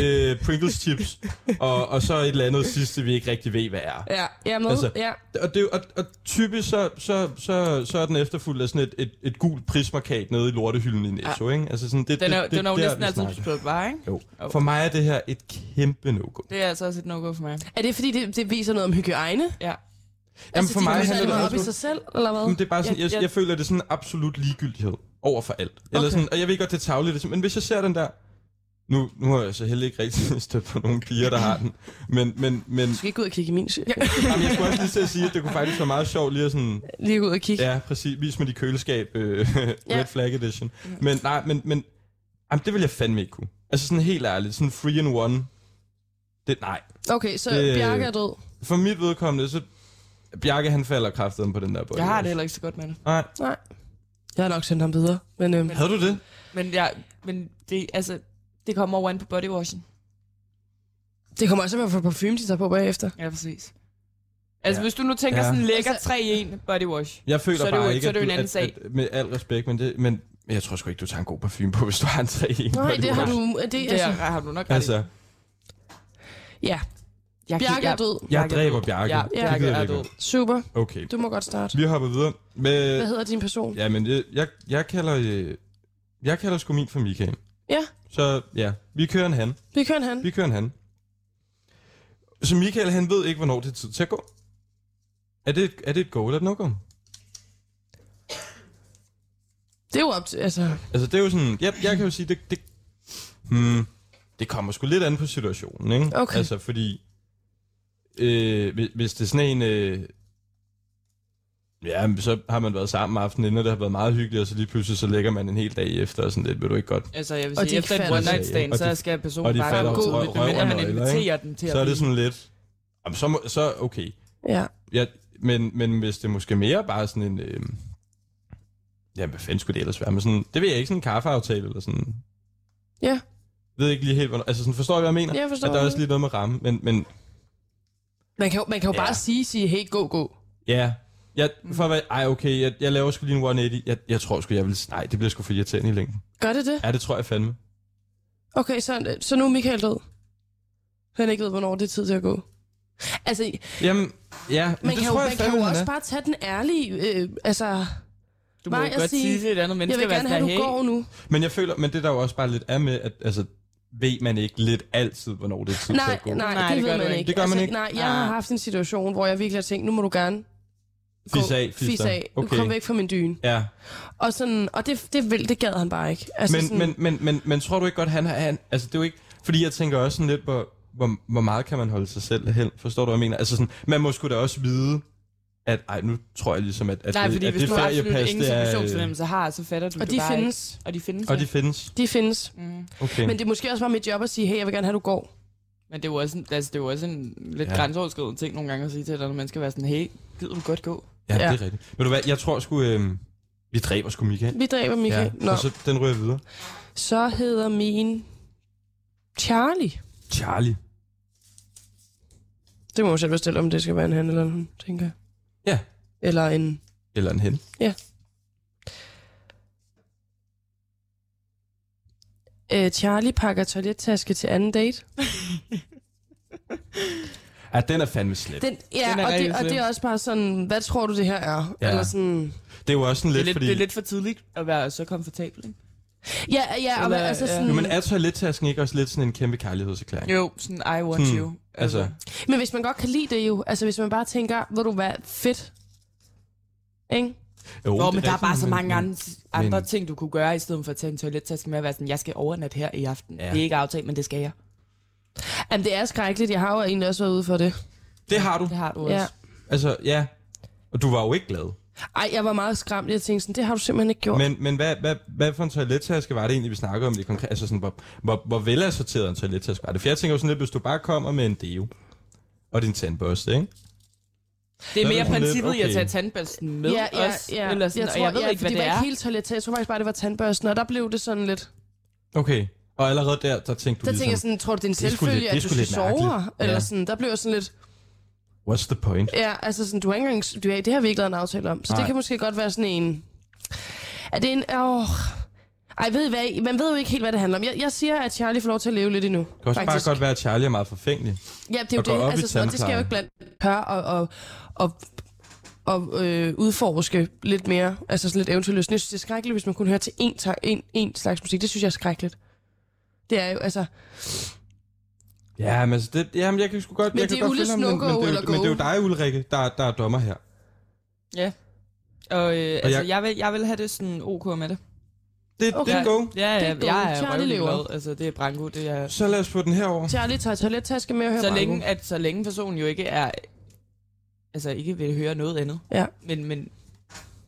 øh, Pringles chips, og, og så et eller andet sidste, vi ikke rigtig ved, hvad er. Ja, jeg er med. Altså, Altså, ja. Og, det, er jo- og, og typisk så, så, så, så er den efterfulgt af sådan et, et, et gult prismarkat nede i lortehylden i Netto, ja. ikke? Altså sådan, det, Den er, det, den er jo det, næsten altid udspillet bare, ikke? Jo. For mig er det her et kæmpe no-go. Det er altså også et no-go for mig. Er det fordi, det, det viser noget om hygiejne? Altså, Ja. Jamen, for de mig går handler særlig det meget op også i sig selv, eller hvad? Jamen, det er bare sådan, Jeg- jeg, jeg, jeg- jeg føler, det er sådan en absolut ligegyldighed over for alt. Eller Okay. sådan, og jeg ved godt, det er tavligt, men hvis jeg ser den der... Nu, nu har jeg så heller ikke rigtig stødt på nogen piger, der har den. Men, men, men Du skal ikke ud og kigge i min cirkel. jamen, jeg skulle også lige til at sige, at det kunne faktisk være meget sjovt lige at sådan... Lige ud og kigge. Ja, præcis. Vis mig de køleskab. Øh, Ja. Red Flag Edition. Men nej, men... men jamen, det vil jeg fandme ikke kunne. Altså sådan helt ærligt, sådan free and one. Det, nej. Okay, så Det- Bjarke er død. For mit vedkommende, så... Bjarke, han falder kraftedet på den der bold. Jeg har det heller ikke så godt med det. Nej. Nej. Jeg har nok sendt ham videre, men øhm, Havde du det? Men, jeg, men det, altså, det kommer over an på bodywashen. det kommer også til at være for parfume, de tager på bagefter. Ja, præcis. Altså, Ja. ja. hvis du nu tænker Ja. ja. sådan lækker Altså- 3 i 1 bodywash. Jeg føler Så er det jo- bare så ikke, er det jo en at, anden du- at, sag. at, med al respekt, men, det, men jeg tror sgu ikke, du tager en god parfume på, hvis du har en 3 i en Nej, det har bodywash. du... Det, det Det altså, er, har du nok ret i. Altså, ja, jeg, Bjarke er død. jeg Bjarke er dræber død. Bjarke. Ja, Det Bjarke gider jeg er ikke. død. Super. Okay, Du må godt starte. vi hopper videre. Hvad Med, hedder din person? Øh, ja, men jeg, jeg, jeg kalder... øh, Jeg kalder sgu min for Michael. Ja, Så ja, vi kører en han. vi kører en han. Vi kører en han. Så Michael, han ved ikke, hvornår det er tid til at gå. Er det, et- er det et go eller et no-go? Det er jo op til... Altså, Altså, det er jo sådan... Jeg, jeg kan jo sige, det... det hmm, det kommer sgu lidt an på situationen, ikke? Okay. Altså, fordi... Øh, hvis, hvis det er sådan en... Øh, ja, men så har man været sammen aftenen inden, og det har været meget hyggeligt, og så lige pludselig så lægger man en hel dag efter, og sådan lidt, vil du ikke godt... Altså, jeg vil Og de sige, efter ikke en one fatter- night stand, Og de- så skal personen og de bare fatter gå røv- ud, medmindre røv- man røv- inviterer den til at Så er det blive. sådan lidt... Jamen, så, må, så okay. ja. Ja, men, men hvis det måske mere bare sådan en... Øh, ja, hvad fanden skulle det ellers være? Men sådan, det ved jeg ikke, sådan en kaffeaftale eller sådan... Ja. Ved ikke lige helt, hvornår... Altså, sådan, forstår jeg, hvad jeg mener? Jeg forstår, At der hvad er du også mener. lige noget med ramme, men, men Man kan jo, man kan jo Ja. ja. bare sige, sige, hey, gå, gå. Ja. Jeg, for at være, ej, okay, jeg, jeg laver sgu lige en 180. Jeg, jeg tror sgu, jeg vil... Nej, det bliver sgu for irriterende i længden. Gør det det? Ja, det tror jeg fandme. Okay, så, så nu er Michael død. Han ikke ved, hvornår det er tid til at gå. Altså, Jamen, ja, men man det kan, jo, tror man jeg kan fandme, jo han også er. bare tage den ærlige... Øh, altså, Du må Nej, jo jeg godt siger- sige til et andet jeg menneske, vil hvad gerne der have, er at du går hey. nu. Men jeg føler, men det der jo også bare lidt er med, at altså, ved man ikke lidt altid, hvornår det er tid til Nej, at gå. nej, Nej, nej, det, det gør ved du man ikke. ikke. Altså, Det gør man ikke. Nej, jeg har Ah. haft en situation, hvor jeg virkelig har tænkt, nu må du gerne gå. Fis af, fis fis dig. af. Okay. Okay. Du kom væk fra min dyne. Ja, Og, sådan, og det, det, vil, det gad han bare ikke. Altså, men, sådan, men, men, men, men tror du ikke godt, han har... Han, altså, det er jo ikke... Fordi jeg tænker også sådan lidt, hvor, hvor, hvor meget kan man holde sig selv hen? Forstår du, hvad jeg mener? Altså sådan, man må sgu da også vide, at ej, nu tror jeg ligesom, at, at Nej, det, fordi at hvis det du absolut feriepas, ingen det er, øh, situationsfornemmelse har, så fatter du og det de bare findes. ikke. Og de findes. Og ja. de findes. De findes. Mm. Okay. Men det er måske også bare mit job at sige, hey, jeg vil gerne have, at du går. Men det er jo også en, altså, det er jo også en lidt Ja. ja. grænseoverskridende ting nogle gange at sige til et andet menneske, at være sådan, hey, gider du godt gå? Ja, ja, Ja. det er rigtigt. Ved du hvad, jeg tror sgu, øh, vi dræber sgu Michael. Vi dræber Michael. Ja, Ja, Nå. og så den ryger videre. Så hedder min Charlie. Charlie. Det må man selv bestille, om det skal være en han eller en hun, tænker jeg. Ja. Eller en... Eller en hen. Øh, Charlie pakker toilettaske til anden date. Ja, den er fandme slem. Det, Den, ja, Den den er og, rigtig det, og slem. det er også bare sådan, hvad tror du det her er? Ja. Ja. Eller sådan, det er jo også sådan Det er lidt, lidt, fordi... det er lidt for tidligt at være så komfortabel, ikke? ja, ja, og, Eller, hvad- altså ja. sådan, Jo, men er toilettasken ikke også lidt sådan en kæmpe kærlighedserklæring? Jo, sådan, I want Hmm. you. Altså, men hvis man godt kan lide det jo, altså hvis man bare tænker, ved du hvad, fedt, ikke? jo, Nå, det men der er rigtigt, bare så mange men- andre, andre ting, du kunne gøre, i stedet for at tage en toilettaske med og være sådan, jeg skal overnatte her i aften. Ja. Ja. Det er ikke aftalt, men det skal jeg. Jamen det er skrækkeligt, jeg har jo egentlig også været ude for det. Det har du. Det har du også. Ja. Ja. Altså, ja. Og du var jo ikke glad. Ej, jeg var meget skræmt, jeg tænkte sådan, det har du simpelthen ikke gjort. Men, Men, men hvad, hvad, hvad for en toilettaske var det egentlig, vi snakkede om det konkret? Altså sådan, hvor, hvor, hvor velassorteret en toilettaske var det? For jeg tænker jo sådan lidt, hvis du bare kommer med en deo og din tandbørste, ikke? Det Så er er mere det sådan lidt, princippet i at okay. tage tandbørsten med ja, ja, os. ja. Eller sådan, jeg tror, og jeg ved ja, ikke, for hvad det det, var er. ikke helt toilet, jeg tror faktisk bare, det var tandbørsten, og der blev det sådan lidt... Okay. Og allerede der, der tænkte Der du tænker jeg ligesom, sådan, tror du, det er en Det er sgu lidt- selvfølge, det er at du sgu skal lidt sove her? mærkeligt. Ja. Eller sådan, der blev jeg sådan lidt, what's the point? ja, altså sådan, du har ikke engang, du, har- det har vi ikke lavet en aftale om. Så Nej. det kan måske godt være sådan en, er det en, åh, Ej, ved I hvad? Man ved jo ikke helt, hvad det handler om. Jeg, jeg siger, at Charlie får lov til at leve lidt endnu. Det kan også bare godt være, at Charlie er meget forfængelig. Ja, det er at gå jo op i det. Altså, sådan, og det skal jeg jo ikke blandt her og, og, og, og øh, udforske lidt mere. Altså sådan lidt eventyrløst. Jeg synes, det er skrækkeligt, hvis man kun hører til én, ta- én, én slags musik. Det synes jeg er skrækkeligt. Det er jo, altså... Ja, men altså, det, jamen, jeg kan sgu godt... Men jeg det kan er godt Ulles følge ham, men, no-go men, det, er eller jo- men det er jo dig, Ulrikke, der, der er dommer her. Ja. Og, øh, altså, jeg- jeg... Jeg, vil, jeg vil have det sådan ok med det. Det, okay. det er Ja. go. Ja, Det er ja, go. jeg er Charlie røvlig lever. glad. Altså, det er branko. Det er... Så lad os få den herover. Charlie tager toilettaske med og hører Så Branko. længe, at, så længe personen jo ikke er... Altså, ikke vil høre noget andet. Ja. Men, men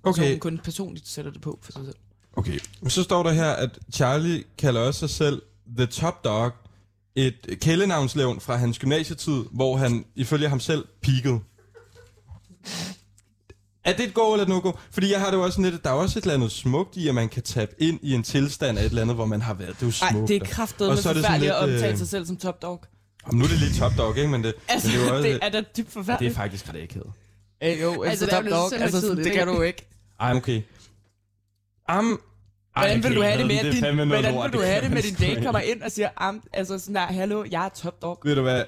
Okay, personen kun personligt sætter det på for sig selv. okay. Men Så står der her, at Charlie kalder også sig selv The Top Dog. Et kælenavnslevn fra hans gymnasietid, hvor han ifølge ham selv peakede. Er det et go eller et no-go? Fordi jeg har det jo også sådan lidt, at der er også et eller andet smukt i, at man kan tabe ind i en tilstand af et eller andet, hvor man har været. Det er jo Ej, smukt. det er kraftet med Og så er det sådan forfærdeligt at lidt, øh, omtale sig selv som top dog. Om Nu er det lige top dog, ikke? Men det, Altså, men det er jo også... det er da dybt det er forfærdeligt. faktisk ret akavet. Det er, jo, Altså, altså, det er top blevet dog. så Altså, højtideligt, det kan ikke? du ikke. Ej, men okay. Am... Hvordan vil du have det med, at at din, hvordan vil du have det med, at din date kommer ind og siger, "Am, altså sådan der, hallo, jeg er top dog. Ved du hvad?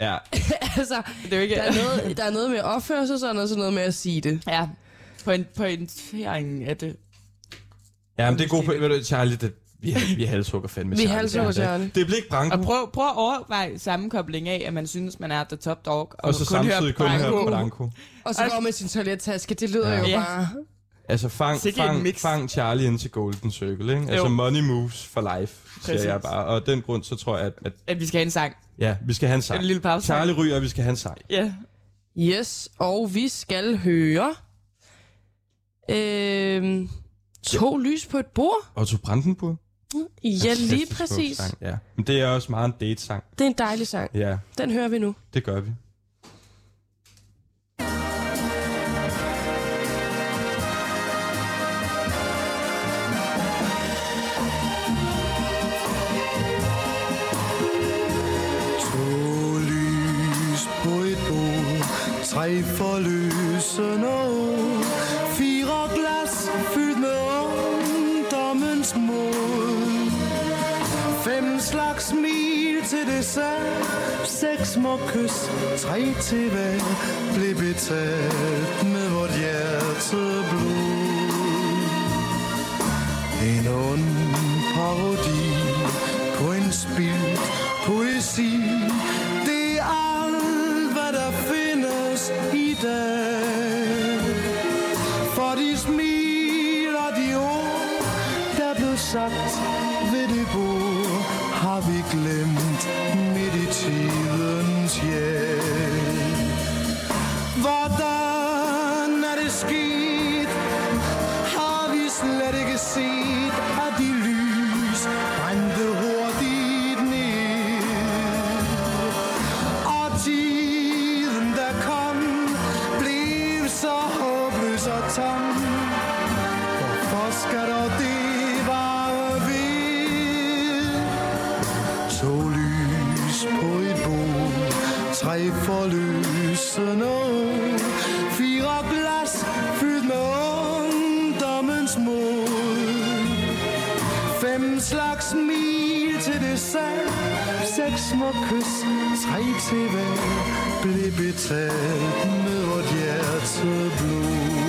Ja, altså, Det er jo ikke... der, er noget, der er noget med at opføre sig sådan, og så noget med at sige det. Ja, på en, på en tering af det. ja men det er god point. Ved du, Charlie, det, vi, vi halshukker fandme Vi Charlie. halshugger Det er- Charlie. Det bliver ikke branko. Og prøv, prøv at overveje sammenkobling af, at man synes, man er the top dog, og, Og så samtidig kun her på branko. Og så går med sin toilettaske. Det lyder Ja. jo Ja. bare... Altså fang, Sikke en fang, mix. fang Charlie ind til Golden Circle, ikke? Altså Jo. money moves for life, siger Præcis. jeg bare. Og af den grund, så tror jeg, at, at At vi skal have en sang. ja, vi skal have en sej. En lille pause. Charlie ryger, og vi skal have en sej. Ja. Yes, og vi skal høre... Øh, to lys på et bord. Otto Brandenburg. Ja, lige Fantastisk smuk præcis. Sang, ja. Men det er også meget en date-sang. Det er en dejlig sang. Ja, Den hører vi nu. det gør vi. To lys på et bord, tre forløsende ord, fire glas fyldt med ungdommens mod. Fem slags smil til dessert, seks må kys, tre til hver, blev betalt med vort hjerteblod. En ond parodi på en spildt poesi. Det er alt, hvad der findes i dag. For de smil og de ord, der blev sagt ved det bord, har vi glemt midt i tidens hjælp. Hvordan er det sket? har vi slet ikke set, at de lys brændte hurtigt ned. Og tiden, der kom, blev så håbløs og tom. Hvorfor skal dog det være ved? To lys på et bord, tre forløsende ord, fire glas fyldt med ungdommens mod. Fem slags smil til dessert, seks små kys, tre til hver, blev betalt med vort hjerteblod.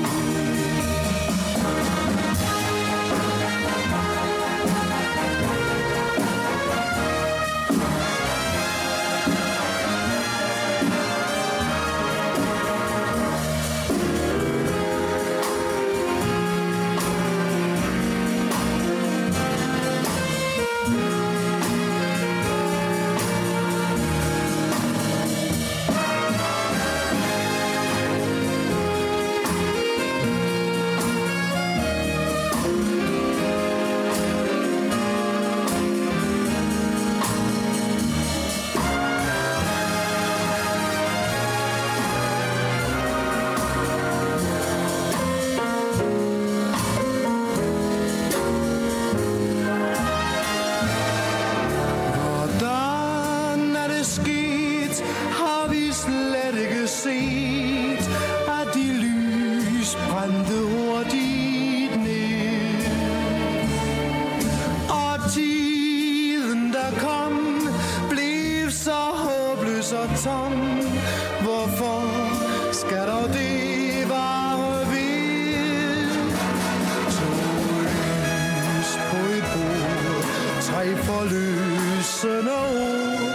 Tre forløsende ord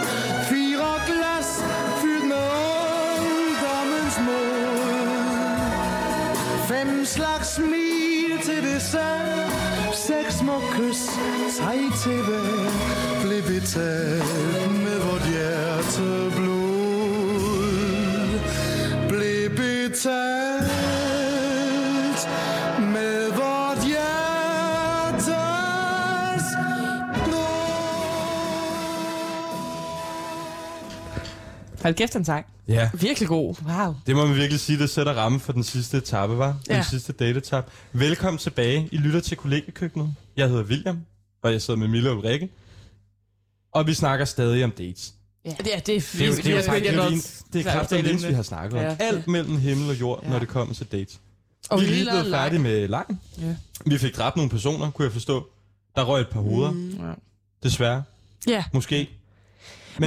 Fire glas fyldt med ungdommens mod Fem slags smil til dessert Seks små kys, tre til hver Blev betalt med vort hjerteblod Blev betalt med vort hjertes blod Hold kæft, en sang. Ja. Virkelig god. Wow. Det må man virkelig sige, det sætter ramme for den sidste etape, var. Den Ja. sidste datetap. Velkommen tilbage. I lytter til kollegekøkkenet. Jeg hedder William, og jeg sidder med Mille og Rikke. Og vi snakker stadig om dates. Ja, det er Det er jo, fint. det er jo jeg faktisk vil det, godt vi- det er være kraftigt opdagende. det, vi har snakket om. Ja. Alt mellem himmel og jord, Ja. når det kommer til dates. Og vi vi er lige lader blevet leg. færdige med lejen. Ja. Vi fik dræbt nogle personer, kunne jeg forstå. Der røg et par hoveder. Ja. Desværre. Ja. Måske. Men,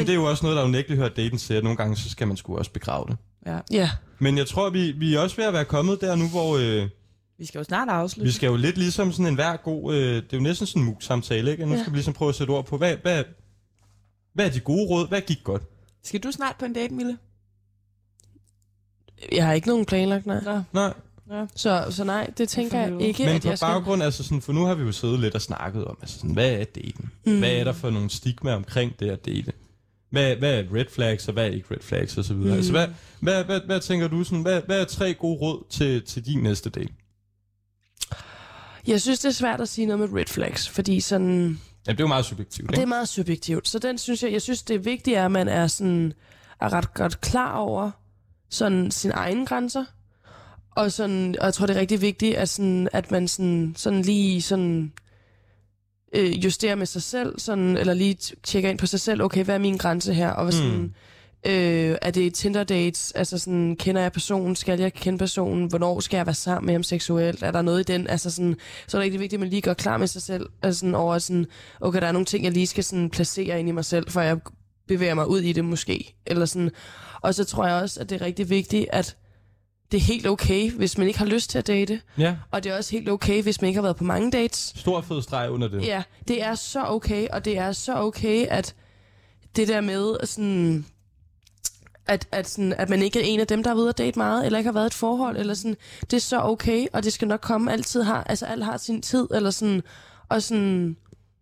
Men det er jo også noget, der unægteligt hører daten til, at nogle gange, så skal man sgu også begrave det. Ja. Men jeg tror, vi, vi er også ved at være kommet der nu, hvor øh, Vi skal jo snart afslutte. vi skal jo lidt ligesom sådan en hver god... Øh, det er jo næsten sådan en mus-samtale, ikke? Og nu Ja. skal vi ligesom prøve at sætte ord på, hvad, hvad, hvad er de gode råd? Hvad gik godt? Skal du snart på en date, Mille? Jeg har ikke nogen planlagt, nej. Nej, Så, så nej, det tænker For jeg helvede. ikke, Men at på jeg skal... baggrund, altså sådan, for nu har vi jo siddet lidt og snakket om, altså sådan, hvad er daten? Mm. Hvad er der for nogle stigma omkring det at date? Hvad, hvad er red flags, og hvad er ikke red flags, og så videre? Mm. Altså, hvad, hvad, hvad, hvad, tænker du sådan, hvad, hvad er tre gode råd til, til din næste date? Jeg synes, det er svært at sige noget med red flags, fordi sådan... Jamen, det er jo meget subjektivt, Det er ikke? meget subjektivt. Så den synes jeg, jeg synes, det vigtige er, at man er, sådan, er ret godt klar over sådan sine egne grænser. Og, sådan, og jeg tror, det er rigtig vigtigt, at, sådan, at man sådan, sådan lige sådan, øh, justerer med sig selv, sådan, eller lige t- tjekker ind på sig selv, okay, hvad er min grænse her? Og sådan, Mm. mm. øh, er det Tinder dates? Altså sådan, kender jeg personen? Skal jeg kende personen? Hvornår skal jeg være sammen med ham seksuelt? Er der noget i den? Altså sådan, så er det rigtig vigtigt, at man lige går klar med sig selv, altså sådan, over sådan, okay, der er nogle ting, jeg lige skal sådan, placere ind i mig selv, for jeg bevæger mig ud i det måske. Eller sådan. Og så tror jeg også, at det er rigtig vigtigt, at det er helt okay, hvis man ikke har lyst til at date. Ja, Og det er også helt okay, hvis man ikke har været på mange dates. stor fed streg under det. Ja, det er så okay, og det er så okay, at det der med sådan... At, at, sådan, at man ikke er en af dem, der er ude at date meget, eller ikke har været i et forhold, eller sådan, det er så okay, og det skal nok komme, altid har, altså alt har sin tid, eller sådan, og sådan,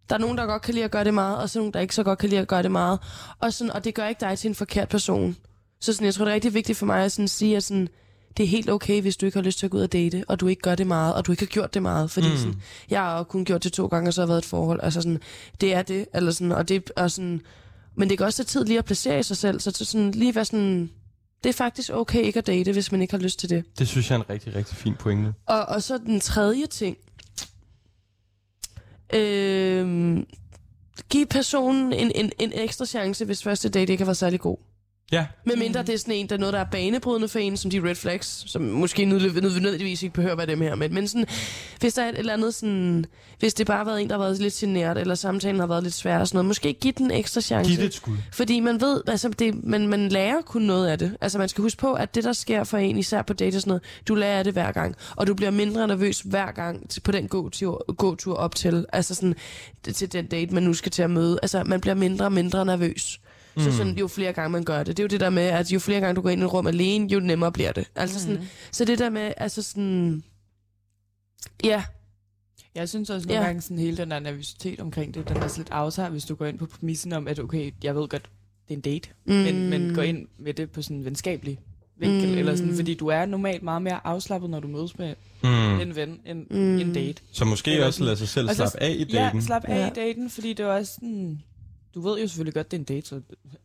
der er nogen, der godt kan lide at gøre det meget, og så nogen, der ikke så godt kan lide at gøre det meget, og sådan, og det gør ikke dig til en forkert person. Så sådan, jeg tror, det er rigtig vigtigt for mig at sådan sige, at sådan, det er helt okay, hvis du ikke har lyst til at gå ud og date, og du ikke gør det meget, og du ikke har gjort det meget, fordi mm. sådan, jeg har kun gjort det to gange, og så har jeg været i et forhold. Altså sådan, det er det, eller sådan, og det er sådan, men det kan også tage tid lige at placere i sig selv, så t- sådan, lige være sådan, det er faktisk okay ikke at date, hvis man ikke har lyst til det. Det synes jeg er en rigtig, rigtig fin pointe. Og, og så den tredje ting. Øhm, giv personen en, en, en ekstra chance, hvis første date ikke har været særlig god. Ja, Med mindre det er sådan en, der er noget, der er banebrydende for en, som de red flags, som måske nødvendig- nødvendigvis ikke behøver at være dem her, men, men sådan, hvis der er et eller andet sådan, hvis det bare har været en, der har været lidt generet, eller samtalen har været lidt svær og sådan noget, måske give den en ekstra chance. giv det et skud. Fordi man ved, altså det, man, man lærer kun noget af det. Altså man skal huske på, at det der sker for en, især på date og sådan noget, du lærer af det hver gang. Og du bliver mindre nervøs hver gang til- på den gåtur, gåtur op til, altså sådan, t- til den date, man nu skal til at møde. Altså man bliver mindre og mindre nervøs. Så sådan, jo flere gange man gør det. Det er jo det der med, at jo flere gange du går ind i et rum alene, jo nemmere bliver det. Altså Mhm. sådan, Så det der med, altså sådan... Ja, Jeg synes også nogle Ja. ja. gange, sådan hele den der nervøsitet omkring det, den er lidt aftager, hvis du går ind på præmissen om, at okay, jeg ved godt, det er en date, mm. men, men går ind med det på sådan en venskabelig vinkel, mm. eller sådan, fordi du er normalt meget mere afslappet, når du mødes med mm. en ven, end mm. en date. Så måske Eller også lade sig selv Og så- slappe af i daten. Ja, slap af Ja. ja. i daten, fordi det er også sådan... Du ved jo selvfølgelig godt, det er en date, så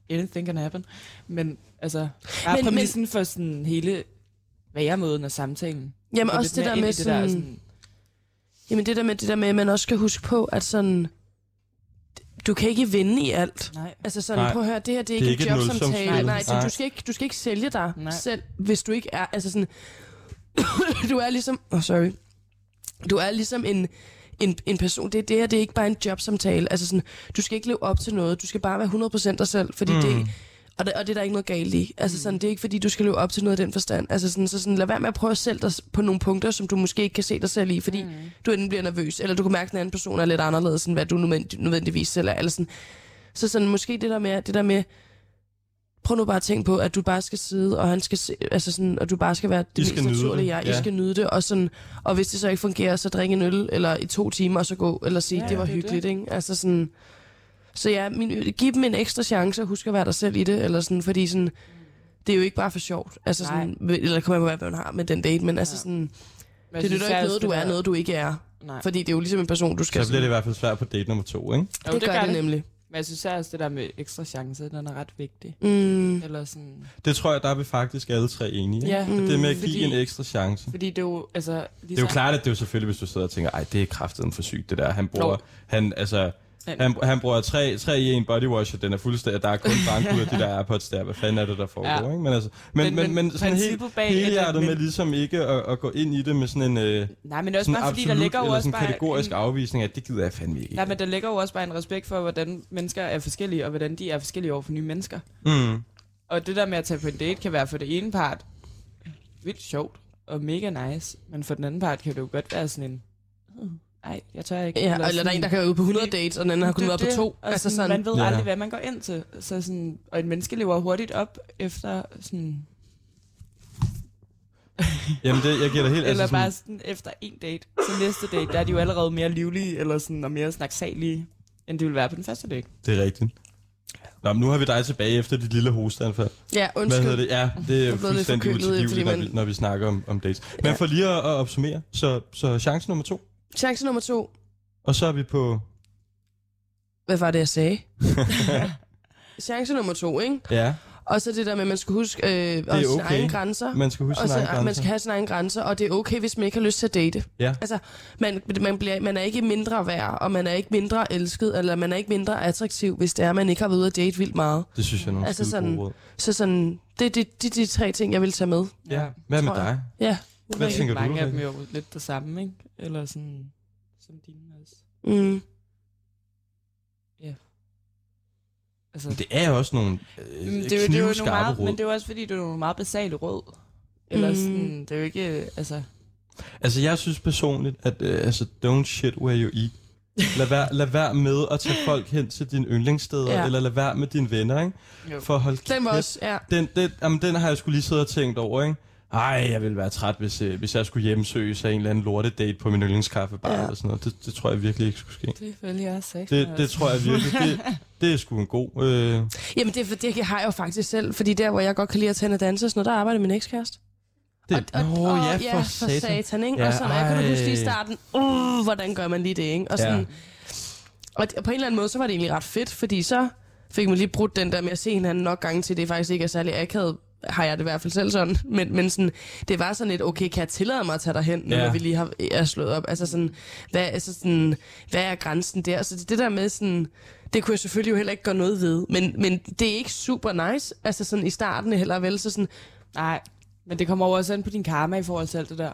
anything can happen. Men altså, der er Men- præmissen men, for sådan hele væremåden og samtalen. jamen Og også lidt det mere der ind i med sådan... der Jamen det der med, det der med at man også skal huske på, at sådan, du kan ikke vinde i alt. nej. Altså sådan, Nej. nej, prøv at høre, det her det er Det er ikke ikke, et en jobsamtale. Nej, nulsumsspil. nej, så Nej. du skal ikke, du skal ikke sælge dig nej. Nej. selv, hvis du ikke er, altså sådan, du er ligesom, oh, sorry, du er ligesom en, en, en person, det, det her det er ikke bare en jobsamtale, altså sådan, du skal ikke leve op til noget, du skal bare være 100% dig selv, fordi mm. det, Og det, og det er der ikke noget galt i. Altså sådan, det er ikke fordi, du skal leve op til noget af den forstand. Altså sådan, så sådan, lad være med at prøve at sælge dig s- på nogle punkter, som du måske ikke kan se dig selv i, fordi mm. du enten bliver nervøs, eller du kan mærke, at den anden person er lidt anderledes, end hvad du nødvendig- nødvendigvis selv er. Eller sådan. Så sådan, måske det der med, det der med, prøv nu bare at tænke på, at du bare skal sidde, og han skal se, altså sådan, og du bare skal være det skal mest nyde naturlige, det, jeg. I ja. skal nyde det, og, sådan, og hvis det så ikke fungerer, så drikke en øl, eller i to timer, og så gå, eller sige, Ja, ja, det var det er hyggeligt, ikke? Altså sådan, så ja, min, giv dem en ekstra chance, og husk at være dig selv i det, eller sådan, fordi sådan, det er jo ikke bare for sjovt, altså Nej. sådan, eller kommer jeg på, hvad man har med den date, men altså sådan, Men jeg det synes nytter ikke særligt, noget, du det er der- noget, du ikke er, Nej. fordi det er jo ligesom en person, du skal Så bliver det i hvert fald svært på date nummer to, ikke? Jo, det, det gør det nemlig. Men jeg synes særligt, det der med ekstra chancer, den er ret vigtig. Mm, Eller sådan... Det tror jeg, der er vi faktisk alle tre enige. Ja. Ja, Mm, Det med at give Fordi- en ekstra chance. fordi det er jo... Altså, Det er jo klart, at det er jo selvfølgelig, hvis du sidder og tænker, ej, det er kraften for sygt, det der. Han bruger, Jo. han, altså, Men- han, han bruger tre, tre i en body wash, og den er fuldstændig, der er kun bankbud, de der AirPods der. Hvad fanden er det, der foregår, Ja. ja. ikke? Men, altså, men, men, men, men sådan princippet helt, bag, hele at- hjertet men- med ligesom ikke at, at, gå ind i det med sådan en, øh, Nej, men det er også sådan bare, fordi der absolut, ligger jo eller også sådan bare... kategorisk en, afvisning af, det gider jeg fandme ikke. Nej, men der ligger jo også bare en respekt for, hvordan mennesker er forskellige, og hvordan de er forskellige over for nye mennesker. mm. Og det der med at tage på en date kan være for det ene part vildt sjovt og mega nice, men for den anden part kan det jo godt være sådan en... Nej, jeg tør ikke. ja, eller der er en, der kan være ude på 100 dates, og den anden har kun Det er været på det. to. Og Altså sådan, sådan, man ved Ja. ja. aldrig, hvad man går ind til. Så sådan, og et menneske lever hurtigt op efter sådan, Jamen, det, jeg giver dig helt... eller altså, sådan, bare sådan, efter en date. Så næste date, der er de jo allerede mere livlige eller sådan, og mere snaksalige, end det ville være på den første date. Det er rigtigt. Nå, men nu har vi dig tilbage efter dit lille hosteanfald. ja, Hvad hedder undskyld. det? Ja, det er lidt fuldstændig forkølet, utilgiveligt, fordi når, man- vi, når vi snakker om, om dates. Men Ja. for lige at, at opsummere, så, så chance nummer to, Chance nummer to. og så er vi på... Hvad var det, jeg sagde? Chance nummer to, ikke? Ja, Og så det der med, at man skal huske øh, og sine okay. egne grænser. man skal huske og sine så, egne grænser. man skal have sine egne grænser, og det er okay, hvis man ikke har lyst til at date. Ja. Altså, man, man, bliver, man er ikke mindre værd, og man er ikke mindre elsket, eller man er ikke mindre attraktiv, hvis det er, man ikke har været ude at date vildt meget. Det synes jeg er nogle Altså altså sådan- sådan... råd. Så sådan, det er de, de, de tre ting, jeg vil tage med. Ja, hvad med tror jeg. dig? Ja. Hvad tænker du, mange af dem Ulrik? er jo lidt det samme, ikke? Eller sådan, som dine også. Mm. Altså, Men Det er jo også nogle øh, Men det, er jo- det er jo nogle knivskarpe meget, råd. men det er jo også fordi, det er nogle meget basale råd. Eller Mm. sådan, det er jo ikke, altså... Altså, jeg synes personligt, at øh, altså, don't shit where you eat. Lad være, lad være med at tage folk hen til dine yndlingssteder, Ja. ja. eller lad være med dine venner, ikke? Jo. For at holde Den var kæft. også, ja. Den, den, jamen, den har jeg skulle lige siddet og tænkt over, ikke? Ej, jeg ville være træt, hvis, øh, hvis jeg skulle hjemsøges af en eller anden lortedate på min yndlingskaffebar Ja. ja. eller sådan noget. Det, det tror jeg virkelig ikke skulle ske. Det følger jeg også Det, det tror jeg virkelig. Det, det er sgu en god... Øh, Jamen, det, er for- det har jeg jo faktisk selv, fordi der, hvor jeg godt kan lide at tage en danse, og sådan noget, der arbejder min ekskæreste. det, Nå, ja, for, for satan. satan, ikke? Ja, Ja, og sådan, og jeg kunne da ej. huske lige i starten, uh, hvordan gør man lige det, ikke? Og, sådan, ja. Ja. og det- på en eller anden måde, så var det egentlig ret fedt, fordi så fik man lige brudt den der med at se hinanden nok gange til, det faktisk ikke er særlig akavet, har jeg det i hvert fald selv sådan, men, men sådan, det var sådan lidt, okay, kan jeg tillade mig at tage dig hen, når Ja. vi lige har, er slået op? Altså sådan, hvad, altså sådan, hvad er grænsen der? Så det der med sådan, det kunne jeg selvfølgelig jo heller ikke gøre noget ved, men, men det er ikke super nice, altså sådan i starten heller vel, så sådan, Nej, men det kommer jo også an på din karma i forhold til alt det der.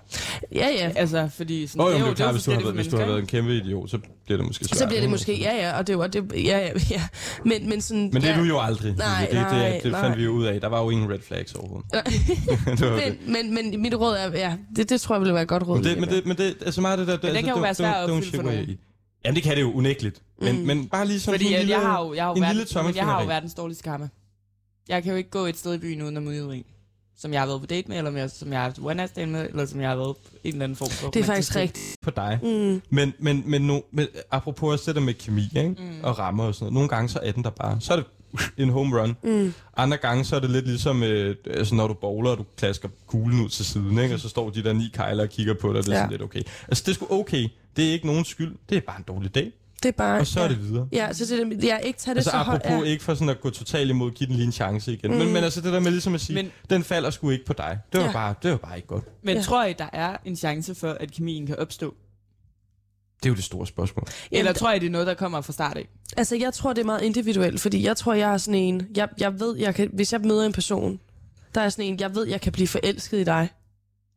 ja ja, Altså, fordi... Sådan, Nå, jo, det men er det er jo klart, hvis du, har forskelligt været, for hvis du har mennesker, været en kæmpe idiot, så bliver det måske svært. Så bliver det ikke? måske, ja ja, og det var det, ja ja, ja. Men, men sådan... Men det er ja. du jo aldrig. Nej, det, det, nej, det, det nej. fandt vi jo ud af. Der var jo ingen red flags overhovedet. Nej. det var det. Men, men, men mit råd er, ja, det, det tror jeg ville være et godt råd. Men det, men det, men det, altså meget af det der... den altså, kan jo don't- være svær don't- at don't opfylde shit for where you nogen. eat. Jamen, det kan det jo unægteligt. Men, men bare lige som Fordi sådan en jeg, lille, jeg har jo, jeg har jo, en verdens, lille men jeg har jo tommelfingerregel. verdens dårligste karma. Jeg kan jo ikke gå et sted i byen uden at møde en, som jeg har været på date med, eller med, som jeg har haft one night stand med, eller som jeg har været på en eller anden form for det er faktisk romantisk rigtigt. på dig. Mm. Men, men, men, no, men apropos også det der med kemi ikke? Mm. og rammer og sådan noget. Nogle gange så er den der bare. Så er det en home run. Mm. Andre gange så er det lidt ligesom, øh, altså når du bowler, og du klasker kuglen ud til siden, ikke? og så står de der ni kejler og kigger på dig, og det er Ja. sådan lidt okay. Altså det er sgu okay. Det er ikke nogen skyld. Det er bare en dårlig dag. Det er bare... Og så ja. er det videre. Ja, så det, er- ja, ikke tage det Altså så højt. apropos Ja. ikke for sådan at gå totalt imod, give den lige en chance igen. Mm. Men, men altså det der med ligesom at sige, Men- men, den falder sgu ikke på dig. Det var, Ja. ja. bare, det var bare ikke godt. Men Ja. ja. tror I, der er en chance for, at kemien kan opstå? Det er jo det store spørgsmål. Jamen, Eller tror I, det er noget, der kommer fra start af? Altså, jeg tror, det er meget individuelt, fordi jeg tror, jeg er sådan en... Jeg, jeg ved, jeg kan, hvis jeg møder en person, der er sådan en, jeg ved, jeg kan blive forelsket i dig.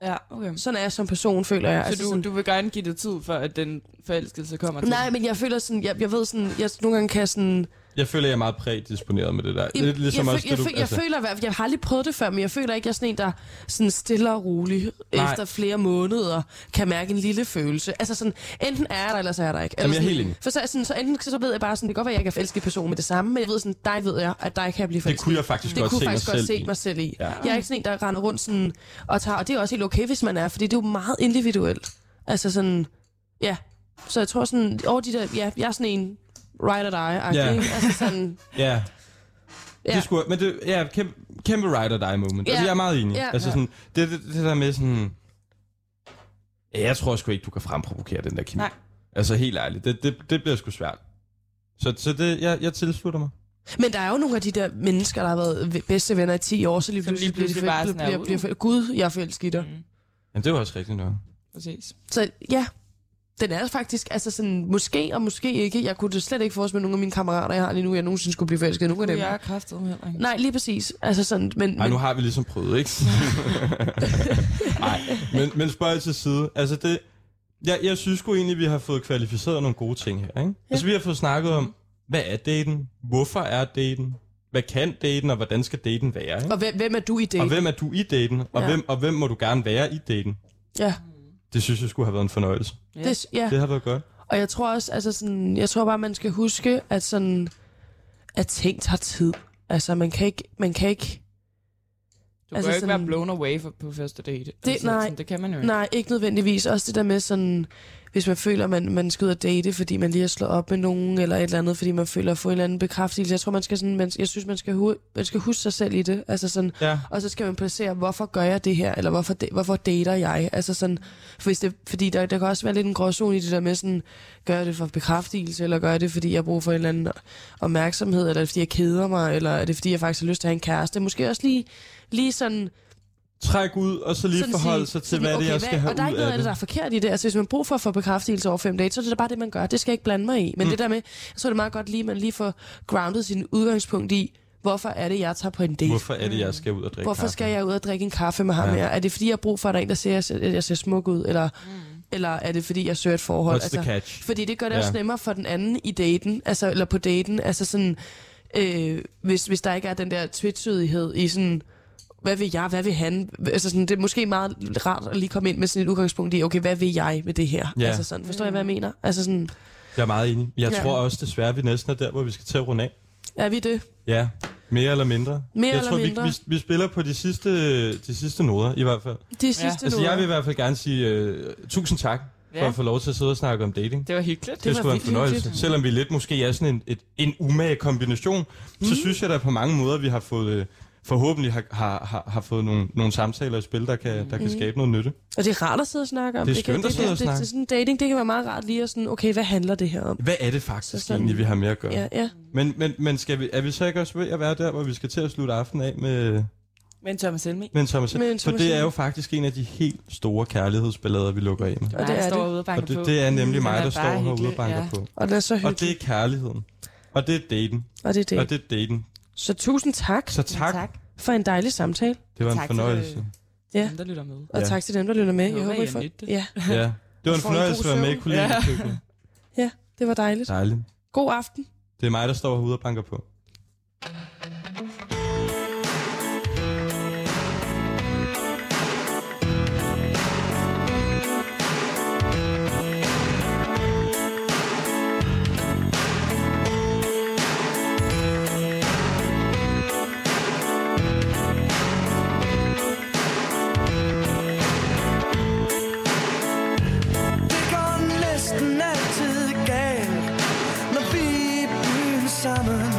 Ja, okay. Sådan er jeg som person, føler jeg. Så altså, du, sådan, du vil gerne give det tid for, at den forelskelse kommer til? Nej, men jeg føler sådan, jeg, jeg ved sådan, jeg, nogle gange kan jeg sådan, Jeg føler, jeg er meget prædisponeret med det der. Jamen, Lidt ligesom jeg, også, føl- jeg, det, du, føl- jeg føler i hvert fald, jeg har aldrig prøvet det før, men jeg føler ikke, jeg er sådan en, der sådan stille og rolig Nej. efter flere måneder kan mærke en lille følelse. Altså sådan, enten er jeg der, eller så er jeg der ikke. Jamen, Eller jeg er helt enig. sådan, for så, er jeg sådan, så enten så ved jeg bare sådan, det kan godt være, jeg ikke er forelsket i personen med det samme, men jeg ved sådan, dig ved jeg, at dig kan jeg blive det forelsket kunne jeg faktisk det godt kunne se faktisk mig godt selv se i. mig selv i. Ja. Ja. Jeg er ikke sådan en, der render rundt sådan og tager, og det er også helt okay, hvis man er, fordi det er jo meget individuelt. Altså sådan, ja. Så jeg tror sådan, over de der, ja, jeg er sådan en ride or die Ja. ja. Altså sådan, Ja. Ja. ja. Det skulle, men det ja, kæmpe, kæmpe ride or die moment. Ja. Ja. Altså, jeg er meget enig. Ja. Ja. Altså, Ja. sådan, det, det, det der med sådan... Ja, Jeg tror sgu ikke, du kan fremprovokere den der kemi. Nej. Altså helt ærligt, det, det, det bliver sgu svært. Så, så det, jeg, jeg tilslutter mig. Men der er jo nogle af de der mennesker, der har været v- bedste venner i 10 år, så lige Som lige pludselig, pludselig bare bliver, sådan er bliver, ude. bliver, bliver, Gud, jeg er forelsket i dig. Mm. Jamen, det er jo også rigtigt nok. Præcis. Så ja, den er faktisk, altså sådan, måske og måske ikke. Jeg kunne det slet ikke forestille mig, nogle af mine kammerater, jeg har lige nu, jeg nogensinde skulle blive forelsket i nogen af dem. Jeg er kræftet heller ikke. Nej, lige præcis. Altså sådan, men, Nej, men nu har vi ligesom prøvet, ikke? Nej, men, men spørg til side. Altså, det, jeg, jeg synes sgu egentlig, vi har fået kvalificeret nogle gode ting her, ikke? Ja. Altså, vi har fået snakket om, hvad er daten? Hvorfor er daten? Hvad kan daten, og hvordan skal daten være, ikke? og hvem, hvem er du i det? Og hvem er du i daten? Og, Ja. ja. hvem, og hvem må du gerne være i daten? Ja, Det synes jeg skulle have været en fornøjelse. det, ja. Det har været godt. Og jeg tror også, altså sådan, jeg tror bare, man skal huske, at sådan, at ting tager tid. Altså, man kan ikke, man kan ikke, Du Altså altså kan jo ikke sådan- være blown away for, på første date. Det, nej. Altså, Sådan, det kan man jo ikke. nej, ikke nødvendigvis. Også det der med sådan, hvis man føler, man, man skal ud og date, fordi man lige har slået op med nogen, eller et eller andet, fordi man føler at få en eller anden bekræftelse. Jeg tror, man skal sådan, man, jeg synes, man skal, hu- man skal huske sig selv i det. Altså sådan, Ja. og så skal man placere, hvorfor gør jeg det her, eller hvorfor, de, hvorfor dater jeg? Altså sådan, for hvis det, fordi der, der kan også være lidt en gråzone i det der med sådan, gør jeg det for bekræftelse, eller gør jeg det, fordi jeg har brug for en eller anden opmærksomhed, eller er det, fordi jeg keder mig, eller er det, fordi jeg faktisk har lyst til at have en kæreste? Måske også lige, lige sådan... Træk ud, og så lige sådan sådan forholde sig til, sige, hvad okay, det er, jeg skal have Og der er ikke ud noget af af det, der er forkert i det. Altså, hvis man har brug for at få bekræftelse over fem dage, så er det da bare det, man gør. Det skal jeg ikke blande mig i. Men mm. det der med, så er det meget godt lige, at man lige får grounded sin udgangspunkt i, hvorfor er det, jeg tager på en date? Hvorfor er det, jeg skal ud og drikke Hvorfor kaffe? skal jeg ud og drikke en kaffe med ham Ja. her? Er det fordi, jeg har brug for, at der er en, der ser, at jeg ser smuk ud? Eller, mm. eller er det fordi, jeg søger et forhold? Altså, What's the catch? Fordi det gør det Ja. også nemmere for den anden i daten, altså, eller på daten. Altså sådan, øh, hvis, hvis der ikke er den der tvetydighed i sådan, hvad vil jeg, hvad vil han? Altså sådan, det er måske meget rart at lige komme ind med sådan et udgangspunkt i, okay, hvad vil jeg med det her? Ja. Altså sådan, forstår jeg, hvad jeg mener? Altså sådan, Jeg er meget enig. Jeg Ja. tror også desværre, vi næsten er der, hvor vi skal til at runde af. er vi det? Ja, mere eller mindre. Mere jeg eller tror, mindre. Vi, vi, vi spiller på de sidste, de sidste noder, i hvert fald. De sidste Altså, noder. jeg vil i hvert fald gerne sige øh, tusind tak for Ja. at få lov til at sidde og snakke om dating. Det, Det var hyggeligt. det var skulle være en vildt fornøjelse. hyggeligt. Selvom vi lidt måske er sådan en, et, en umage kombination, mm. så synes jeg da på mange måder, vi har fået... Øh, forhåbentlig har, har, har, har fået nogle, nogle samtaler i spil, der kan, der kan skabe noget nytte. Mm. Og det er rart at sidde og snakke om. Det er kan- skønt at det, sidde og det, det, snakke. det, sådan dating, det kan være meget rart lige at sådan, okay, hvad handler det her om? Hvad er det faktisk sådan- egentlig, vi har med at gøre? Ja, ja. Men, men, men skal vi, er vi så ikke også ved at være der, hvor vi skal til at slutte aftenen af med, Men Thomas Helmi. med en Thomas? Med en For Thomas det er Helmig. jo faktisk en af de helt store kærlighedsballader, vi lukker af med. Og det er står ude og banker Og det, på. Mm, det er nemlig Den mig, er der bare står herude og hyggelig, banker ja. på. Og den er så Og det hyggelig. er kærligheden. Og det er daten. Og det er det. Og det er daten. Så tusind tak Så tak. tak. for en dejlig samtale. Det var en Tak for fornøjelse. det. Ja. Ja. Dem, der lytter med. Og Ja. tak til dem, der lytter med. Jeg håber, håber, I I har nydt får... det. Ja, Ja. Det var en får en fornøjelse god at være med i søvn. kollegiet. ja, det var dejligt. Dejligt. God aften. Det er mig, der står herude og banker på. Det går næsten altid galt, når vi er i byen sammen.